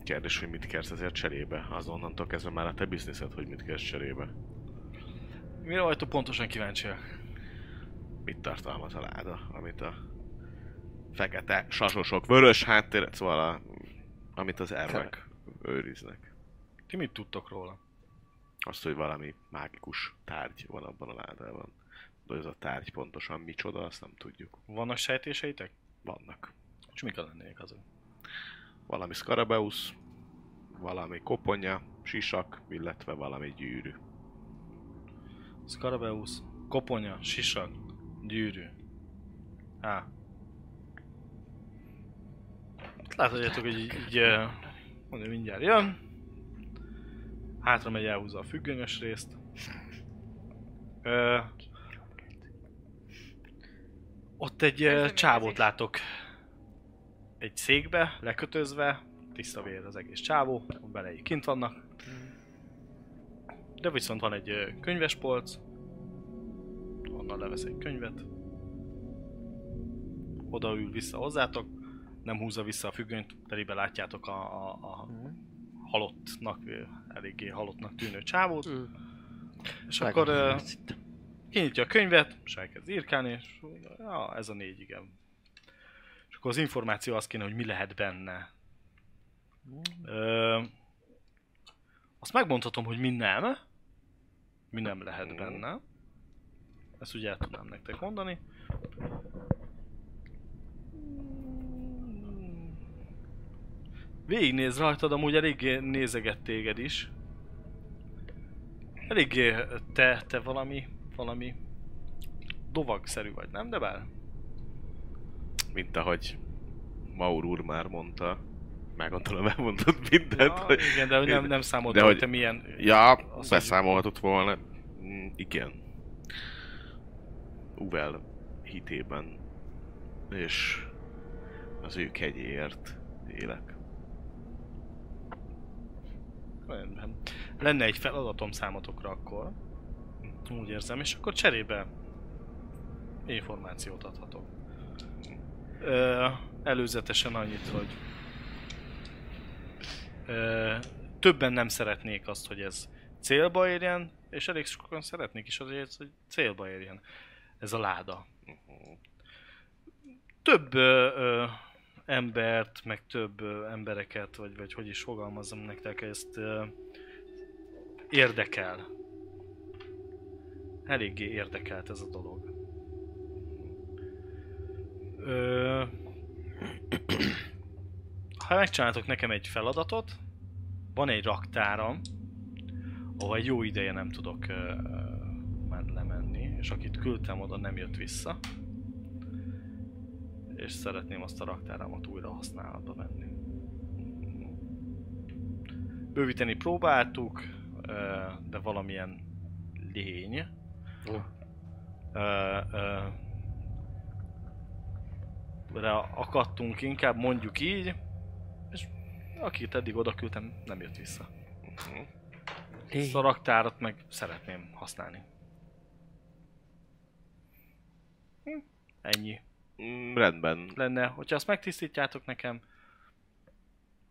Speaker 4: Kérdés, hogy mit kérsz ezért cserébe? Azonnantól kezdve már a te bizniszed, hogy mit kérsz cserébe.
Speaker 2: Mire vagytok pontosan kíváncsiak?
Speaker 4: Mit tartalmaz a láda, amit a fekete, sasosok, vörös háttér, szóval a, amit az ermek őriznek.
Speaker 2: Ti mit tudtok róla?
Speaker 4: azt, hogy valami mágikus tárgy van abban a ládában. De ez a tárgy pontosan micsoda, azt nem tudjuk.
Speaker 2: Vannak sejtéseitek?
Speaker 4: Vannak.
Speaker 2: És mik az lennének azok?
Speaker 4: Valami szkarabeusz, valami koponya, sisak, illetve valami gyűrű.
Speaker 2: Skarabeusz, koponya, sisak, gyűrű. Á. Láthatjátok, hogy így, így ö, mondja, mindjárt jön. Hátra megy, elhúzza a függönyös részt. Ö, ott egy ö, csávót látok. Egy székbe, lekötözve, tiszta vér az egész csávó, a belei kint vannak. De viszont van egy ö, könyvespolc, onnan levesz egy könyvet, oda ül vissza hozzátok, nem húzza vissza a függönyt, telibe látjátok a, a, a halottnak, ö, eléggé halottnak tűnő csávót,
Speaker 3: Mm.
Speaker 2: és
Speaker 3: Meg-
Speaker 2: akkor ö,
Speaker 3: Azt hittem.
Speaker 2: kinyitja a könyvet, és elkezd írkálni, és mondja, ja, ez a négy, igen. És akkor az információ az kéne, hogy mi lehet benne. Ö, azt megmondhatom, hogy mi nem. Mi nem lehet benne. Ezt ugye el tudnám nektek mondani. Végignéz rajtad, amúgy eléggé nézeget téged is. Eléggé te, te valami, valami dovagszerű vagy, nem? De bár
Speaker 4: Mint ahogy Maur úr már mondta, már gondolom elmondott mindent.
Speaker 2: Ja,
Speaker 4: hogy-
Speaker 2: igen, de hogy nem, nem számoltam,
Speaker 4: De
Speaker 2: hogy
Speaker 4: hogy-
Speaker 2: te milyen...
Speaker 4: Ja,
Speaker 2: hogy-
Speaker 4: beszámolhatott volna. Mm, igen. Uvel hitében és az ő kegyéért élek.
Speaker 2: Rendben. Lenne egy feladatom számotokra akkor. Hm, Úgy érzem, és akkor cserébe információt adhatok. Ö, előzetesen annyit, hogy ö, többen nem szeretnék azt, hogy ez célba érjen, és elég sokan szeretnék is azért, hogy célba érjen ez a láda. Több ö, ö, embert, meg több ö, embereket, vagy, vagy hogy is fogalmazom nektek, ezt ö, érdekel. Eléggé érdekelt ez a dolog. Ö, ha megcsináltok nekem egy feladatot, van egy raktáram, ahol egy jó ideje nem tudok ö, ö, már lemenni, és akit küldtem oda nem jött vissza és szeretném azt a raktáramat újra használatba venni. Bővíteni próbáltuk, ö, de valamilyen lény ö, ö, re akadtunk inkább, mondjuk így, és akit eddig oda küldtem, nem jött vissza.
Speaker 3: Lény.
Speaker 2: Ezt a raktárat meg szeretném használni. Hm, Ennyi
Speaker 4: Mm, rendben.
Speaker 2: lenne, hogyha azt megtisztítjátok nekem,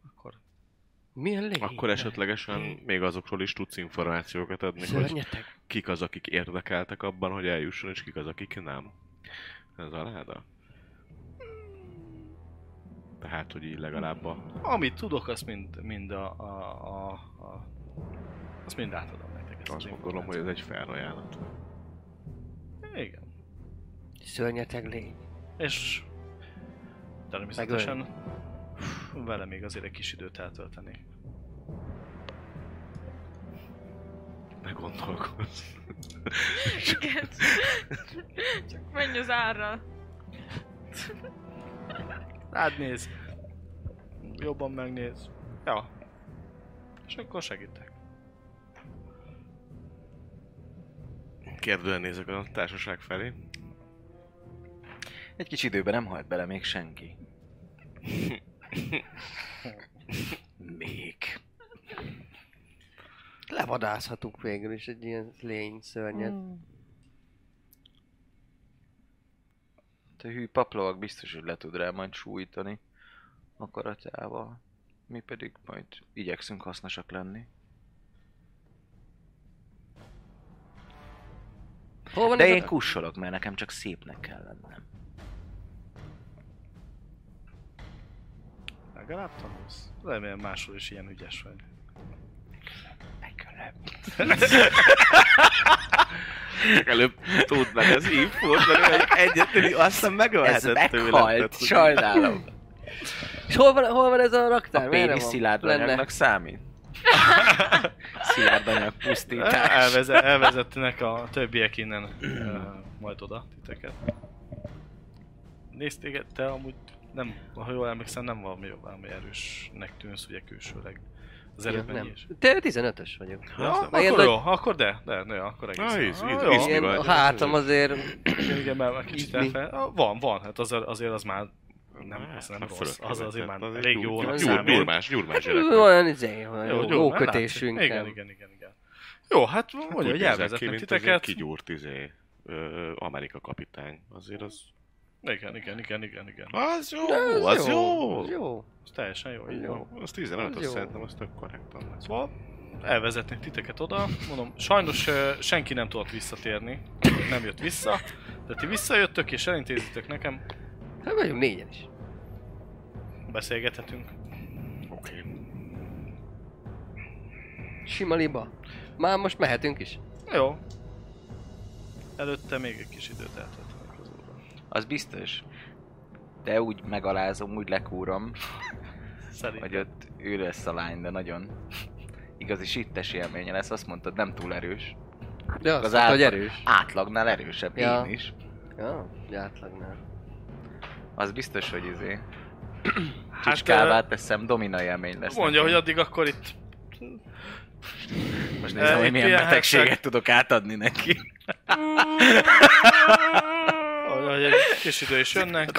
Speaker 2: akkor
Speaker 3: Milyen lény?
Speaker 4: Akkor esetlegesen még azokról is tudsz információkat adni,
Speaker 3: Szóval
Speaker 4: hogy
Speaker 3: Szörnyetek?
Speaker 4: kik az, akik érdekeltek abban, hogy eljusson, és kik az, akik nem. Ez a láda. Tehát, hogy így legalább a
Speaker 2: amit tudok, azt mind, mind a, a, a, a, azt mind átadom nektek. Ezt
Speaker 4: Azt gondolom, hogy ez egy felajánlat.
Speaker 2: információt. Igen.
Speaker 3: Szörnyeteg lény.
Speaker 2: És természetesen vele még azért egy kis időt eltölteni.
Speaker 4: Ne gondolkodsz.
Speaker 6: Igen. Csak menj az árral.
Speaker 2: Rád néz. Hát Jobban megnéz. Ja. És akkor segítek.
Speaker 4: Kérdően nézek a társaság felé.
Speaker 5: Egy kis időben nem halt bele még senki. még.
Speaker 3: Levadászhatunk végül is egy ilyen lény szörnyet.
Speaker 5: A hű paplovak biztos, hogy le tud rá majd sújtani akaratával. Mi pedig majd igyekszünk hasznosak lenni.
Speaker 3: Hol van
Speaker 5: De
Speaker 3: ez
Speaker 5: én
Speaker 3: a...
Speaker 5: kussolok, mert nekem csak szépnek kell lennem.
Speaker 2: Legalább tanulsz. Remélem máshol is ilyen ügyes vagy.
Speaker 5: Megölöm.
Speaker 4: Előbb tudd meg az infót, mert ő egy- egyetlen, aztán
Speaker 5: Ez
Speaker 4: megölhetett
Speaker 5: meghalt, sajnálom.
Speaker 3: És hol van, hol van ez a
Speaker 5: A
Speaker 3: raktár? Merre
Speaker 5: péni
Speaker 3: van?
Speaker 5: szilárd
Speaker 3: Lenne.
Speaker 5: anyagnak számít. szilárd anyag pusztítás.
Speaker 2: E, Elveze, elvezetnek a többiek innen uh, majd oda titeket. Nézd téged, te amúgy nem, ha jól emlékszem, nem valami, valami erősnek tűnsz ugye külsőleg. Az
Speaker 3: Ja,
Speaker 2: előbb mennyi
Speaker 3: nem.
Speaker 2: is?
Speaker 3: Te 15-ös vagyok.
Speaker 2: Ja,
Speaker 4: az nem-
Speaker 2: akkor
Speaker 3: ilyen
Speaker 2: jó,
Speaker 3: nagy-
Speaker 2: akkor de, de, de, akkor egész.
Speaker 4: Na, íz-
Speaker 2: Ah,
Speaker 4: íz-
Speaker 2: jó.
Speaker 4: íz-
Speaker 3: Én, a
Speaker 4: vagy?
Speaker 3: hátam azért...
Speaker 2: Igen, igen, mert már kicsit
Speaker 3: Így mi?
Speaker 2: elfel... Ah, Van, van, hát az, azért az már nem, az nem
Speaker 4: Hát
Speaker 2: rossz,
Speaker 4: fölött
Speaker 2: az azért már
Speaker 4: követett, az egy
Speaker 2: elég
Speaker 4: gyúr-
Speaker 2: jónak
Speaker 4: gyúr-
Speaker 2: számít.
Speaker 4: Gyurmás, gyurmás gyerek. volt.
Speaker 3: Olyan izé,
Speaker 2: Jó,
Speaker 3: olyan
Speaker 2: jó, már
Speaker 3: lókötésünk.
Speaker 2: látszik. Igen,
Speaker 3: nem?
Speaker 2: igen, igen, igen. Jó, hát
Speaker 4: Hát
Speaker 2: mondja,
Speaker 4: úgy
Speaker 2: hogy
Speaker 4: nézett ki,
Speaker 2: elvezetnek
Speaker 4: mint az egy
Speaker 2: titeket.
Speaker 4: Kigyúrt, izé, ö, Amerika kapitány. Azért az...
Speaker 2: Igen, igen, igen, igen, igen.
Speaker 4: Az jó,
Speaker 3: De ez
Speaker 4: az jó!
Speaker 3: az jó.
Speaker 2: Ez teljesen jó, így
Speaker 3: Jó.
Speaker 2: van.
Speaker 4: Az 15,
Speaker 3: Jó.
Speaker 4: azt szerintem az tök korrektan lesz.
Speaker 2: Szóval elvezetnek titeket oda, mondom, sajnos ö, senki nem tudott visszatérni, nem jött vissza, de ti visszajöttök és elintézitek nekem,
Speaker 3: Hát vagyunk négyen is.
Speaker 2: beszélgethetünk.
Speaker 4: Oké.
Speaker 3: Sima liba. Már most mehetünk is.
Speaker 2: Jó. Előtte még egy kis időt eltöltök az úrral.
Speaker 5: Az biztos. De úgy megalázom, úgy lekúrom, hogy
Speaker 2: Szerintem.
Speaker 5: ott ő lesz a lány, de nagyon igazi sittes élménye lesz. Azt mondtad, nem túl erős.
Speaker 3: De azt
Speaker 5: Az
Speaker 3: mondta, hogy
Speaker 5: átlag-
Speaker 3: erős.
Speaker 5: Átlagnál erősebb
Speaker 3: Ja.
Speaker 5: én is.
Speaker 3: Ja, egy átlagnál.
Speaker 5: Az biztos, hogy izé.
Speaker 2: Hát,
Speaker 5: Csicskává teszem, domina élmény lesz.
Speaker 2: Mondja, hogy
Speaker 5: nekem.
Speaker 2: addig akkor itt
Speaker 5: Most nézem,
Speaker 2: eh,
Speaker 5: hogy milyen
Speaker 2: pihenhettek.
Speaker 5: betegséget tudok átadni neki.
Speaker 2: Ahogy ahogy egy kis idő is jönnek.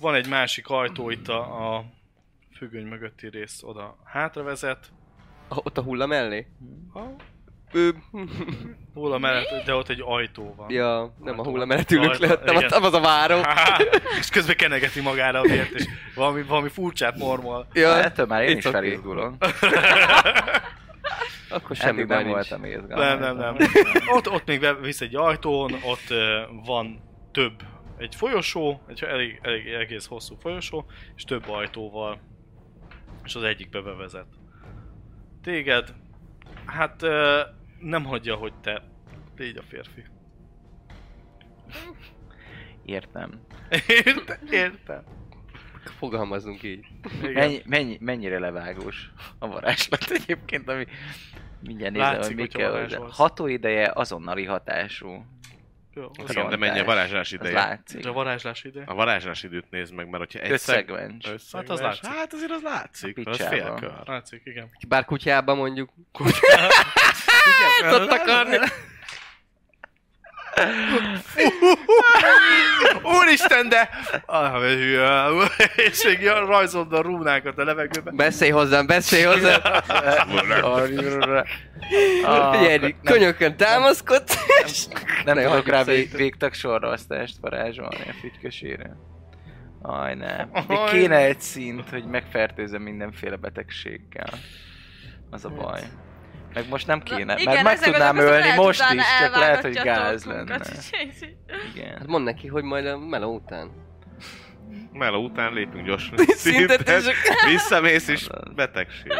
Speaker 2: Van egy másik ajtó itt a, a függöny mögötti rész oda hátra vezet.
Speaker 3: Ah, Ott a hulla mellé?
Speaker 2: Ha,
Speaker 3: Ö,
Speaker 2: Hol a mellett, de ott egy ajtó van.
Speaker 3: ja, nem a hulla
Speaker 2: Ajtó.
Speaker 3: mellett ülök le, ott nem,
Speaker 2: Igen.
Speaker 3: ott az a váró.
Speaker 2: Há, és közben kenegeti magára a vért, és valami, valami furcsát mormol.
Speaker 3: Ja,
Speaker 5: Ettől már én
Speaker 3: it's
Speaker 5: is
Speaker 3: okay.
Speaker 5: felizgulom.
Speaker 3: Akkor semmi
Speaker 5: Semmi
Speaker 3: baj
Speaker 5: hát nem
Speaker 3: nincs.
Speaker 5: voltam izgalmas.
Speaker 2: Nem, nem, nem. Ott, ott még be- visz egy ajtón, ott ö, van több, egy folyosó, egy elég, elég egész hosszú folyosó, és több ajtóval, és az egyikbe bevezet. Téged, hát ö, nem hagyja, hogy te légy a férfi.
Speaker 5: Értem.
Speaker 2: Értem, értem.
Speaker 3: Fogalmazunk így.
Speaker 2: Igen.
Speaker 5: Mennyi, mennyi, mennyire levágós a varázslat egyébként, ami mindjárt nézem,
Speaker 2: Látszik,
Speaker 5: hogy mi
Speaker 2: hogyha
Speaker 5: kell hozzá.
Speaker 2: varázsolsz.
Speaker 5: Hatóideje azonnali hatású.
Speaker 2: Jó, az
Speaker 4: Igen,
Speaker 2: van.
Speaker 4: de mennyi a varázslás
Speaker 5: Ez
Speaker 4: ideje?
Speaker 5: látszik.
Speaker 2: És a varázslás ide.
Speaker 4: A varázslás időt nézd meg, mert hogyha egy szeg...
Speaker 5: Összegvencs.
Speaker 2: Hát az látszik.
Speaker 4: Hát azért az látszik,
Speaker 5: A
Speaker 4: az
Speaker 5: picsába.
Speaker 4: félkör.
Speaker 2: Látszik, igen.
Speaker 3: Bár kutyába mondjuk.
Speaker 2: igen.
Speaker 3: Tudott akarni.
Speaker 2: Úristen, de... Ah, hülye. és még jön rajzold a rúnákat a levegőbe.
Speaker 3: Beszélj hozzám, beszélj hozzám. Figyelj, könyökön támaszkodsz. Ne,
Speaker 5: Nem tudok
Speaker 3: hagyjuk
Speaker 5: rá vég,
Speaker 3: szerintem.
Speaker 5: végtag sorrasztást varázsolni a fütykösére. Aj nem. Még
Speaker 2: Aj.
Speaker 5: kéne egy szint, hogy megfertőzöm mindenféle betegséggel. Az a baj. Meg most nem kéne,
Speaker 6: Na,
Speaker 5: mert meg
Speaker 6: ezek
Speaker 5: tudnám
Speaker 6: azok,
Speaker 5: ölni
Speaker 6: lehet
Speaker 5: most
Speaker 6: utána
Speaker 5: is, csak lehet, hogy
Speaker 6: elvágatja a
Speaker 5: gáz
Speaker 6: torkunkat,
Speaker 5: lenne.
Speaker 6: úgyhogy-
Speaker 3: Hát
Speaker 5: Igen.
Speaker 3: mondd neki, hogy majd a meló után.
Speaker 4: Mela után lépünk gyorsan.
Speaker 3: Szintet
Speaker 4: Szintet,
Speaker 3: és-
Speaker 4: visszamész és betegség.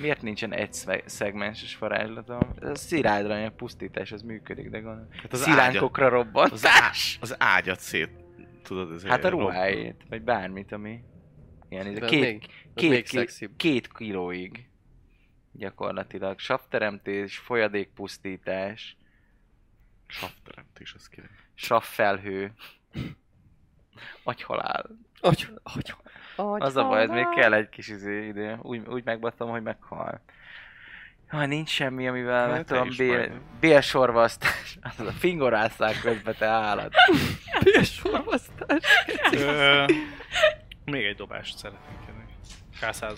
Speaker 5: Miért nincsen egy szve- szegmenses varázslatom? Ez A szilárdra a pusztítás, az működik, de gondolom. Hát
Speaker 4: az
Speaker 5: az Szilánkokra robban.
Speaker 4: Az, á, az ágyat szét tudod, ez
Speaker 5: Hát a
Speaker 4: ilyen rob-
Speaker 5: ruháit, vagy bármit, ami... Ilyen, ez
Speaker 3: De
Speaker 5: a
Speaker 3: az
Speaker 5: két,
Speaker 3: még, az
Speaker 5: két,
Speaker 3: még
Speaker 5: ki,
Speaker 3: szexibb.
Speaker 5: két kilóig gyakorlatilag. Savteremtés, folyadékpusztítás,
Speaker 4: Savteremtés, ez király.
Speaker 5: savfelhő, agyhalál.
Speaker 3: Agy, agy, agy,
Speaker 5: Az a baj, ez még kell egy kis izé idő. Úgy, úgy megbattam, hogy meghal. Ha nincs semmi, amivel
Speaker 4: Hát
Speaker 5: meg
Speaker 4: te
Speaker 5: tudom,
Speaker 4: is
Speaker 5: bél,
Speaker 4: majdnem.
Speaker 5: bélsorvasztás, az a fingorásszák közbe, te állat.
Speaker 3: Milyen sorvasztás.
Speaker 2: Ö, még egy dobást szeretnék kérni. K100.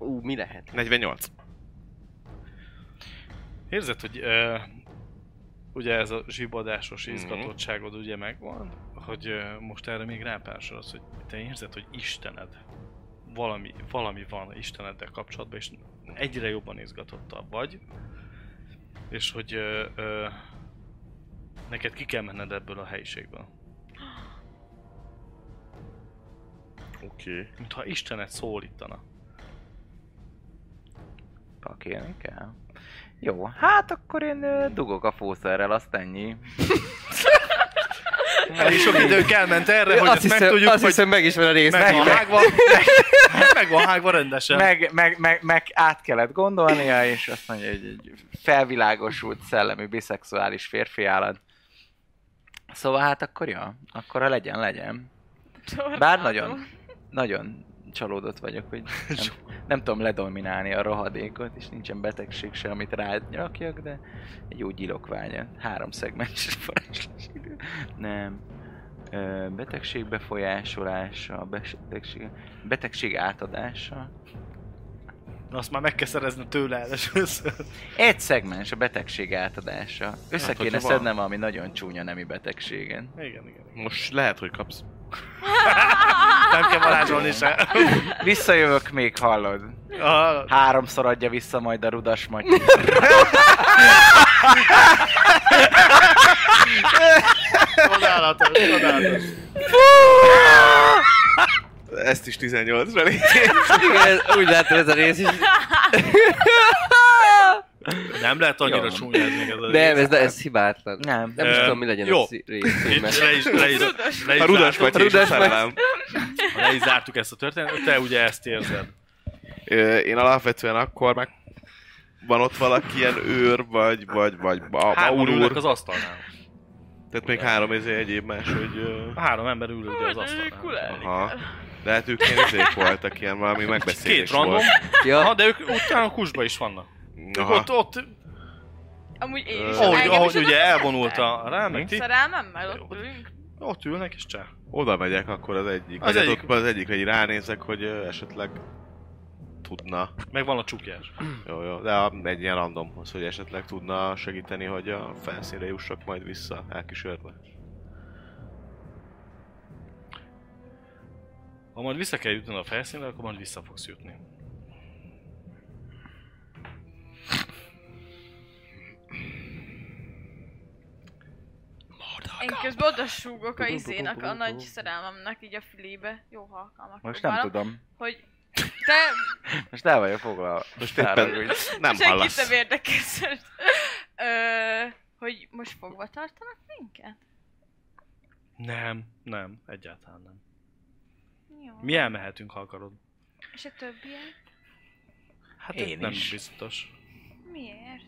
Speaker 3: Ú, mi lehet?
Speaker 4: 48.
Speaker 2: Érzed, hogy ö, ugye ez a zsibadásos
Speaker 4: Mhm.
Speaker 2: izgatottságod ugye megvan, hogy ö, most erre még rápársolsz, hogy te érzed, hogy Istened valami, valami van Isteneddel kapcsolatban, és egyre jobban izgatottabb vagy, és hogy ö, ö, neked ki kell menned ebből a helyiségből.
Speaker 4: Oké.
Speaker 2: Mintha Istenet szólítana.
Speaker 5: Kalkélni kell. Jó, hát akkor én ö, dugok a fószerrel, azt ennyi.
Speaker 2: Elég sok időnk elment erre, hogy
Speaker 5: azt
Speaker 2: ezt
Speaker 5: hiszem,
Speaker 2: megtudjuk,
Speaker 5: azt
Speaker 2: hogy
Speaker 5: hiszem meg is van a rész.
Speaker 2: meg van
Speaker 5: meg,
Speaker 2: hágva, meg, meg van hágva rendesen.
Speaker 5: meg, meg, meg, meg, át kellett gondolnia, és azt mondja, hogy egy felvilágosult, szellemi, biszexuális férfi állat. Szóval hát akkor jó, akkor ha legyen, legyen. Bár nagyon, nagyon csalódott vagyok, hogy nem, nem tudom ledominálni a rohadékot, és nincsen betegség se, amit rád nyakjak, de egy úgy gyilokványa. Három szegmenses varázslás idő. Nem. Ö, betegség befolyásolása, betegség, betegség átadása.
Speaker 2: Azt már meg kell szerezni tőle először.
Speaker 5: Egy szegmens a betegség átadása. Össze
Speaker 4: Hát,
Speaker 5: kéne
Speaker 4: hogyha
Speaker 5: szednem valami nagyon csúnya nemi betegségen.
Speaker 2: Igen, igen. igen.
Speaker 4: Most lehet, hogy kapsz.
Speaker 6: Ah.
Speaker 2: Nem kell varázsolni se.
Speaker 5: Visszajövök még, hallod.
Speaker 2: A,
Speaker 5: Háromszor adja vissza majd a rudas magy.
Speaker 2: csodálatos, csodálatos.
Speaker 4: Ezt is 18-ra légy.
Speaker 3: Igen, ez- úgy látom ez a rész is.
Speaker 2: Nem lehet annyira
Speaker 5: Jó.
Speaker 2: csúnya ez még ez a
Speaker 3: Nem, ez, ez hibátlan.
Speaker 5: Nem.
Speaker 3: Nem is
Speaker 2: Ö,
Speaker 3: tudom, mi legyen
Speaker 2: jó.
Speaker 3: a szí- rész. hogy
Speaker 2: Itt
Speaker 3: mert-
Speaker 2: le is, le is, le is
Speaker 4: A rudas
Speaker 2: zártuk,
Speaker 4: vagy és a
Speaker 3: rudas vagy.
Speaker 4: szerelem.
Speaker 2: le is zártuk ezt a történetet, te ugye ezt érzed.
Speaker 4: Ö, Én alapvetően akkor meg van ott valaki ilyen őr, vagy, vagy, vagy a
Speaker 2: Hárman
Speaker 4: Maur úr.
Speaker 2: ülnek az asztalnál.
Speaker 4: Tehát még három izé egyéb más, hogy... ö,
Speaker 2: A három ember ül ugye az
Speaker 6: Hú, de
Speaker 2: asztalnál.
Speaker 6: kulelni
Speaker 4: Aha. De hát ők ilyen izék voltak, ilyen valami
Speaker 2: Két
Speaker 4: megbeszélés
Speaker 2: random,
Speaker 4: volt.
Speaker 2: aha,
Speaker 3: Ja,
Speaker 2: de ők utána kusba is vannak. Ők
Speaker 4: Aha.
Speaker 2: ott, ott
Speaker 6: Amúgy én is.
Speaker 2: ahogy,
Speaker 6: Engem is
Speaker 2: ahogy
Speaker 6: oda
Speaker 2: ugye
Speaker 6: tettek.
Speaker 2: elvonult a rámeti,
Speaker 6: Szerelmemmel ott ülünk.
Speaker 2: ott ülnek és csá.
Speaker 4: Oda megyek akkor az egyik.
Speaker 2: Az
Speaker 4: Az, egyik.
Speaker 2: egyik.
Speaker 4: Ott, az egyikre így ránézek, hogy ö, esetleg tudna.
Speaker 2: Meg van a csukjás.
Speaker 4: Jó, jó. De a- egy ilyen randomhoz, hogy esetleg tudna segíteni, hogy a felszínre jussak majd vissza, elkísérve.
Speaker 2: Ha majd vissza kell jutnod a felszínre, akkor majd vissza fogsz jutni.
Speaker 6: Én közben oda súgok a izének, a nagy szerelmemnek így a fülébe. Jó halkalmak.
Speaker 5: Most nem tudom.
Speaker 6: Hogy te
Speaker 5: Most el vagyok foglalva.
Speaker 4: Most
Speaker 5: Ne
Speaker 4: éppen
Speaker 5: haragudj.
Speaker 4: nem
Speaker 6: Senkit
Speaker 4: hallasz.
Speaker 6: nem érdekel. szerint. Ö, hogy most fogva tartanak minket?
Speaker 2: Nem, nem, egyáltalán nem.
Speaker 6: Jó.
Speaker 2: Mi elmehetünk, ha akarod.
Speaker 6: És a többiek?
Speaker 2: Hát
Speaker 1: Én
Speaker 2: itt nem
Speaker 1: is.
Speaker 2: biztos.
Speaker 6: Miért?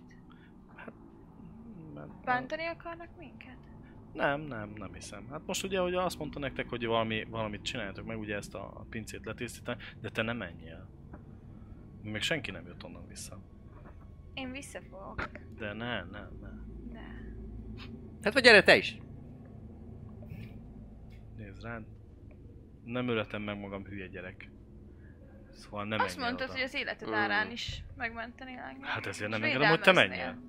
Speaker 2: Mert-
Speaker 6: Bántani akarnak minket?
Speaker 2: Nem, nem, nem hiszem. Hát most ugye, hogy azt mondta nektek, hogy valami, valamit csináljatok meg, ugye ezt a pincét letisztítani, de te nem menjél. Még senki nem jött onnan vissza.
Speaker 6: Én vissza fogok.
Speaker 2: De ne, ne, ne.
Speaker 6: De.
Speaker 3: hát vagy gyere te is.
Speaker 2: Nézd rád. Nem öletem meg magam, hülye gyerek. Szóval nem
Speaker 6: Azt mondtad,
Speaker 2: oda.
Speaker 6: hogy az életed
Speaker 3: Mm.
Speaker 6: árán is megmenteni engem.
Speaker 2: Hát ezért nem
Speaker 6: És
Speaker 2: engedem, hogy te
Speaker 6: védelmeznél.
Speaker 2: menjél.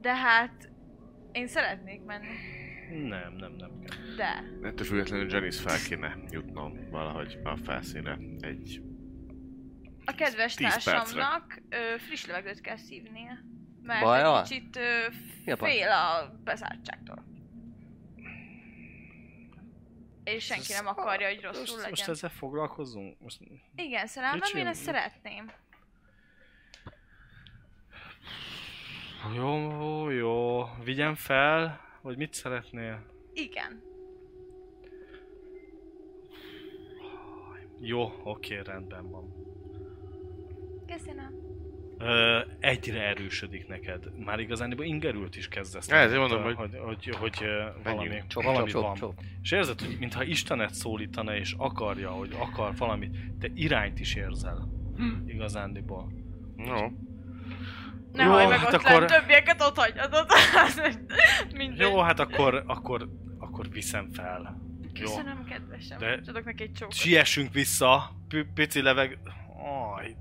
Speaker 6: De hát... Én szeretnék menni.
Speaker 2: Nem, nem, nem kell.
Speaker 6: De.
Speaker 4: Ettől függetlenül Janice fel kéne jutnom valahogy a felszínre egy...
Speaker 6: A kedves
Speaker 4: 10 percre.
Speaker 6: társamnak ö, friss levegőt kell szívnie. Mert
Speaker 3: Baj van?
Speaker 6: egy kicsit ö,
Speaker 3: Mi a baj?
Speaker 6: fél a bezártságtól. És senki nem akarja, hogy rosszul
Speaker 2: Most,
Speaker 6: legyen.
Speaker 2: most ezzel foglalkozunk? Most...
Speaker 6: Igen, szerelmem,
Speaker 2: Kicsi,
Speaker 6: én ezt
Speaker 2: mi?
Speaker 6: szeretném.
Speaker 2: Jó, jó, jó. Vigyem fel, hogy mit szeretnél?
Speaker 6: Igen.
Speaker 2: Jó, oké, rendben van.
Speaker 6: Köszönöm.
Speaker 2: Ö, egyre erősödik neked. Már igazán ingerült is kezdesz.
Speaker 4: Ja, ezért mondom,
Speaker 2: hogy... Hogy, hogy, hogy ö, valami,
Speaker 4: Menjünk.
Speaker 3: Csop,
Speaker 2: valami
Speaker 3: csop,
Speaker 2: van.
Speaker 3: csop, csop.
Speaker 2: És érzed, hogy mintha Istenet szólítana és akarja, hogy akar valamit, te irányt is érzel. Igazándiból.
Speaker 4: No.
Speaker 6: Ne
Speaker 2: Jó,
Speaker 6: hallj meg
Speaker 2: hát
Speaker 6: ott
Speaker 2: akkor-
Speaker 6: akkor... többieket ott hagyod, ott Mindegy.
Speaker 2: Jó, hát akkor, akkor, akkor viszem fel. Jó.
Speaker 6: Köszönöm, kedvesem.
Speaker 2: De-
Speaker 6: De... Tudok neki egy csókot.
Speaker 2: Siessünk vissza, p- pici leveg... Aj.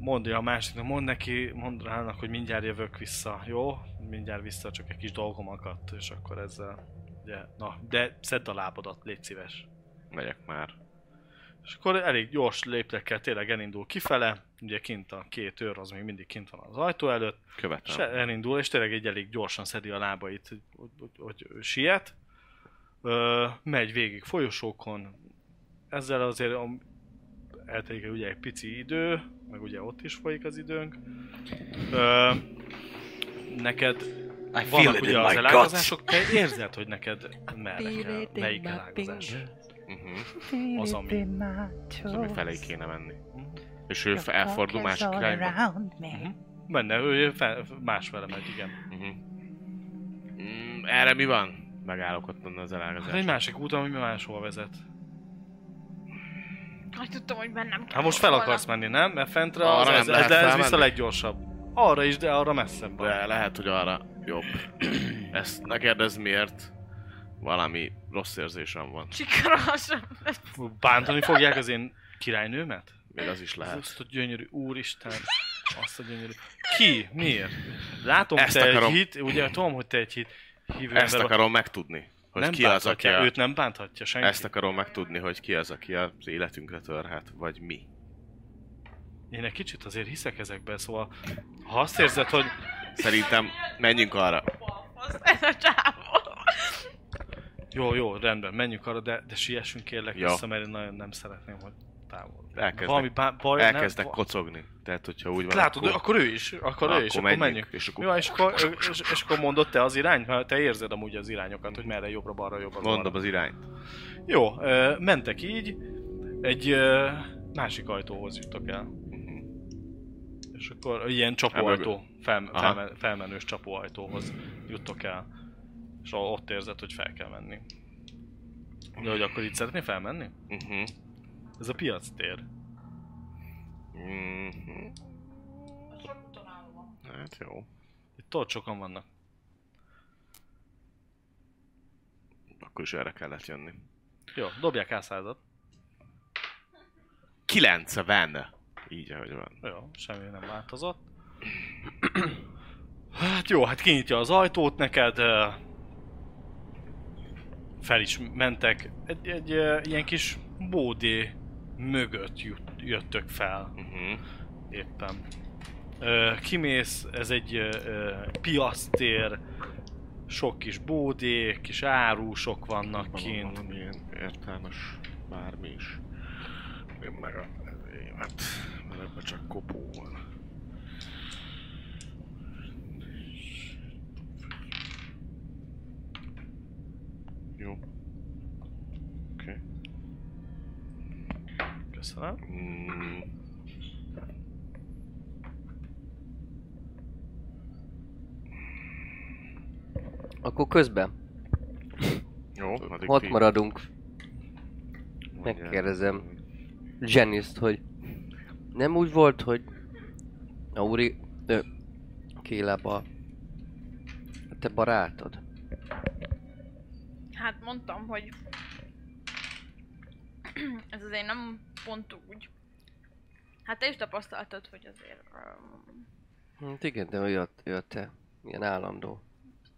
Speaker 2: Mondja a másiknak, mond neki, mond rának, hogy mindjárt jövök vissza, jó? Mindjárt vissza, csak egy kis dolgom akadt, és akkor ezzel... Ugye, na, de szedd a lábadat, légy szíves.
Speaker 4: Megyek már.
Speaker 2: És akkor elég gyors léptekkel tényleg elindul kifele, ugye kint a két őr az még mindig kint van az ajtó előtt, és
Speaker 4: Követem.
Speaker 2: elindul, és tényleg egy elég gyorsan szedi a lábait, hogy, hogy, hogy, hogy siet. Ö, megy végig folyosókon, ezzel azért a, eltelik ugye egy pici idő, meg ugye ott is folyik az időnk. Ö, neked vannak ugye az elágazások, te érzed, hogy neked merre kell, melyik elágazás.
Speaker 4: Uh-huh.
Speaker 2: Az, ami
Speaker 4: Az, ami felé kéne menni.
Speaker 2: Hm.
Speaker 4: És ő elfordul másik irányba.
Speaker 2: benne, ő fel, más vele megy, igen.
Speaker 4: Uh-huh. Mm, erre mi van? Megállok ott onnan az
Speaker 2: Hát egy
Speaker 4: elágazás.
Speaker 2: másik út, ami máshol vezet.
Speaker 6: Hát tudtam, hogy bennem kell.
Speaker 2: Hát most fel akarsz menni, nem? Mert fentre
Speaker 4: Arra
Speaker 2: az,
Speaker 4: nem
Speaker 2: ez,
Speaker 4: lehet
Speaker 2: de ez
Speaker 4: felmenni?
Speaker 2: vissza leggyorsabb. Arra is, de arra messzebb van.
Speaker 4: De lehet, hogy arra jobb. Ezt ne kérdezz miért. Valami rossz érzésem van.
Speaker 6: Sikarolsam.
Speaker 2: Bántani fogják az én királynőmet?
Speaker 4: Még az is lehet.
Speaker 2: Azt a gyönyörű, úristen, azt a gyönyörű. Ki? Miért? Látom,
Speaker 4: Ezt
Speaker 2: te
Speaker 4: akarom.
Speaker 2: egy hit, ugye tudom, hogy te egy hit hívő
Speaker 4: Ezt
Speaker 2: ember vagy.
Speaker 4: akarom megtudni, hogy
Speaker 2: nem
Speaker 4: ki az, aki
Speaker 2: bánthatja,
Speaker 4: a...
Speaker 2: Őt nem bánthatja senki.
Speaker 4: Ezt akarom megtudni, hogy ki az, aki az életünkre törhet, vagy mi.
Speaker 2: Én egy kicsit azért hiszek ezekbe, szóval ha azt érzed, hogy
Speaker 4: Szerintem menjünk arra.
Speaker 6: Ez a csávó.
Speaker 2: jó, jó, rendben, menjünk arra, de, de siessünk kérlek
Speaker 4: Jó.
Speaker 2: vissza, mert én nagyon nem szeretném, hogy távol.
Speaker 4: Elkezdek-
Speaker 2: Valami bá- baj,
Speaker 4: Elkezdek
Speaker 2: nem,
Speaker 4: kocogni. Tehát, hogyha úgy van,
Speaker 2: Látod, akkor, akkor ő is, akkor
Speaker 4: Na,
Speaker 2: ő is, akkor menjünk.
Speaker 4: És akkor
Speaker 2: Jó, és akkor, és, és akkor mondod te az irányt, mert te érzed amúgy az irányokat, hogy merre jobbra, balra, jobbra,
Speaker 4: mondom
Speaker 2: balra.
Speaker 4: az irányt.
Speaker 2: Jó, ö, mentek így, egy ö, másik ajtóhoz juttok el.
Speaker 4: Mhm.
Speaker 2: És akkor ilyen csapóajtó, fel,
Speaker 4: Aha.
Speaker 2: felmen, felmenős csapóajtóhoz juttok el. És o- ott érzed, hogy fel kell menni. De hogy akkor itt szeretné felmenni?
Speaker 4: Mhm.
Speaker 2: Ez a piac tér.
Speaker 4: Mhm. Hát jó.
Speaker 2: Itt ott sokan vannak.
Speaker 4: Akkor is erre kellett jönni.
Speaker 2: Jó, dobják ászázat.
Speaker 4: 90! Így, ahogy van.
Speaker 2: Jó, semmi nem változott. Hát jó, hát kinyitja az ajtót neked. ö, Fel is mentek. Egy, egy ö, ilyen kis bódé mögött jut, jöttök fel
Speaker 4: Mhm.
Speaker 2: éppen. Ö, Kimész, ez egy ö, ö, piasztér, sok kis bódé, kis árusok vannak
Speaker 4: Van
Speaker 2: kint.
Speaker 4: valamilyen értelmes bármi is. Én meg a évet, mert ebben csak kopó van. Jó. Oké.
Speaker 2: Köszönöm.
Speaker 4: Mm.
Speaker 3: Akkor közben,
Speaker 4: Jó, addig
Speaker 3: ott
Speaker 4: ti
Speaker 3: maradunk.
Speaker 4: mondjátok.
Speaker 3: megkérdezem. Jeniszt, hogy nem úgy volt, hogy a úri, ö, Kélába, a te barátod.
Speaker 6: Hát mondtam, hogy ez azért nem pont úgy. Hát te is tapasztaltad, hogy azért... Um,
Speaker 3: Hát igen, de ő a, ő a te, ilyen állandó.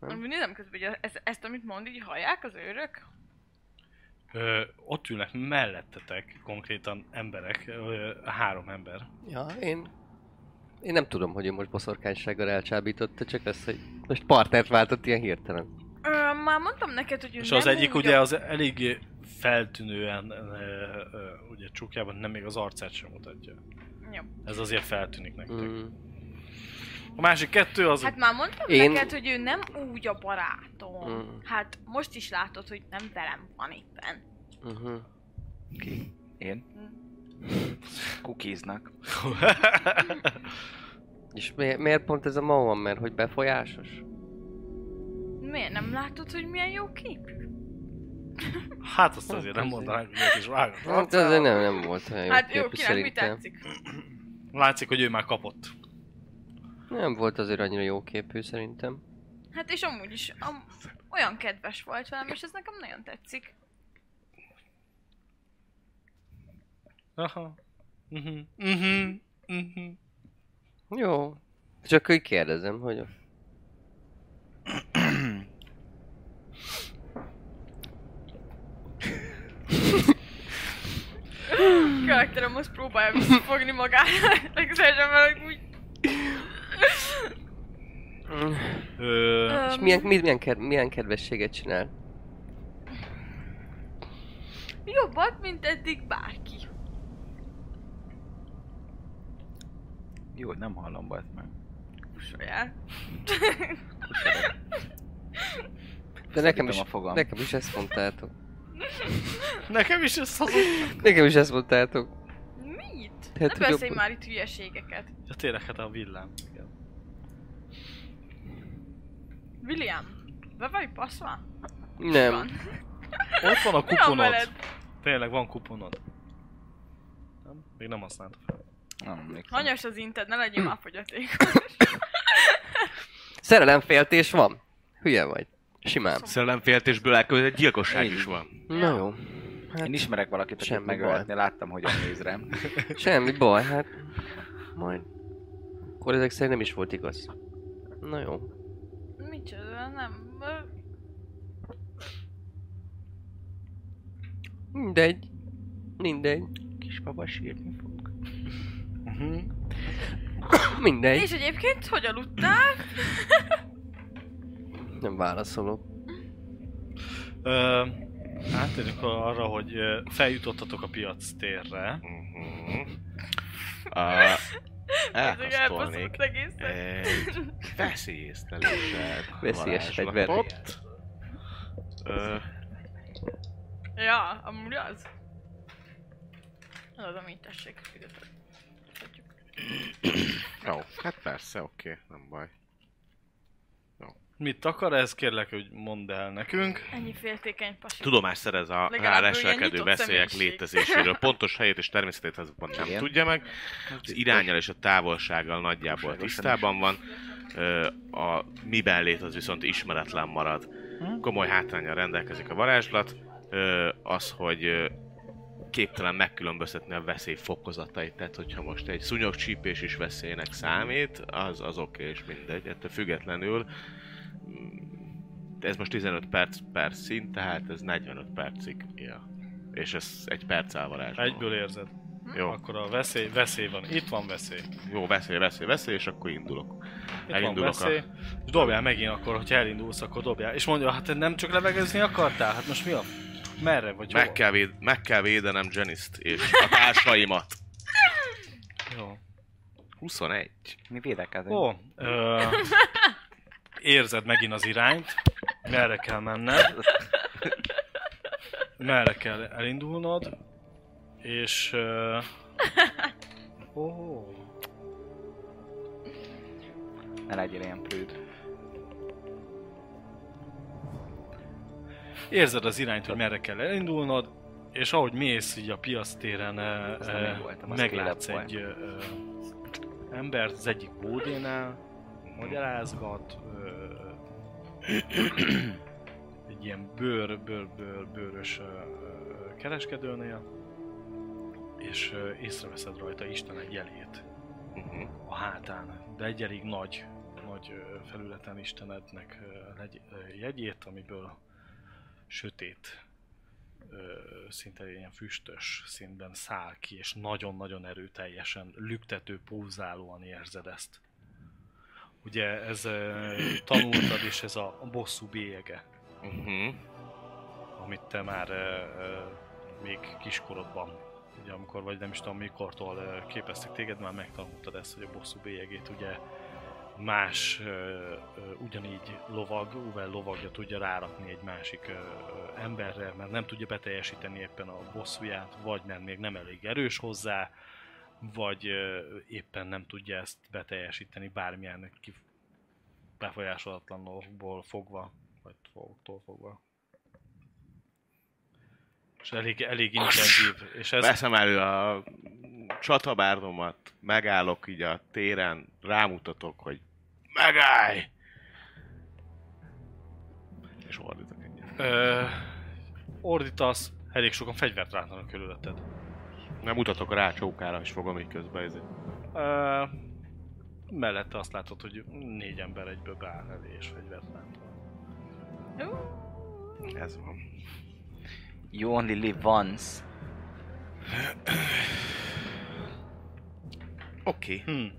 Speaker 3: Nem.
Speaker 6: amúgy nézem közben, hogy ez, ezt, amit mond, így hallják az őrök?
Speaker 2: Ö, ott ülnek mellettetek konkrétan emberek, ö, három ember.
Speaker 3: Ja, én... Én nem tudom, hogy ő most boszorkánysággal elcsábította, csak lesz, hogy most partnert váltott ilyen hirtelen.
Speaker 6: Ö, már mondtam neked, hogy ő
Speaker 2: És
Speaker 6: nem
Speaker 2: az egyik
Speaker 6: úgy
Speaker 2: ugye az elég feltűnően, ö, ö, ugye csukjában nem még az arcát sem mutatja.
Speaker 6: Jó.
Speaker 2: Ez azért feltűnik nektek.
Speaker 3: Mm.
Speaker 2: A másik kettő az...
Speaker 6: Hát már mondtam
Speaker 3: Én-
Speaker 6: Én... neked, hogy ő nem úgy a barátom.
Speaker 2: Hmm.
Speaker 3: Mm.
Speaker 6: Hát most is látod, hogy nem velem van éppen.
Speaker 3: Uh-huh.
Speaker 5: Én? Kukiznak.
Speaker 3: És mi, miért pont ez a ma van, mert hogy befolyásos?
Speaker 6: Miért nem látod, hogy milyen jó kép?
Speaker 2: hát azt azért nem mondanák, hogy ők is vágott.
Speaker 3: Hát ez nem, nem volt olyan jó
Speaker 6: hát jó,
Speaker 3: képű
Speaker 6: kinek mi
Speaker 3: szerintem.
Speaker 6: tetszik?
Speaker 2: Látszik, hogy ő már kapott.
Speaker 3: Nem volt azért annyira jó képű szerintem.
Speaker 6: Hát és amúgy is am- olyan kedves volt velem, és ez nekem nagyon tetszik.
Speaker 2: Aha. Mhm. Mhm. Mhm.
Speaker 3: Jó. Csak hogy kérdezem, hogy...
Speaker 6: A karakterem most próbálja visszafogni magát, legszerűen mert úgy...
Speaker 2: Ö,
Speaker 3: És
Speaker 6: Öm,
Speaker 3: milyen, mi- milyen, ked, milyen kedvességet csinál?
Speaker 6: Jobbat, mint eddig bárki.
Speaker 5: Jó, hogy nem hallom Batman.
Speaker 6: Kusoljál.
Speaker 3: De nekem is,
Speaker 5: Szakítom a fogam.
Speaker 3: nekem is ezt mondtátok.
Speaker 2: Nekem is ez az...
Speaker 3: Nekem is ezt mondtátok.
Speaker 6: Mit?
Speaker 3: Hát,
Speaker 6: Hát,
Speaker 3: hogy
Speaker 6: ne beszélj
Speaker 3: jobb-
Speaker 6: már itt hülyeségeket.
Speaker 2: Ja, tényleg, hát a villám. Igen.
Speaker 6: William, be vagy baszva?
Speaker 3: Nem.
Speaker 6: Van.
Speaker 2: Ott van a
Speaker 6: Mi van veled?
Speaker 2: kuponod. Tényleg van kuponod. Nem? Még nem használta fel.
Speaker 5: Nem emlékszem.
Speaker 6: Hanyas az inted, ne legyél már fogyaték.
Speaker 3: Szerelemféltés van. Hülye vagy. Simán.
Speaker 4: Szerelemféltésből elkövetett gyilkosság
Speaker 5: Így.
Speaker 4: is van.
Speaker 6: Szóval-
Speaker 3: Na jó. Hát
Speaker 5: Én ismerek valakit, akit
Speaker 3: semmi
Speaker 5: megölhetni, láttam, hogy néz rám.
Speaker 3: Semmi baj, hát... Majd... Akkor ezek szerint nem is volt igaz. Na jó.
Speaker 6: Micsoda, nem. ö,
Speaker 3: Mindegy. Mindegy.
Speaker 5: Kisbaba sírni fog.
Speaker 2: Mhm.
Speaker 3: Mindegy.
Speaker 6: És egyébként, hogy aludtál?
Speaker 3: Nem válaszolok.
Speaker 2: Ö, átérünk arra, hogy ö, feljutottatok a piac térre.
Speaker 4: Uh-huh. Uh,
Speaker 6: Ezek
Speaker 4: elkasztolnék
Speaker 6: elbaszott egészen.
Speaker 4: egy veszélyezteléssel.
Speaker 3: Veszélyes
Speaker 4: varázslatot.
Speaker 3: fegyver.
Speaker 4: Ö,
Speaker 6: Ja, amúgy az. Az az, amit tessék. ide tetjük.
Speaker 4: Jó, hát persze, oké, nem baj.
Speaker 2: Mit akar ez? Kérlek, hogy mondd el nekünk.
Speaker 6: Ennyi féltékeny pasi.
Speaker 4: Tudomást szerez a
Speaker 6: Legalább
Speaker 4: rá
Speaker 6: ő ilyen
Speaker 4: leselkedő
Speaker 6: nyitott
Speaker 4: veszélyek
Speaker 6: személyiség.
Speaker 4: létezéséről. Pontos helyét és természetét azonban nem
Speaker 5: Igen.
Speaker 4: tudja meg. Az irányjal és a távolsággal nagyjából tisztában van. Ö, A miben lét az viszont ismeretlen marad. Komoly hátrányjal rendelkezik a varázslat. Ö, Az, hogy ö, képtelen megkülönböztetni a veszély fokozatait, tehát hogyha most egy szúnyogcsípés is veszélynek számít, az, az oké és mindegy, ettől függetlenül mm, ez most 15 perc per szint, tehát ez 45 percig él. És ez egy perc elvarázsol.
Speaker 2: Egyből érzed.
Speaker 6: Hm?
Speaker 4: Jó,
Speaker 2: Akkor a veszély, veszély van. Itt van veszély.
Speaker 4: jó, veszély, veszély, veszély, és akkor indulok.
Speaker 2: Itt
Speaker 4: Elindulok
Speaker 2: van veszély. És dobjál megint akkor, hogyha elindulsz, akkor dobjál. És mondja, hát te nem csak levegezni akartál? Hát most mi a... Merre vagy
Speaker 4: Meg
Speaker 2: hol?
Speaker 4: kell, véd, meg kell védenem Janiszt és a társaimat.
Speaker 2: Jó.
Speaker 4: 21.
Speaker 5: Mi védekezünk?
Speaker 2: Ó, ö, érzed megint az irányt, merre kell menned, merre kell elindulnod, és... Ö, ó,
Speaker 5: Ne legyél ilyen prűd.
Speaker 2: érzed az irányt, hogy merre kell elindulnod, és ahogy mész így a piasztéren,
Speaker 5: Ez nem én voltam, az
Speaker 2: meglátsz
Speaker 5: Caleb
Speaker 2: egy ö, ö, embert az egyik bódénál, magyarázgat, ö, egy ilyen bőr, bőr, bőr, bőrös ö, ö, kereskedőnél, és ö, észreveszed rajta Isten egy jelét
Speaker 4: Uh-huh.
Speaker 2: a hátán, de egy elég nagy, nagy ö, felületen Istenednek ö, legy- ö, jegyét, amiből sötét, ö, szinte ilyen füstös színben száll ki, és nagyon-nagyon erőteljesen, lüktető, pulzálóan érzed ezt. Ugye ez ö, tanultad, és ez a bosszú bélyege,
Speaker 4: Uh-huh.
Speaker 2: amit te már ö, ö, még kiskorodban, ugye amikor, vagy nem is tudom mikortól ö, képeztek téged, már megtanultad ezt, hogy a bosszú bélyegét ugye más, ö, ö, ugyanígy lovag, Uvel lovagja tudja rárakni egy másik ö, ö, emberre, mert nem tudja beteljesíteni éppen a bosszúját, vagy mert még nem elég erős hozzá, vagy ö, éppen nem tudja ezt beteljesíteni bármilyen kif- befolyásolatlanokból fogva, vagy fogoktól fogva. És elég, elég intenzív, és ez
Speaker 4: Veszem elő a csatabárdomat, megállok így a téren, rámutatok, hogy megállj! És ordítok egyet.
Speaker 2: Ö, ordítasz, elég sokan fegyvert rántanak körülötted.
Speaker 4: Nem mutatok rá a csókára, és fogom így közben ezért.
Speaker 2: Ö, mellette azt látod, hogy négy ember egyből beáll elé és fegyvert rántanak.
Speaker 4: Ez van.
Speaker 5: You only live once.
Speaker 4: Oké. Okay.
Speaker 2: Hm.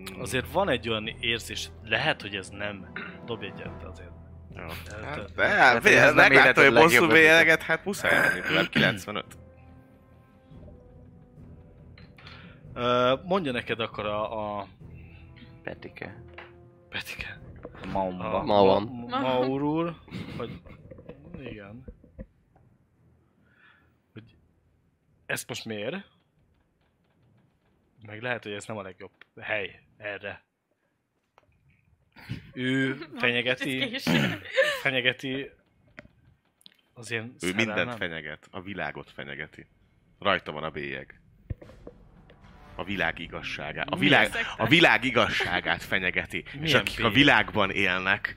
Speaker 4: Mm,
Speaker 2: Azért van egy olyan érzés, lehet, hogy ez nem. Dobj egyet azért.
Speaker 4: Jó.
Speaker 2: Hát,
Speaker 4: Hát, de,
Speaker 5: ez nem
Speaker 4: de, meglátod,
Speaker 5: életed
Speaker 4: hogy bosszú
Speaker 5: legjobb
Speaker 4: bélyeget, hát muszáj lenni, tőlem 95.
Speaker 2: Ö, mondja neked akkor a, a
Speaker 5: Petike.
Speaker 2: Petike.
Speaker 5: A Maumba.
Speaker 2: A
Speaker 5: Ma-
Speaker 3: Maulam.
Speaker 2: Ma- Ma- Maur úr, hogy... Igen. Hogy ezt most miért? Meg lehet, hogy ez nem a legjobb hely erre. Ő fenyegeti, fenyegeti az én
Speaker 4: Ő mindent
Speaker 2: szerelmem.
Speaker 4: fenyeget, a világot fenyegeti. Rajta van a bélyeg. A világ igazságát. A világ, a világ igazságát fenyegeti. és
Speaker 2: Milyen
Speaker 4: akik a
Speaker 2: bélyeg?
Speaker 4: világban élnek,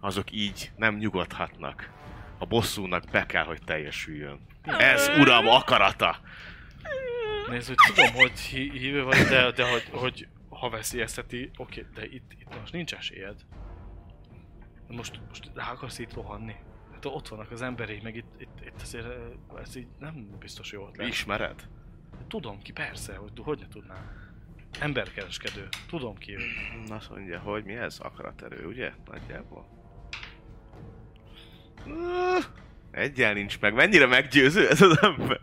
Speaker 4: azok így nem nyugodhatnak. A bosszúnak be kell, hogy teljesüljön. Ez uram akarata!
Speaker 2: Nézd, hogy tudom, hogy hí- hívő vagy, de, de hogy, hogy ha veszélyezteti, oké, de itt, itt most nincs esélyed. Most, most rá akarsz itt rohanni? Hát ott vannak az emberi, meg itt, itt, itt azért eh, ez így nem biztos jó ötlet.
Speaker 4: Ismered?
Speaker 2: Tudom ki, persze, hogy hogy ne tudnám. Emberkereskedő, tudom ki ő.
Speaker 4: Azt mondja, hogy mi ez? Akaraterő, ugye? Nagyjából. Öh! Egyel nincs meg. Mennyire meggyőző ez az ember?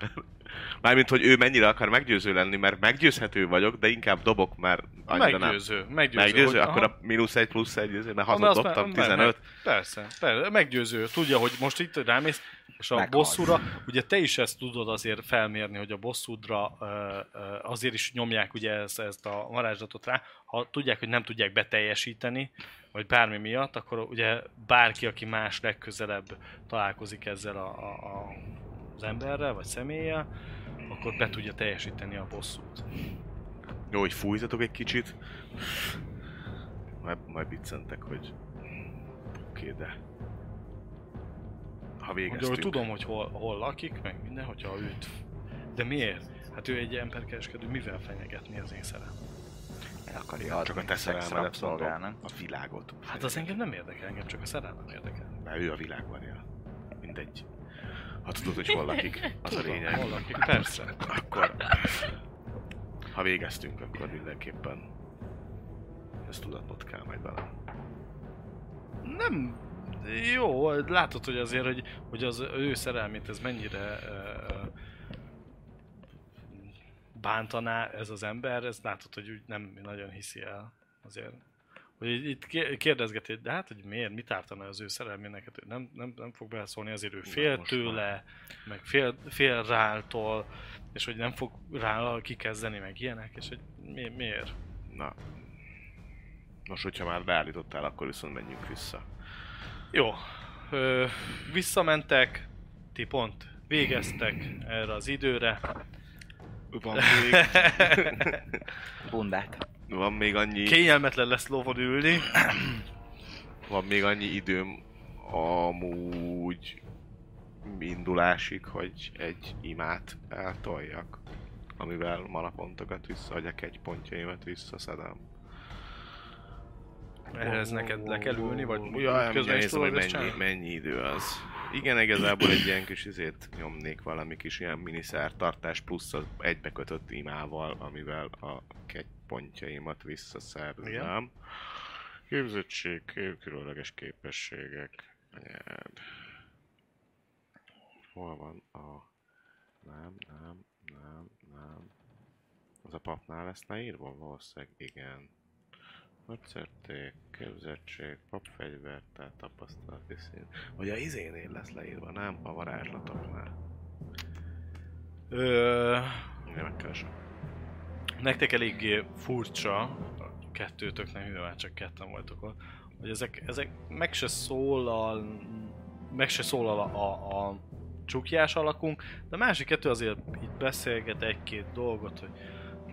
Speaker 4: Mármint, hogy ő mennyire akar meggyőző lenni, mert meggyőzhető vagyok, de inkább dobok már annyira meggyőző,
Speaker 2: Meggyőző, meggyőző.
Speaker 4: nem. Meggyőző?
Speaker 2: hogy-
Speaker 4: akkor
Speaker 2: aha.
Speaker 4: a mínusz egy, plusz egy, ezért, mert
Speaker 2: Ami
Speaker 4: hazot
Speaker 2: azt már-
Speaker 4: dobtam,
Speaker 2: meg-
Speaker 4: 15.
Speaker 2: Meg, persze, persze, meggyőző. Tudja, hogy most itt rámész, és a
Speaker 5: Meghalsz.
Speaker 2: bosszúra, ugye te is ezt tudod azért felmérni, hogy a bosszúdra ö, ö, azért is nyomják ugye ezt, ezt a varázslatot rá, ha tudják, hogy nem tudják beteljesíteni, vagy bármi miatt, akkor ugye bárki, aki más legközelebb találkozik ezzel a, a, a, az emberrel, vagy személlyel, akkor be tudja teljesíteni a bosszút.
Speaker 4: Jó, hogy fújtatok egy kicsit. Majd, majd biccentek, hogy... Oké, de...
Speaker 2: Ugye,
Speaker 4: Ha
Speaker 2: hogy
Speaker 4: végeztünk.
Speaker 2: tudom, hogy hol, hol lakik, meg minden, hogyha őt... De miért? Hát ő egy emberkereskedő, mivel fenyegetni az én szerem?
Speaker 5: El akarja adni.
Speaker 4: Csak a te szerelmedet
Speaker 5: szolgálnak.
Speaker 4: szolgálnak. A világot.
Speaker 2: Hát az engem nem érdekel, engem csak a szerelmem érdekel.
Speaker 4: Mert ő a világban él. Mindegy. Ha tudod, hogy hol lakik, az a
Speaker 2: Tudom,
Speaker 4: lényeg.
Speaker 2: Hol lakik, persze.
Speaker 4: Akkor... Ha végeztünk, akkor mindenképpen... Ezt tudatnod kell majd velem.
Speaker 2: Nem... Jó, látod, hogy azért, hogy, hogy az ő szerelmét ez mennyire uh, bántaná ez az ember, ez látod, hogy úgy nem nagyon hiszi el azért. Hogy így- itt ké- kérdezgeti, de hát, hogy miért, mit ártana az ő szerelmének, hát ő nem, nem, nem fog beleszólni, azért ő fél
Speaker 4: most már.
Speaker 2: tőle, meg fél, fél ráltól, és hogy nem fog rá kikezdeni, meg ilyenek, és hogy mi, miért?
Speaker 4: Na. Most, hogyha már beállítottál, akkor viszont menjünk vissza.
Speaker 2: Jó. Ö, visszamentek, ti pont végeztek erre az időre.
Speaker 4: Van még,
Speaker 5: Bundát.
Speaker 4: van még annyi...
Speaker 2: Kényelmetlen lesz lovon ülni.
Speaker 4: van még annyi időm amúgy indulásig, hogy egy imát eltoljak, amivel manapontokat visszaadjak, egy pontjaimat visszaszedem.
Speaker 2: Ehhez neked le kell ülni, vagy
Speaker 4: Ja,
Speaker 2: közben is
Speaker 4: nézem,
Speaker 2: tudod
Speaker 4: hogy
Speaker 2: ezt
Speaker 4: mennyi,
Speaker 2: csinálni?
Speaker 4: mennyi idő az. Igen, igazából egy ilyen kis izét nyomnék valami kis ilyen miniszertartás plusz az egybekötött imával, amivel a kegy pontjaimat visszaszerzem.
Speaker 2: Igen.
Speaker 4: Képzettség, kép- különleges képességek. Anyád. Hol van a... Nem, nem, nem, nem. Az a papnál lesz leírva? Valószínűleg igen. Nagyszerték, képzettség, papfegyver, tehát tapasztalati szín. Vagy a izénél lesz leírva, nem? A varázslatoknál.
Speaker 2: Ö,
Speaker 4: Ugye megkeresem.
Speaker 2: nektek eléggé furcsa, kettőtöknek, mivel már csak ketten voltok ott, hogy ezek, ezek meg se szólal, meg se szólal a, a, a csukjás alakunk, de a másik kettő azért itt beszélget egy-két dolgot, hogy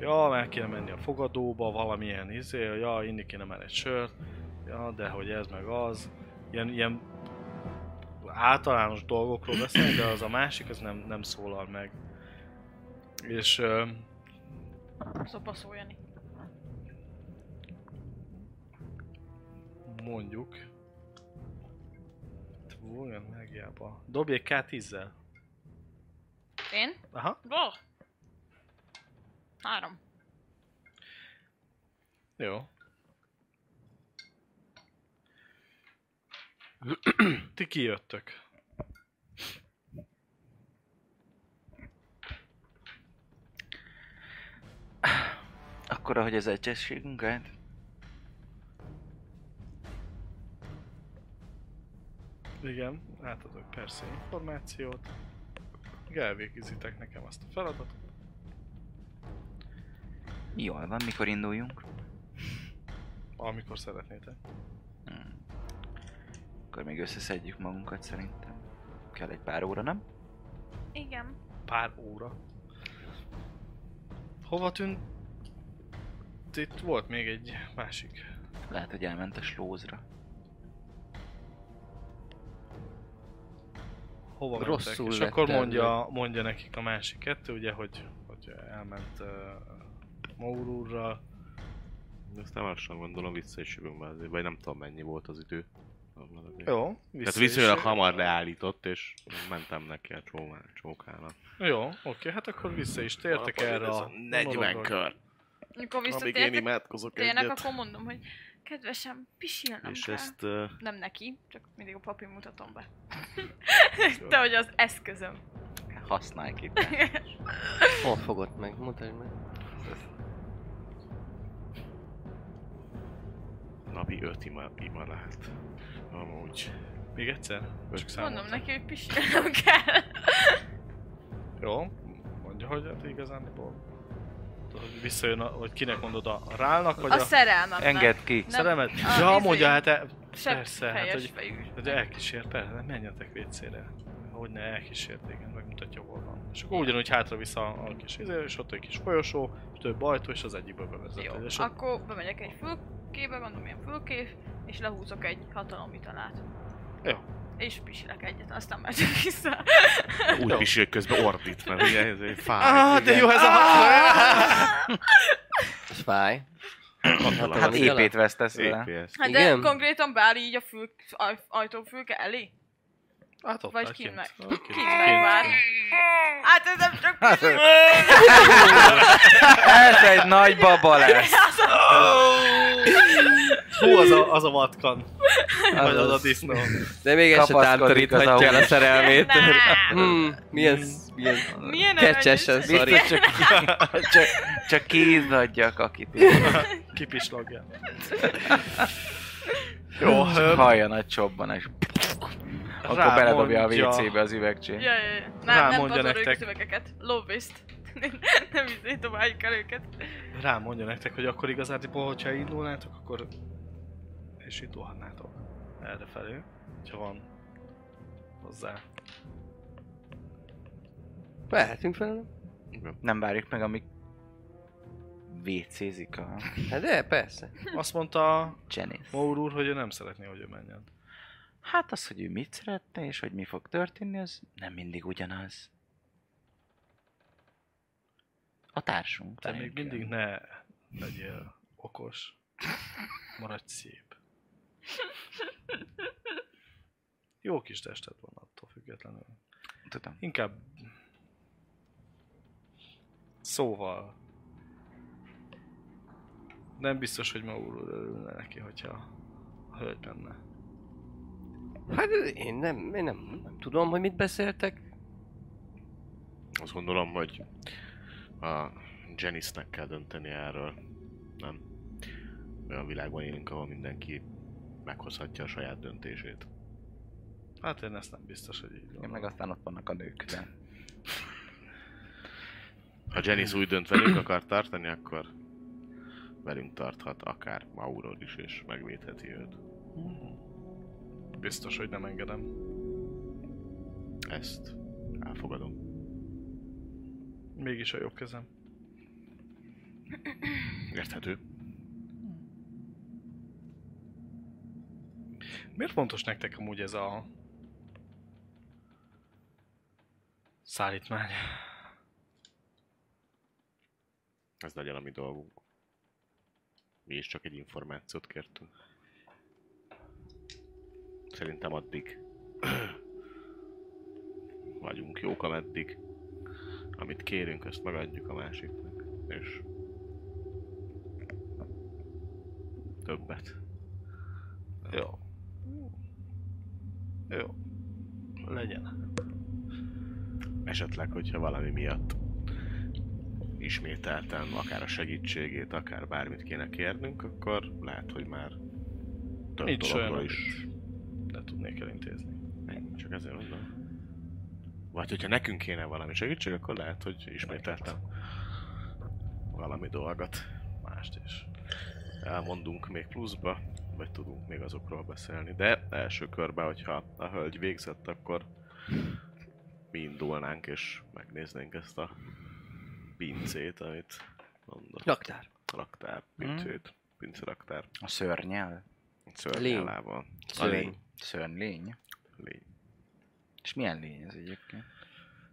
Speaker 2: ja, meg kéne menni a fogadóba, valamilyen izé, ja, inni kéne már egy sört, ja, de hogy ez meg az, ilyen, ilyen általános dolgokról beszél, de az a másik, az nem, nem szólal meg. És ö,
Speaker 6: Szoba szóljani.
Speaker 2: Mondjuk. Itt Olyan mágiába. Dobj egy K10-zel.
Speaker 6: Én?
Speaker 2: Aha.
Speaker 6: Bó. Három.
Speaker 2: Jó. Ti kijöttök.
Speaker 5: akkora, hogy az hát, egyességünket?
Speaker 2: Igen, átadok persze információt. Még elvégizitek nekem azt a feladatot.
Speaker 5: Jól van, mikor induljunk?
Speaker 2: Amikor szeretnétek.
Speaker 5: Hmm. Akkor még összeszedjük magunkat szerintem. Kell egy pár óra, nem?
Speaker 6: Igen.
Speaker 2: Pár óra. Hova tűnt? Itt volt még egy másik.
Speaker 5: Lehet, hogy elment a slózra.
Speaker 2: Hova
Speaker 3: Rosszul
Speaker 2: mentek? És akkor
Speaker 3: lett el,
Speaker 2: mondja, mondja nekik a másik kettő, ugye, hogy, hogy elment uh, Maur úrral.
Speaker 4: Aztán már sem gondolom vissza is jövünk már azért, vagy nem tudom mennyi volt az idő.
Speaker 2: Jó,
Speaker 4: Tehát
Speaker 2: vissza is-
Speaker 4: viszonylag hamar leállított, és mentem neki a csóvá- csókának.
Speaker 2: Jó, oké, hát akkor vissza is tértek erre a
Speaker 4: 40
Speaker 2: monodra.
Speaker 4: kör,
Speaker 6: Mikor
Speaker 4: amíg én
Speaker 6: visszatértek
Speaker 4: imádkozok
Speaker 6: térnek,
Speaker 4: egyet.
Speaker 6: akkor mondom, hogy kedvesem, pisilnem
Speaker 4: És
Speaker 6: kell.
Speaker 4: ezt uh,
Speaker 6: Nem neki, csak mindig a papír mutatom be. De hogy az eszközöm.
Speaker 5: Használj ki.
Speaker 3: Hol fogod meg? Mutasd meg.
Speaker 4: napi 5 ima, ima lehet. Amúgy.
Speaker 2: Még egyszer? Csak számoltam.
Speaker 6: Mondom neki, hogy pisilnem kell.
Speaker 2: Jó, mondja, hogy hát igazából. Tudod, hogy Visszajön, a, hogy kinek mondod, a rálnak, vagy
Speaker 6: A
Speaker 2: a, a
Speaker 6: szerelmem.
Speaker 5: Engedd ki!
Speaker 2: szeremet?
Speaker 6: a
Speaker 2: ja,
Speaker 6: izé-
Speaker 2: mondja, hát e,
Speaker 6: Sebb
Speaker 2: persze, hát
Speaker 6: fejes
Speaker 2: hogy,
Speaker 6: fejű.
Speaker 2: hogy elkísért, persze, nem menjetek vécére. Hogy ne elkísért, igen, megmutatja hol van. És akkor ugyanúgy hátra-vissza a kis izé, és ott egy kis folyosó, és több ajtó, és az egyikből bevezet.
Speaker 6: Jó,
Speaker 2: és ott
Speaker 6: akkor bemegyek egy fülkébe, gondolom ilyen fülkép, és lehúzok egy hatalomitalát.
Speaker 2: Jó.
Speaker 6: És pisilek egyet, aztn már csak vissza.
Speaker 4: Úgy pisil közben ordít, mert ugye ez egy
Speaker 5: Ah,
Speaker 4: fáj.
Speaker 2: Á, Ah, de jó ez a hat!
Speaker 3: Ez fáj.
Speaker 4: Hatalmas.
Speaker 5: Hát
Speaker 3: Hát
Speaker 5: épét vesztesz vele.
Speaker 4: Szép
Speaker 6: Hát de
Speaker 3: Igen.
Speaker 6: konkrétan beáll így a fül, aj, ajtófülke elé?
Speaker 2: Hát ott
Speaker 6: Vagy
Speaker 2: áll
Speaker 6: kint meg.
Speaker 2: Ott
Speaker 6: Kint meg már. Hát ez nem csak pisilek.
Speaker 5: Ez egy nagy baba lesz!
Speaker 2: Hú, az a, az a vatkan. Vagy az a
Speaker 3: az.
Speaker 2: disznó.
Speaker 3: De még ezt se
Speaker 5: Kapaszkodik az
Speaker 3: tántoríthatja el a
Speaker 5: ahhoz.
Speaker 3: szerelmét.
Speaker 6: Nem.
Speaker 3: Hmm, milyen, milyen,
Speaker 6: Milyen
Speaker 3: kecses
Speaker 6: aranyos.
Speaker 3: ez, sorry.
Speaker 5: Csak, csak, csak kézbe adjak, akit én.
Speaker 2: Kipislogja.
Speaker 5: Jó,
Speaker 2: öm.
Speaker 5: hallja nagy csobbanás. Akkor beledobja a WC-be az üvegcsét.
Speaker 6: Ja, ja, ja. Nem, nem
Speaker 2: Rámondja
Speaker 6: pazaroljuk
Speaker 2: nektek.
Speaker 6: az üvegeket. Lóvészt. nem izé dobáljuk el őket.
Speaker 2: Rám mondja nektek, hogy akkor igazából, hogyha indulnátok, akkor... És indulhatnátok. Erre felé. Ha van hozzá.
Speaker 3: Vehetünk fel?
Speaker 5: Nem várjuk meg, amíg vécézik a
Speaker 3: Hát de, persze.
Speaker 2: Azt mondta
Speaker 5: Janice.
Speaker 2: Maur úr, hogy ő nem szeretné, hogy ő menjen.
Speaker 5: Hát az, hogy ő mit szeretne, és hogy mi fog történni, az nem mindig ugyanaz. A társunk.
Speaker 2: Te még
Speaker 5: velünk
Speaker 2: mindig
Speaker 5: jön.
Speaker 2: ne legyél okos. Maradj szép. Jó kis tested van attól függetlenül.
Speaker 5: Tudom.
Speaker 2: Inkább szóval nem biztos, hogy ma úr örülne neki, hogyha a hölgy menne.
Speaker 3: Hát én nem, én nem, nem tudom, hogy mit beszéltek.
Speaker 4: Azt gondolom, hogy a Janice-nek kell dönteni erről. Nem? Olyan világban élünk, ahol mindenki meghozhatja a saját döntését.
Speaker 2: Hát én ezt nem biztos, hogy így
Speaker 5: Én
Speaker 2: gondolom.
Speaker 5: meg aztán ott vannak a nők. De.
Speaker 4: Ha Janice úgy dönt velünk akar tartani, akkor velünk tarthat akár Mauror is, és megvédheti őt.
Speaker 2: Biztos, hogy nem engedem.
Speaker 4: Ezt elfogadom.
Speaker 2: Mégis a jobb kezem.
Speaker 4: Érthető?
Speaker 2: Miért fontos nektek amúgy ez a szállítmány?
Speaker 4: Ez legyen a mi dolgunk. Mi is csak egy információt kértünk. Szerintem addig vagyunk jók, ameddig amit kérünk, azt megadjuk a másiknak. És többet.
Speaker 2: Jó. Jó. Legyen.
Speaker 4: Esetleg, hogyha valami miatt ismételten akár a segítségét, akár bármit kéne kérnünk, akkor lehet, hogy már több
Speaker 2: Nincs olyan,
Speaker 4: dologról
Speaker 2: amit
Speaker 4: is
Speaker 2: ne tudnék elintézni.
Speaker 4: Ennyi, csak ezért mondom. Vagy hogyha nekünk kéne valami segítség, akkor lehet, hogy ismételtem valami dolgot, mást is elmondunk még pluszba, vagy tudunk még azokról beszélni. De első körben, hogyha a hölgy végzett, akkor mi indulnánk és megnéznénk ezt a pincét, amit mondott.
Speaker 3: Raktár.
Speaker 4: Raktár, pincét, pinceraktár.
Speaker 5: A szörnyel?
Speaker 4: Szörnyálával. A
Speaker 3: Szörny.
Speaker 4: lény.
Speaker 5: Szörnylény?
Speaker 4: Lény.
Speaker 5: És milyen lény ez egyébként?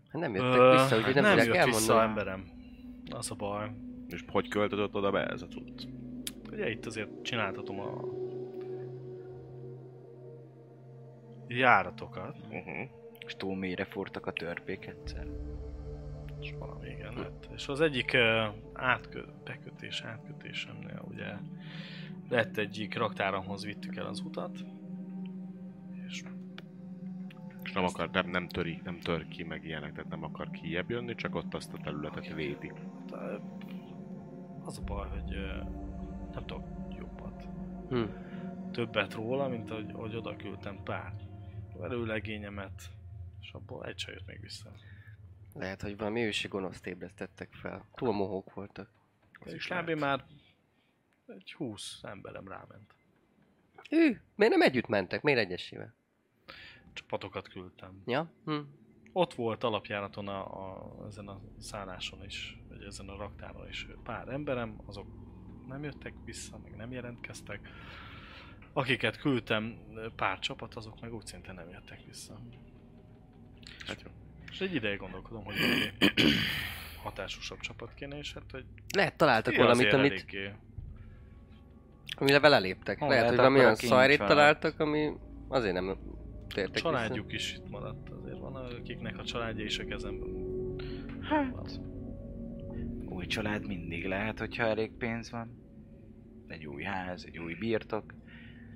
Speaker 3: Hát nem jöttek vissza, úgyhogy nem,
Speaker 2: nem
Speaker 3: tudják
Speaker 2: jött vissza
Speaker 3: elmondani.
Speaker 2: emberem. Az a baj.
Speaker 4: És hogy költözött oda be ez a cucc?
Speaker 2: Ugye itt azért csináltatom a járatokat,
Speaker 4: Uh-huh.
Speaker 5: És túl mélyre fúrtak a törpék egyszer?
Speaker 2: és valami igen lett. És az egyik ö, átkö, bekötés, átkötésemnél ugye lett egyik raktáramhoz vittük el az utat, és
Speaker 4: És nem akar, nem, nem, töri, nem tör ki meg ilyenek, tehát nem akar kijebb jönni, csak ott azt a területet védi.
Speaker 2: hát, Ö, Az a baj, hogy ö, nem tudok jobbat.
Speaker 3: Hm.
Speaker 2: Többet róla, mint hogy, hogy oda küldtem pár előlegényemet, és abból egy se jött még vissza.
Speaker 3: Lehet, hogy valami ősi gonoszt ébresztettek fel. Túl mohók voltak.
Speaker 4: Az
Speaker 2: És
Speaker 4: is
Speaker 2: kb.
Speaker 4: lehet.
Speaker 2: már egy 20 emberem ráment.
Speaker 3: Ő, miért nem együtt mentek? Miért egyesével?
Speaker 2: Csapatokat küldtem.
Speaker 3: Ja? Hm.
Speaker 2: Ott volt alapjáraton a, a, ezen a szálláson is, vagy ezen a raktáron is pár emberem, azok nem jöttek vissza, meg nem jelentkeztek. Akiket küldtem ö, pár csapat, azok meg úgy szinte nem jöttek vissza.
Speaker 4: Hát jó.
Speaker 2: És egy ideig gondolkodom, hogy valami hatásosabb csapat kéne, és hát, hogy
Speaker 3: Lehet találtak
Speaker 2: ti
Speaker 3: valamit,
Speaker 2: azért
Speaker 3: amit,
Speaker 2: eléggé...
Speaker 3: amire vele léptek.
Speaker 5: Ha,
Speaker 3: lehet,
Speaker 5: lehet,
Speaker 3: hogy valami
Speaker 5: akkor a
Speaker 3: olyan
Speaker 5: kincs
Speaker 3: szajrét
Speaker 5: család.
Speaker 3: találtak, ami azért nem
Speaker 2: A
Speaker 3: tértek
Speaker 2: családjuk is itt maradt, azért van, akiknek a családja is a kezemben. Hát.
Speaker 5: Új család mindig lehet, hogyha elég pénz van. Egy új ház, egy új birtok.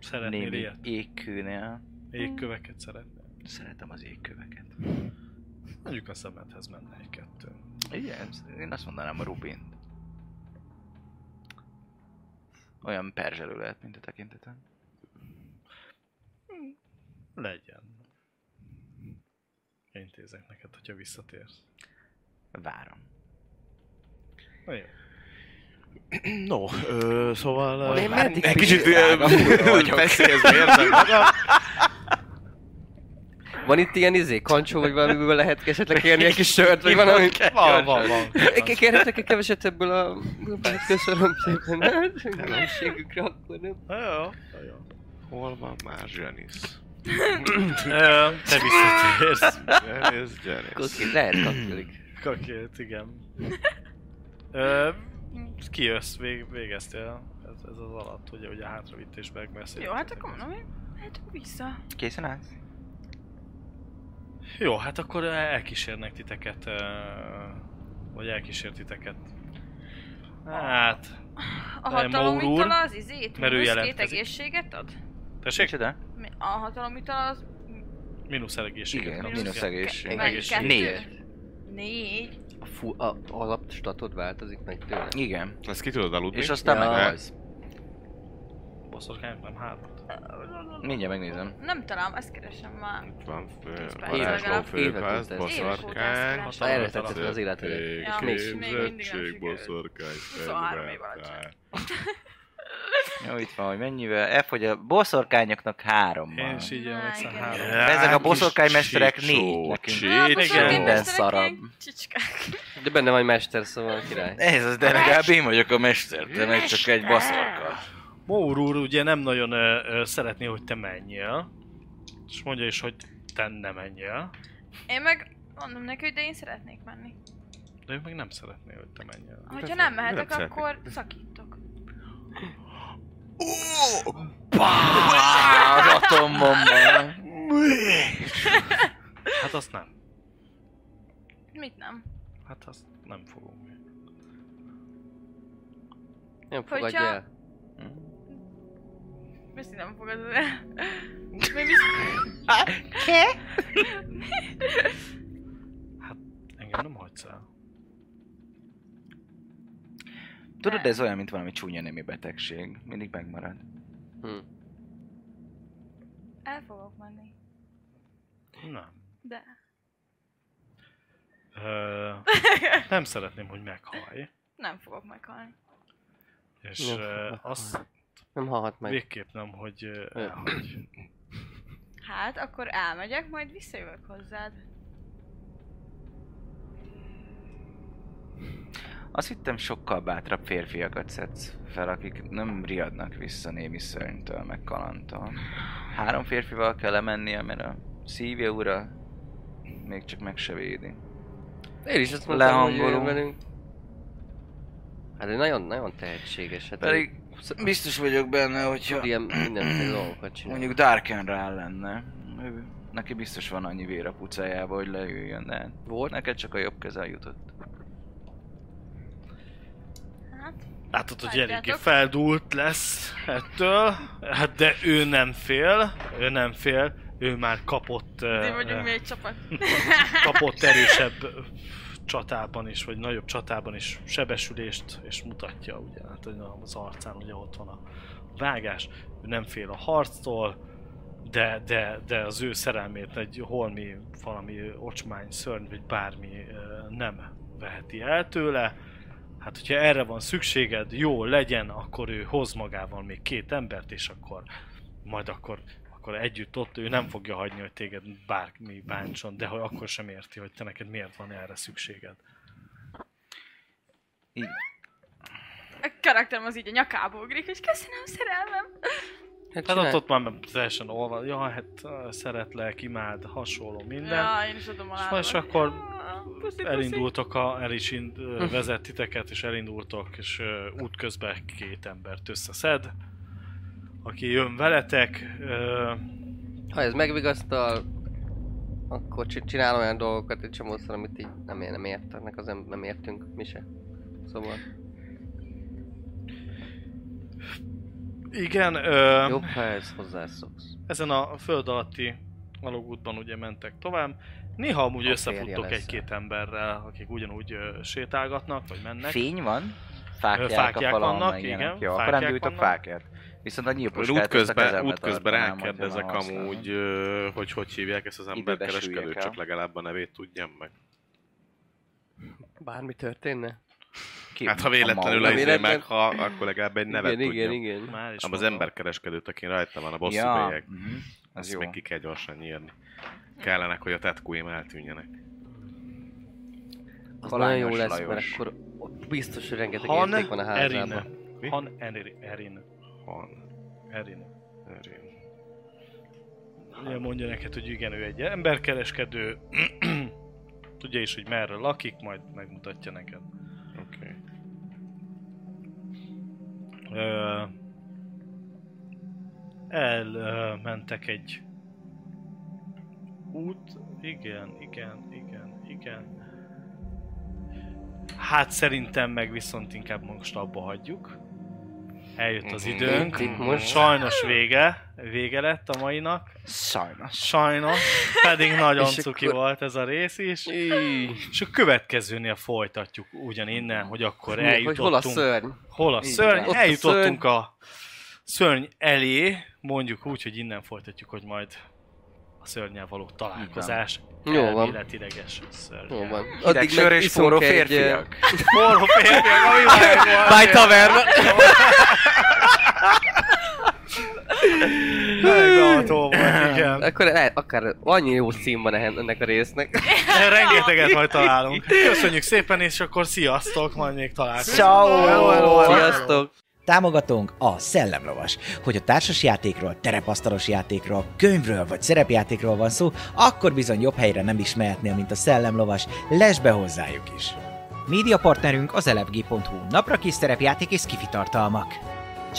Speaker 2: Szeretnél
Speaker 5: némi
Speaker 2: ilyet?
Speaker 5: égkőnél.
Speaker 2: Égköveket szeretnél?
Speaker 5: Szeretem az égköveket.
Speaker 2: Mondjuk a szemedhez menne egy kettő.
Speaker 5: Igen, én azt mondanám a Rubint. Olyan perzselő lehet, mint a tekintetem.
Speaker 2: Legyen. Intézek neked, hogyha visszatérsz.
Speaker 5: Várom.
Speaker 2: Na jó.
Speaker 4: No, ö, szóval...
Speaker 3: Én meddig
Speaker 4: egy kicsit
Speaker 5: bírálom, kurva vagyok.
Speaker 4: beszélsz, érzem magam.
Speaker 3: vissza. Van itt ilyen izé, kancsó, vagy valamiből lehet esetleg kérni egy kis sört, vagy valami?
Speaker 2: Van, van, van.
Speaker 3: K- Kérhetek egy keveset ebből a... Köszönöm szépen. Hát, Egészségükre akkor nem.
Speaker 2: Na Jó, na jó.
Speaker 4: Hol van már Janis?
Speaker 2: Ö, Te visszatérsz.
Speaker 4: Janis, Janis.
Speaker 3: Koki, lehet kapcsolik.
Speaker 2: Kakét, igen. Ö, kijössz, vég, végeztél. Ez, ez az alatt, ugye, ugye hátravitt és megbeszéltük.
Speaker 6: Jó, hát akkor mondom, hogy mehetünk vissza.
Speaker 5: Készen állsz?
Speaker 2: Jó, hát akkor elkísérnek titeket, ö, vagy elkísért titeket. Hát,
Speaker 6: A
Speaker 2: Nem, Maur úr,
Speaker 6: hatalomital az izét,
Speaker 2: mert ő
Speaker 6: mínusz két
Speaker 2: jelentkezik.
Speaker 6: egészséget ad?
Speaker 2: tessék,
Speaker 5: Micsoda?
Speaker 6: Mi- A hatalomital az
Speaker 2: mínusz egészséget.
Speaker 5: Igen,
Speaker 2: kapsz,
Speaker 5: mínusz egészség.
Speaker 2: Meg-
Speaker 6: mennyi?
Speaker 2: Egészség.
Speaker 6: Kettő?
Speaker 5: Négy.
Speaker 6: Négy?
Speaker 3: A, fu- a alapstatod változik meg tőle.
Speaker 5: Igen.
Speaker 4: Ezt ki tudod aludni?
Speaker 5: És aztán
Speaker 3: Ja.
Speaker 5: meg...
Speaker 4: az.
Speaker 2: Boszorkányok nem hármat.
Speaker 5: Mindjárt megnézem.
Speaker 6: Nem találom, ezt keresem már.
Speaker 4: Itt van fő,
Speaker 6: Tíz perc.
Speaker 4: varázsló
Speaker 6: Évek
Speaker 4: főkász,
Speaker 3: után.
Speaker 6: Évek
Speaker 4: boszorkány.
Speaker 6: után.
Speaker 3: Elvetetted az életedet.
Speaker 6: Ja,
Speaker 3: és
Speaker 6: még mindig nem
Speaker 4: Képzettség,
Speaker 6: sikerült. Szóval
Speaker 4: boszorkány,
Speaker 6: 23 év alatt
Speaker 4: felváltál.
Speaker 5: Jó, itt van, hogy mennyivel. Elfogy a boszorkányoknak hárommal.
Speaker 2: Én is így jön,
Speaker 6: Á,
Speaker 2: egyszer
Speaker 6: igen.
Speaker 2: három.
Speaker 4: Ja.
Speaker 5: Ezek a boszorkánymesterek
Speaker 4: Csicsó,
Speaker 5: négy nekünk.
Speaker 4: csicsó.
Speaker 6: Na,
Speaker 4: Így
Speaker 6: akkor
Speaker 2: van.
Speaker 6: minden
Speaker 5: Minden
Speaker 6: szarabb.
Speaker 5: szarabb.
Speaker 6: Csicskák.
Speaker 3: De benne van mester, szóval király.
Speaker 5: Ez az, de legalább én vagyok a mester, te meg csak egy baszorka.
Speaker 2: Mór úr ugye nem nagyon ö, ö, szeretné, hogy te menjél. És mondja is, hogy te nem menjél.
Speaker 6: Én meg mondom neki, hogy de én szeretnék menni.
Speaker 2: De ő meg nem szeretné, hogy te menjél.
Speaker 6: Hogyha
Speaker 4: nem-
Speaker 6: nem mehetek,
Speaker 4: nem
Speaker 6: akkor szakítok.
Speaker 5: Pá, atombomba.
Speaker 2: Hát azt nem.
Speaker 6: Mit nem?
Speaker 2: Hát azt nem fogunk.
Speaker 3: Nem fogadj
Speaker 6: Hogyha-
Speaker 3: el.
Speaker 6: Viszi nem fogadod el. Mi viszi...
Speaker 2: Engem nem hagysz el.
Speaker 5: Tudod, de ez olyan, mint valami csúnya nemi betegség. Mindig megmarad.
Speaker 6: El fogok menni.
Speaker 2: Nem.
Speaker 6: De.
Speaker 2: Ö, nem szeretném, hogy meghalj.
Speaker 6: Nem fogok meghalni.
Speaker 2: És
Speaker 3: Nem
Speaker 2: ö,
Speaker 3: fogok
Speaker 2: azt
Speaker 3: Nem hallhat meg.
Speaker 2: végképp nem, hogy ö, elhagy.
Speaker 6: Hát, akkor elmegyek, majd visszajövök hozzád.
Speaker 5: Azt hittem sokkal bátrabb férfiakat szedsz fel, akik nem riadnak vissza némi szörnytől, meg kalandtól. Három férfival kell lemennie, mert a szívja ura még csak meg se védi.
Speaker 3: Én is azt mondtam, hogy
Speaker 5: Lehangoló.
Speaker 3: jöjjön velünk. Hát ő nagyon, nagyon tehetséges. Hát
Speaker 5: Pedig biztos vagyok benne,
Speaker 3: tud
Speaker 5: hogyha
Speaker 3: ilyen mindenféle dolgokat csinál.
Speaker 5: mondjuk Darken rá lenne, ő, neki biztos van annyi vér a pucájába, hogy leüljön, de hát
Speaker 3: volt
Speaker 5: neked csak a jobb kezel jutott.
Speaker 6: Hát,
Speaker 2: Látod, hogy
Speaker 6: Hagyjátok.
Speaker 2: eléggé feldúlt lesz ettől, hát de ő nem fél, ő nem fél, ő már kapott, ö,
Speaker 6: mi
Speaker 2: ö,
Speaker 6: vagyunk mi egy csapat.
Speaker 2: kapott erősebb ö, csatában is, vagy nagyobb csatában is sebesülést, és mutatja ugye, hát hogy az arcán ugye ott van a vágás, ő nem fél a harctól, de, de, de az ő szerelmét egy holmi valami ocsmány szörny, vagy bármi ö, nem veheti el tőle, Hát, hogyha erre van szükséged, jó legyen, akkor ő hoz magával még két embert, és akkor majd akkor, akkor együtt ott ő nem fogja hagyni, hogy téged bármi bántson, de hogy akkor sem érti, hogy te neked miért van erre szükséged.
Speaker 6: A karakterem az így a nyakába ugrik, hogy köszönöm szerelmem.
Speaker 3: Hát
Speaker 2: Hát ott,
Speaker 3: csinál.
Speaker 2: ott már teljesen olvad, ja, hát ah, szeretlek, imád, hasonló minden.
Speaker 6: Ja, én is adom a
Speaker 2: És
Speaker 6: lábamat.
Speaker 2: és akkor
Speaker 6: Ja, puszi, puszi.
Speaker 2: Elindultok, a, el is ind, ö, vezet titeket, és elindultok, és ö, útközben két embert összeszed, aki jön veletek, ö,
Speaker 3: Ha ez megvigasztal, akkor csi- csinál olyan dolgokat egy csomószor, amit így nem, ér- nem értenek, az em- nem értünk mi se. Szóval
Speaker 2: Igen, ö,
Speaker 3: jobb, ha ez hozzászoksz.
Speaker 2: ezen a föld alatti alagútban ugye mentek tovább. Néha amúgy
Speaker 3: A
Speaker 2: összefuttok
Speaker 3: férje lesz.
Speaker 2: egy-két emberrel, akik ugyanúgy ö, sétálgatnak, vagy mennek.
Speaker 5: Fény van? Fákják,
Speaker 2: Ö, fákják
Speaker 5: a falon,
Speaker 2: vannak,
Speaker 5: meg
Speaker 2: igen,
Speaker 5: Jó, akkor nem
Speaker 2: fákják
Speaker 5: gyújtok
Speaker 2: vannak.
Speaker 5: fákját. Viszont a
Speaker 4: Most
Speaker 5: nyílpuskát ezt a
Speaker 4: útközben,
Speaker 5: kezembe
Speaker 4: útközben
Speaker 5: tartanám, hogyha
Speaker 4: rákérdezek
Speaker 5: nem használom.
Speaker 4: amúgy, ö, hogy hogy hívják ezt az
Speaker 5: Időbe
Speaker 4: emberkereskedőt,
Speaker 5: süljek el.
Speaker 4: csak legalább a nevét tudjam meg.
Speaker 3: Bármi történne?
Speaker 5: Ki-
Speaker 4: Hát ha
Speaker 5: a
Speaker 4: véletlenül
Speaker 5: maul.
Speaker 4: az izé
Speaker 3: véletlen-
Speaker 4: meg, ha akkor legalább egy nevet
Speaker 3: igen, igen,
Speaker 4: tudjam.
Speaker 3: igen.
Speaker 2: Már is
Speaker 4: Ám az
Speaker 2: mondom.
Speaker 4: emberkereskedőt, aki rajta van a bosszú
Speaker 5: Ja,
Speaker 4: bélyeg.
Speaker 5: mhm, az
Speaker 4: Azt
Speaker 5: jó.
Speaker 4: még ki kell gyorsan nyírni. Kellenek, hogy a tetkóim eltűnjenek.
Speaker 3: Az nagyon
Speaker 5: Kalányos
Speaker 3: jó lesz,
Speaker 5: Lajos.
Speaker 3: mert akkor ott biztos, hogy rengeteg
Speaker 2: Han
Speaker 3: érték van a
Speaker 2: Erine.
Speaker 3: házában.
Speaker 4: Mi?
Speaker 2: Han Eri- Erin.
Speaker 4: Han.
Speaker 2: Erin.
Speaker 4: Erin.
Speaker 2: Ugye mondja neked, hogy igen, ő egy emberkereskedő, tudja is, hogy merre lakik, majd megmutatja neked.
Speaker 4: Oké. Okay.
Speaker 2: Ö, elmentek egy út, igen, igen, igen, igen. Hát szerintem meg viszont inkább most abba hagyjuk. Eljött az
Speaker 4: Mhm.
Speaker 2: időnk.
Speaker 3: Itt most.
Speaker 2: Sajnos vége, vége lett a mai nap.
Speaker 5: Sajnos.
Speaker 2: Sajnos, pedig nagyon
Speaker 3: És
Speaker 2: cuki
Speaker 3: akkor-
Speaker 2: volt ez a rész is.
Speaker 3: Íj.
Speaker 2: És a következőnél folytatjuk ugyaninnen, hogy akkor
Speaker 3: Mi- Hogy hol a
Speaker 2: eljutottunk
Speaker 3: szörny?
Speaker 2: Hol a
Speaker 5: Így
Speaker 2: szörny?
Speaker 5: van.
Speaker 3: Ott a
Speaker 2: Eljutottunk a szörny elé, mondjuk úgy, hogy innen folytatjuk, hogy majd a szörnyel való találkozás.
Speaker 3: Így van. Jó van.
Speaker 2: Elméletileges szörny.
Speaker 3: Jó van.
Speaker 5: Addig sör és
Speaker 3: iszunk
Speaker 5: forró
Speaker 3: egy,
Speaker 5: férfiak.
Speaker 2: Forró férfiak, ami meg volt.
Speaker 3: By taverna!
Speaker 2: Nagyon beható volt, igen.
Speaker 3: eh, Akkor lehet, akár annyi jó szín van ehen- ennek a résznek.
Speaker 2: Rengeteget majd találunk. Köszönjük szépen, és akkor sziasztok, majd még találkozunk.
Speaker 5: Ciao.
Speaker 2: Hello, hello, hello.
Speaker 3: Sziasztok!
Speaker 1: Támogatónk a Szellemlovas. Hogy a társasjátékról, terepasztalos játékról, könyvről vagy szerepjátékról van szó, akkor bizony jobb helyre nem is mehetnél, mint a Szellemlovas. Lesz be hozzájuk is! Média partnerünk az elefg.hu, napra kis szerepjáték és kifi tartalmak.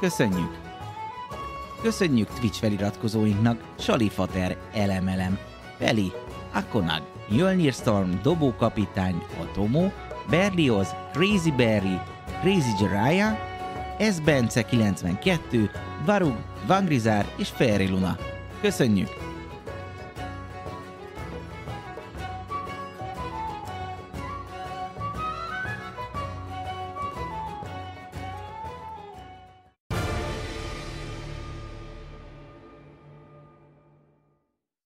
Speaker 1: köszönjük! Köszönjük Twitch feliratkozóinknak Salifater, Elemelem, Peli, Akonag, Jölnir Storm, Dobókapitány, Atomo, Berlioz, Crazy Berry, Crazy Jiraiya, S. Bence 92, Varug, Vangrizár és Ferri Luna. Köszönjük!